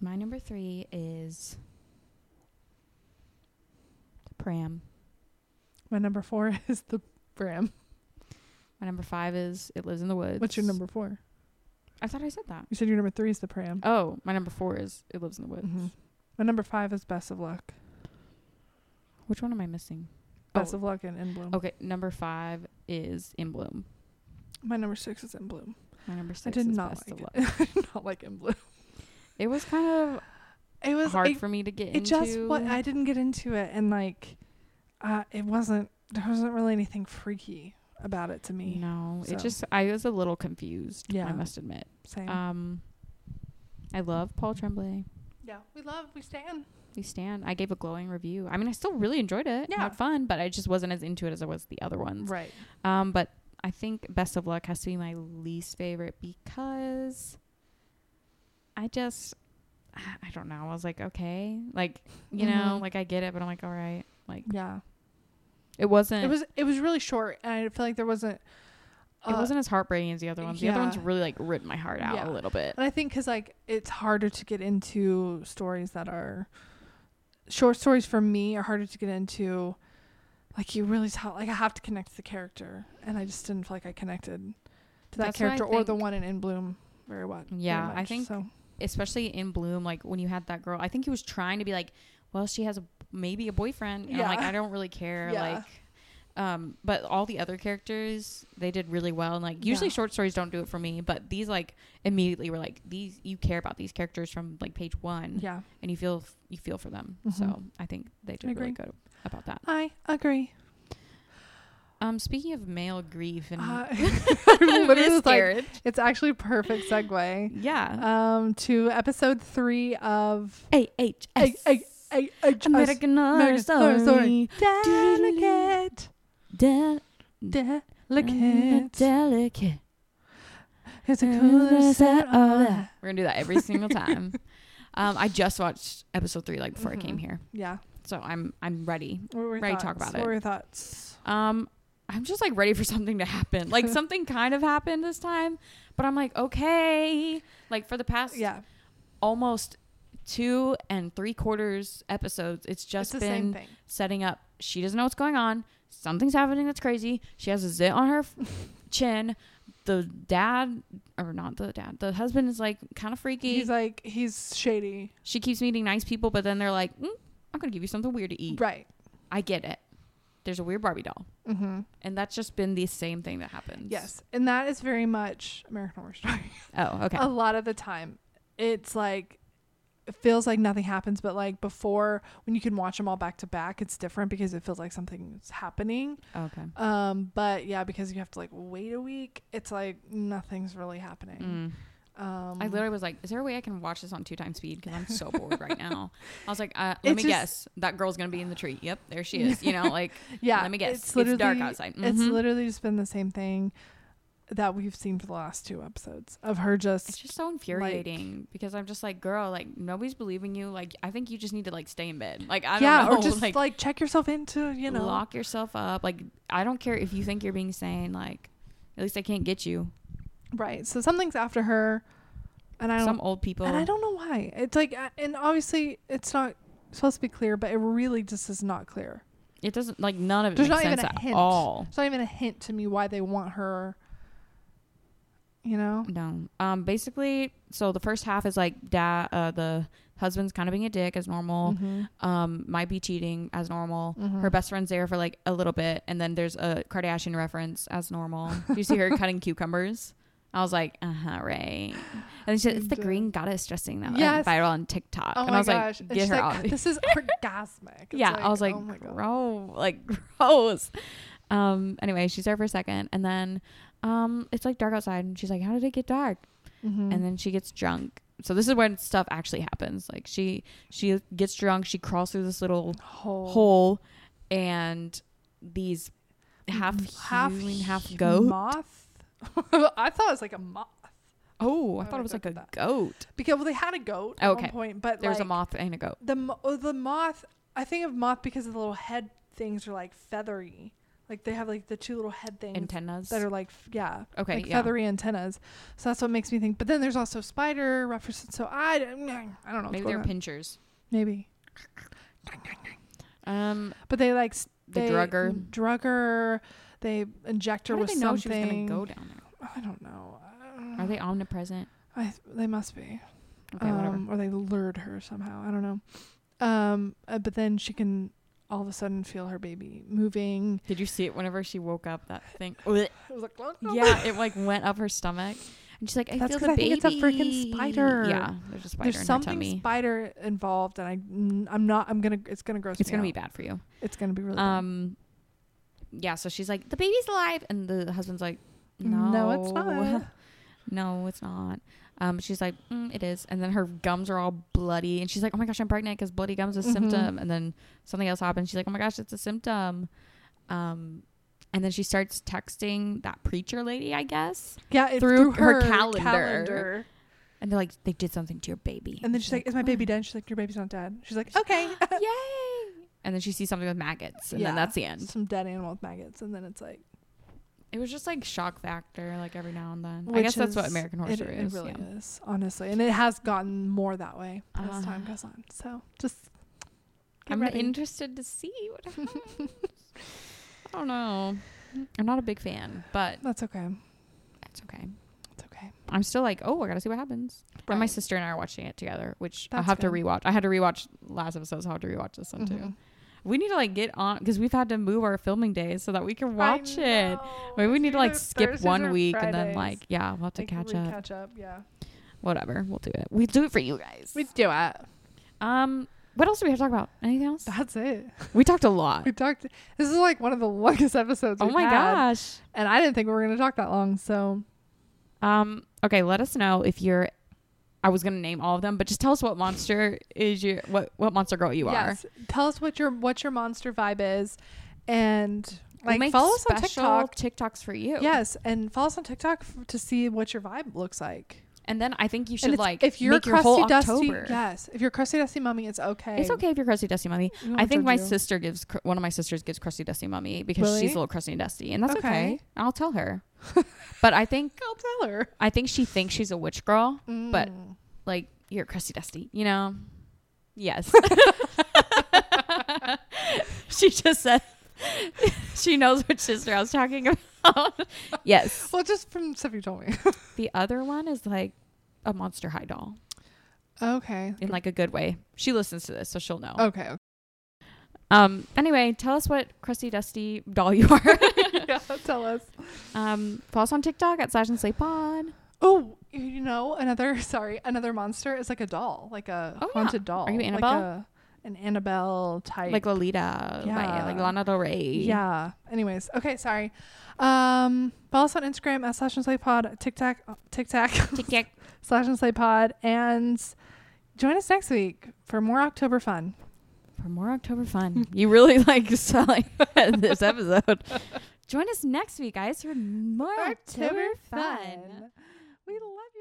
[SPEAKER 2] My number three is Pram.
[SPEAKER 1] my number four (laughs) is the bram
[SPEAKER 2] My number five is It Lives in the Woods.
[SPEAKER 1] what's your number four
[SPEAKER 2] I thought I said that.
[SPEAKER 1] you said your number three is the pram
[SPEAKER 2] Oh, my number four is It Lives in the Woods.
[SPEAKER 1] Mhm. my number five is best of luck
[SPEAKER 2] Oh. Which one am I missing?
[SPEAKER 1] best
[SPEAKER 2] Oh.
[SPEAKER 1] of luck and in bloom
[SPEAKER 2] Okay, number five is In Bloom.
[SPEAKER 1] my number six is in bloom
[SPEAKER 2] My number six
[SPEAKER 1] i did
[SPEAKER 2] is
[SPEAKER 1] not
[SPEAKER 2] Best
[SPEAKER 1] like
[SPEAKER 2] of Luck.
[SPEAKER 1] it (laughs) i did not like in bloom
[SPEAKER 2] It was kind of
[SPEAKER 1] (laughs) it was
[SPEAKER 2] hard
[SPEAKER 1] it-
[SPEAKER 2] for me to get
[SPEAKER 1] it
[SPEAKER 2] into.
[SPEAKER 1] just what I didn't get into it and like uh it wasn't there wasn't really anything freaky about it to me.
[SPEAKER 2] No,
[SPEAKER 1] so.
[SPEAKER 2] it just I was a little confused.
[SPEAKER 1] Yeah.
[SPEAKER 2] I must admit.
[SPEAKER 1] Same.
[SPEAKER 2] Um, I love Paul Tremblay.
[SPEAKER 1] yeah, we love we stand.
[SPEAKER 2] We stand. I gave a glowing review. I mean, I still really enjoyed it.
[SPEAKER 1] Yeah.
[SPEAKER 2] had fun, but I just wasn't as into it as I was the other ones.
[SPEAKER 1] Right.
[SPEAKER 2] Um, but I think Best of Luck has to be my least favorite because I just (sighs) I don't know. I was like, okay, like you know,
[SPEAKER 1] Mhm.
[SPEAKER 2] like I get it, but I'm like, all right, like
[SPEAKER 1] Yeah.
[SPEAKER 2] it wasn't.
[SPEAKER 1] It was it was really short and I feel like there wasn't uh,
[SPEAKER 2] it wasn't as heartbreaking as the other ones. The other
[SPEAKER 1] yeah.
[SPEAKER 2] ones really like ripped my heart out
[SPEAKER 1] Yeah.
[SPEAKER 2] a little bit.
[SPEAKER 1] and I think cuz like it's harder to get into stories that are short stories for me are harder to get into like you really tell like I have to connect to the character and I just didn't feel like I connected to that
[SPEAKER 2] That's what I
[SPEAKER 1] character or the
[SPEAKER 2] think.
[SPEAKER 1] one in In Bloom very well. very
[SPEAKER 2] Yeah, I
[SPEAKER 1] much,
[SPEAKER 2] think
[SPEAKER 1] so.
[SPEAKER 2] especially in Bloom, like when you had that girl, I think he was trying to be like, well, she has a, maybe a boyfriend, and
[SPEAKER 1] Yeah.
[SPEAKER 2] I'm like, I don't really care,
[SPEAKER 1] (laughs) Yeah.
[SPEAKER 2] like. Um, but all the other characters, they did really well, and like usually
[SPEAKER 1] Yeah.
[SPEAKER 2] short stories don't do it for me, but these like immediately were like these you care about these characters from like page one,
[SPEAKER 1] Yeah.
[SPEAKER 2] and you feel you feel for them. So
[SPEAKER 1] Mhm.
[SPEAKER 2] I think they did really
[SPEAKER 1] agree.
[SPEAKER 2] good about that.
[SPEAKER 1] I agree.
[SPEAKER 2] Um, speaking of male grief and (laughs)
[SPEAKER 1] Uh, (laughs) I literally was like,
[SPEAKER 2] miscarriage,
[SPEAKER 1] it's actually a perfect segue
[SPEAKER 2] yeah,
[SPEAKER 1] um, to episode three of
[SPEAKER 2] A H
[SPEAKER 1] I,
[SPEAKER 2] S
[SPEAKER 1] I, I, I just-
[SPEAKER 2] American Horror
[SPEAKER 1] American Horror Story.
[SPEAKER 2] Story.
[SPEAKER 1] Delicate,
[SPEAKER 2] Del-
[SPEAKER 1] delicate.
[SPEAKER 2] Mm, Delicate.
[SPEAKER 1] It's the coolest at all.
[SPEAKER 2] We're gonna do that every
[SPEAKER 1] (laughs)
[SPEAKER 2] single time. um, I just watched episode three like before I came
[SPEAKER 1] Mhm.
[SPEAKER 2] here,
[SPEAKER 1] Yeah.
[SPEAKER 2] so I'm I'm ready.
[SPEAKER 1] What were your
[SPEAKER 2] Ready to
[SPEAKER 1] thoughts?
[SPEAKER 2] talk about
[SPEAKER 1] What
[SPEAKER 2] it.
[SPEAKER 1] were your thoughts?
[SPEAKER 2] Um, I'm just like ready for something to
[SPEAKER 1] (laughs)
[SPEAKER 2] happen. Like something kind of happened this time, but I'm like okay. Like for the past
[SPEAKER 1] Yeah.
[SPEAKER 2] almost two and three quarters episodes, it's
[SPEAKER 1] It's
[SPEAKER 2] just
[SPEAKER 1] the same
[SPEAKER 2] been
[SPEAKER 1] thing.
[SPEAKER 2] setting up. She doesn't know what's going on. Something's happening that's crazy. She has a zit
[SPEAKER 1] (laughs)
[SPEAKER 2] on her f- chin. The dad, or not the dad, the husband is like kind of freaky.
[SPEAKER 1] He's like, he's shady.
[SPEAKER 2] she keeps meeting nice people, but then they're like, mm, I'm going to give you something weird to eat.
[SPEAKER 1] Right.
[SPEAKER 2] I get it. There's a weird Barbie doll.
[SPEAKER 1] Mm-hmm.
[SPEAKER 2] And that's just been the same thing that happens.
[SPEAKER 1] Yes. And that is very much American Horror Story.
[SPEAKER 2] Oh, okay.
[SPEAKER 1] a lot of the time it's like it feels like nothing happens but like before when you can watch them all back to back it's different because it feels like something's happening
[SPEAKER 2] okay.
[SPEAKER 1] um but yeah because you have to like wait a week it's like nothing's really happening
[SPEAKER 2] Mm.
[SPEAKER 1] um
[SPEAKER 2] I literally was like, is there a way I can watch this on two times speed? Because I'm
[SPEAKER 1] (laughs)
[SPEAKER 2] so bored right now. I was like, uh, let
[SPEAKER 1] It's
[SPEAKER 2] me
[SPEAKER 1] just-
[SPEAKER 2] guess. That girl's going to be in the tree. Yep, there she is. You know,
[SPEAKER 1] (laughs)
[SPEAKER 2] like,
[SPEAKER 1] yeah
[SPEAKER 2] let me guess. It's,
[SPEAKER 1] literally
[SPEAKER 2] dark outside.
[SPEAKER 1] it's
[SPEAKER 2] Mhm.
[SPEAKER 1] literally just been the same thing that we've seen for the last two episodes of her just,
[SPEAKER 2] It's just so infuriating because I'm just like, girl, like nobody's believing you. Like, I think you just need to like stay in bed. Like, I
[SPEAKER 1] yeah
[SPEAKER 2] don't know. (laughs)
[SPEAKER 1] or just
[SPEAKER 2] like,
[SPEAKER 1] like, check yourself into you know
[SPEAKER 2] lock yourself up. Like, I don't care if you think you're being sane. Like, at least I can't get you.
[SPEAKER 1] right so something's after her and I don't
[SPEAKER 2] Some old people.
[SPEAKER 1] And I don't know why. It's like, uh, and obviously it's not supposed to be clear, but it really just is not clear.
[SPEAKER 2] it doesn't like none of it
[SPEAKER 1] There's
[SPEAKER 2] makes
[SPEAKER 1] not even
[SPEAKER 2] sense
[SPEAKER 1] a
[SPEAKER 2] at
[SPEAKER 1] hint.
[SPEAKER 2] all.
[SPEAKER 1] It's not even a hint to me why they want her you know?
[SPEAKER 2] No. Um. Basically, so the first half is like dad. Uh, the husband's kind of being a dick as normal.
[SPEAKER 1] Mhm.
[SPEAKER 2] Um. Might be cheating as normal.
[SPEAKER 1] Mhm.
[SPEAKER 2] Her best friend's there for like a little bit, and then there's a Kardashian reference as normal. Do you
[SPEAKER 1] (laughs)
[SPEAKER 2] see her cutting cucumbers? I was like, uh huh, right. And then she said, it's the
[SPEAKER 1] Dude.
[SPEAKER 2] green goddess dressing that
[SPEAKER 1] Yes.
[SPEAKER 2] went viral on TikTok.
[SPEAKER 1] Oh
[SPEAKER 2] and
[SPEAKER 1] my
[SPEAKER 2] I was
[SPEAKER 1] gosh.
[SPEAKER 2] like,
[SPEAKER 1] And
[SPEAKER 2] get
[SPEAKER 1] she's
[SPEAKER 2] her
[SPEAKER 1] like,
[SPEAKER 2] out.
[SPEAKER 1] This is
[SPEAKER 2] (laughs)
[SPEAKER 1] orgasmic. It's
[SPEAKER 2] yeah, I was like,
[SPEAKER 1] oh my God.
[SPEAKER 2] gross, (laughs) like gross. Um. Anyway, she's there for a second, and then, um, it's like dark outside, and she's like, "How did it get dark?"
[SPEAKER 1] Mhm.
[SPEAKER 2] And then she gets drunk. So this is when stuff actually happens. Like she she gets drunk. She crawls through this little
[SPEAKER 1] Mm-hmm. Whole-
[SPEAKER 2] hole, and these half half human, half goat.
[SPEAKER 1] Mm-hmm. moth. (laughs) I thought it was like a moth
[SPEAKER 2] oh, I
[SPEAKER 1] I
[SPEAKER 2] thought
[SPEAKER 1] would
[SPEAKER 2] it was
[SPEAKER 1] look
[SPEAKER 2] like a
[SPEAKER 1] at that.
[SPEAKER 2] goat.
[SPEAKER 1] because well they had a goat at
[SPEAKER 2] Okay.
[SPEAKER 1] one point, but
[SPEAKER 2] There was a
[SPEAKER 1] like,
[SPEAKER 2] moth and a goat.
[SPEAKER 1] The mo- oh, the moth. I think of moth because the little head things are like feathery. Like they have like the two little head things
[SPEAKER 2] Antennas.
[SPEAKER 1] that are like f- yeah,
[SPEAKER 2] okay,
[SPEAKER 1] like
[SPEAKER 2] yeah.
[SPEAKER 1] feathery antennas. So that's what makes me think. But then there's also spider references. So I don't, I don't know.
[SPEAKER 2] Maybe
[SPEAKER 1] what's
[SPEAKER 2] they're
[SPEAKER 1] going on.
[SPEAKER 2] pinchers.
[SPEAKER 1] Maybe.
[SPEAKER 2] Um,
[SPEAKER 1] But they like s-
[SPEAKER 2] The
[SPEAKER 1] they,
[SPEAKER 2] drugger.
[SPEAKER 1] drugger. They inject her
[SPEAKER 2] how did
[SPEAKER 1] with
[SPEAKER 2] they know she was
[SPEAKER 1] something.
[SPEAKER 2] gonna go down there?
[SPEAKER 1] I don't know. Uh, (sighs)
[SPEAKER 2] Are they omnipresent?
[SPEAKER 1] I they must be.
[SPEAKER 2] Okay, whatever.
[SPEAKER 1] um, or they lured her somehow. I don't know. Um, uh, but then she can all of a sudden feel her baby moving.
[SPEAKER 2] Did you see it whenever she woke up? That
[SPEAKER 1] (laughs)
[SPEAKER 2] thing. (laughs)
[SPEAKER 1] It was like,
[SPEAKER 2] yeah, it like went up her stomach, and she's like, "I
[SPEAKER 1] That's
[SPEAKER 2] feel
[SPEAKER 1] 'cause
[SPEAKER 2] the
[SPEAKER 1] I
[SPEAKER 2] baby."
[SPEAKER 1] think it's a freaking spider.
[SPEAKER 2] Yeah, there's a
[SPEAKER 1] (laughs)
[SPEAKER 2] spider
[SPEAKER 1] there's
[SPEAKER 2] in her
[SPEAKER 1] something
[SPEAKER 2] tummy.
[SPEAKER 1] spider involved, and I, mm, I'm not. I'm gonna. It's gonna gross me
[SPEAKER 2] it's gonna be
[SPEAKER 1] out.
[SPEAKER 2] bad for you.
[SPEAKER 1] It's gonna be really. Um,
[SPEAKER 2] Um, yeah. So she's like, "The baby's alive," and the husband's like, "No,
[SPEAKER 1] it's not.
[SPEAKER 2] (laughs) no, it's not." Um, she's like, mm, "It is," and then her gums are all bloody, and she's like, "Oh my gosh, I'm pregnant because bloody gums is a
[SPEAKER 1] Mhm.
[SPEAKER 2] symptom." And then something else happens. She's like, "Oh my gosh, it's a symptom." Um, and then she starts texting that preacher lady, I guess.
[SPEAKER 1] Yeah, it,
[SPEAKER 2] through
[SPEAKER 1] through,
[SPEAKER 2] her
[SPEAKER 1] her,
[SPEAKER 2] calendar.
[SPEAKER 1] calendar.
[SPEAKER 2] And they're like, they did something to your baby.
[SPEAKER 1] And then she's like, "Is my
[SPEAKER 2] "Oh."
[SPEAKER 1] baby dead?" She's like, "Your baby's not dead." She's like, "Okay."
[SPEAKER 2] Yay! And then she sees something with maggots, and
[SPEAKER 1] Yeah.
[SPEAKER 2] then that's the end.
[SPEAKER 1] Some dead animal with maggots, and then it's like,
[SPEAKER 2] It was just like shock factor, like every now and then. I
[SPEAKER 1] which
[SPEAKER 2] guess that's what
[SPEAKER 1] is-
[SPEAKER 2] American Horror
[SPEAKER 1] it,
[SPEAKER 2] Story
[SPEAKER 1] it
[SPEAKER 2] is.
[SPEAKER 1] really
[SPEAKER 2] yeah.
[SPEAKER 1] is, honestly, and it has gotten more that way as time
[SPEAKER 2] Uh-huh.
[SPEAKER 1] goes on. So just get
[SPEAKER 2] I'm
[SPEAKER 1] ready.
[SPEAKER 2] interested to see
[SPEAKER 1] (laughs)
[SPEAKER 2] what happens. I don't know. I'm not a big fan, but
[SPEAKER 1] That's okay.
[SPEAKER 2] it's okay.
[SPEAKER 1] It's okay.
[SPEAKER 2] I'm still like, oh, I gotta see what happens. And my
[SPEAKER 1] Right.
[SPEAKER 2] sister and I are watching it together, which I'll
[SPEAKER 1] That's
[SPEAKER 2] have to
[SPEAKER 1] good.
[SPEAKER 2] rewatch. I had to rewatch last episode, so I'll have to rewatch this one too.
[SPEAKER 1] Mhm.
[SPEAKER 2] We need to like get on because we've had to move our filming days so that we can watch
[SPEAKER 1] I
[SPEAKER 2] it.
[SPEAKER 1] know.
[SPEAKER 2] Maybe we
[SPEAKER 1] It's
[SPEAKER 2] need to like
[SPEAKER 1] either
[SPEAKER 2] skip
[SPEAKER 1] Thursdays
[SPEAKER 2] one
[SPEAKER 1] or
[SPEAKER 2] week and then
[SPEAKER 1] Fridays.
[SPEAKER 2] like yeah, we'll have to
[SPEAKER 1] Like,
[SPEAKER 2] catch
[SPEAKER 1] we
[SPEAKER 2] up.
[SPEAKER 1] Catch up, yeah.
[SPEAKER 2] Whatever, we'll do it. We do it for you guys.
[SPEAKER 1] We do it.
[SPEAKER 2] um, what else do we have to talk about? Anything else?
[SPEAKER 1] That's it.
[SPEAKER 2] We talked a lot.
[SPEAKER 1] We talked. This is like one of the longest (laughs) episodes.
[SPEAKER 2] Oh
[SPEAKER 1] we've
[SPEAKER 2] my
[SPEAKER 1] had,
[SPEAKER 2] gosh.
[SPEAKER 1] And I didn't think we were gonna talk that long. So
[SPEAKER 2] Um, okay, let us know if you're. I was gonna name all of them, but just tell us what monster is your what what monster girl you
[SPEAKER 1] yes, tell us what your what your monster vibe is, and
[SPEAKER 2] are. We'll
[SPEAKER 1] like
[SPEAKER 2] make
[SPEAKER 1] follow us on
[SPEAKER 2] special
[SPEAKER 1] TikTok.
[SPEAKER 2] TikToks for you.
[SPEAKER 1] Yes, and follow us on TikTok f- to see what your vibe looks like.
[SPEAKER 2] and then I think you
[SPEAKER 1] and
[SPEAKER 2] should
[SPEAKER 1] it's-
[SPEAKER 2] like
[SPEAKER 1] if you're
[SPEAKER 2] make your
[SPEAKER 1] crusty
[SPEAKER 2] whole
[SPEAKER 1] dusty,
[SPEAKER 2] October.
[SPEAKER 1] yes, if you're crusty dusty mummy, it's okay.
[SPEAKER 2] It's okay if you're crusty dusty mummy.
[SPEAKER 1] We won't
[SPEAKER 2] I think
[SPEAKER 1] judge
[SPEAKER 2] my
[SPEAKER 1] you.
[SPEAKER 2] sister gives cr- one of my sisters gives crusty dusty mummy because
[SPEAKER 1] Really?
[SPEAKER 2] she's a little crusty and dusty, and that's okay.
[SPEAKER 1] Okay.
[SPEAKER 2] I'll tell her. (laughs) but I think
[SPEAKER 1] I'll tell her.
[SPEAKER 2] I think she thinks she's a witch girl. But-
[SPEAKER 1] Mm.
[SPEAKER 2] Like you're crusty dusty, you know?
[SPEAKER 1] (laughs)
[SPEAKER 2] Yes. she just said she knows which sister I was talking about. yes.
[SPEAKER 1] well, just from stuff you told me. (laughs)
[SPEAKER 2] The other one is like a monster high doll
[SPEAKER 1] okay.
[SPEAKER 2] in like a good way. She listens to this, so she'll know. (laughs)
[SPEAKER 1] Okay.
[SPEAKER 2] Um. Anyway, tell us what crusty dusty doll you
[SPEAKER 1] (laughs)
[SPEAKER 2] are. (laughs)
[SPEAKER 1] yeah, tell us.
[SPEAKER 2] Um, follow us on TikTok at Slash and Slay Pod.
[SPEAKER 1] Oh, you- you know, another (laughs) sorry, another monster is like a doll, like a
[SPEAKER 2] Oh, yeah.
[SPEAKER 1] haunted doll.
[SPEAKER 2] Are you
[SPEAKER 1] like
[SPEAKER 2] Annabelle?
[SPEAKER 1] a- an Annabelle type.
[SPEAKER 2] Like Lolita. Yeah.
[SPEAKER 1] Yeah.
[SPEAKER 2] Like Lana Del Rey.
[SPEAKER 1] yeah. Anyways, okay, sorry. Um, follow us on Instagram at slash and slay pod, TikTok, TikTok (laughs)
[SPEAKER 2] TikTok.
[SPEAKER 1] slash and slay pod, and join us next week for more October fun.
[SPEAKER 2] For more October fun. (laughs) you really like selling (laughs) this episode. Join us next week, guys, for more October, fun.
[SPEAKER 1] We love you.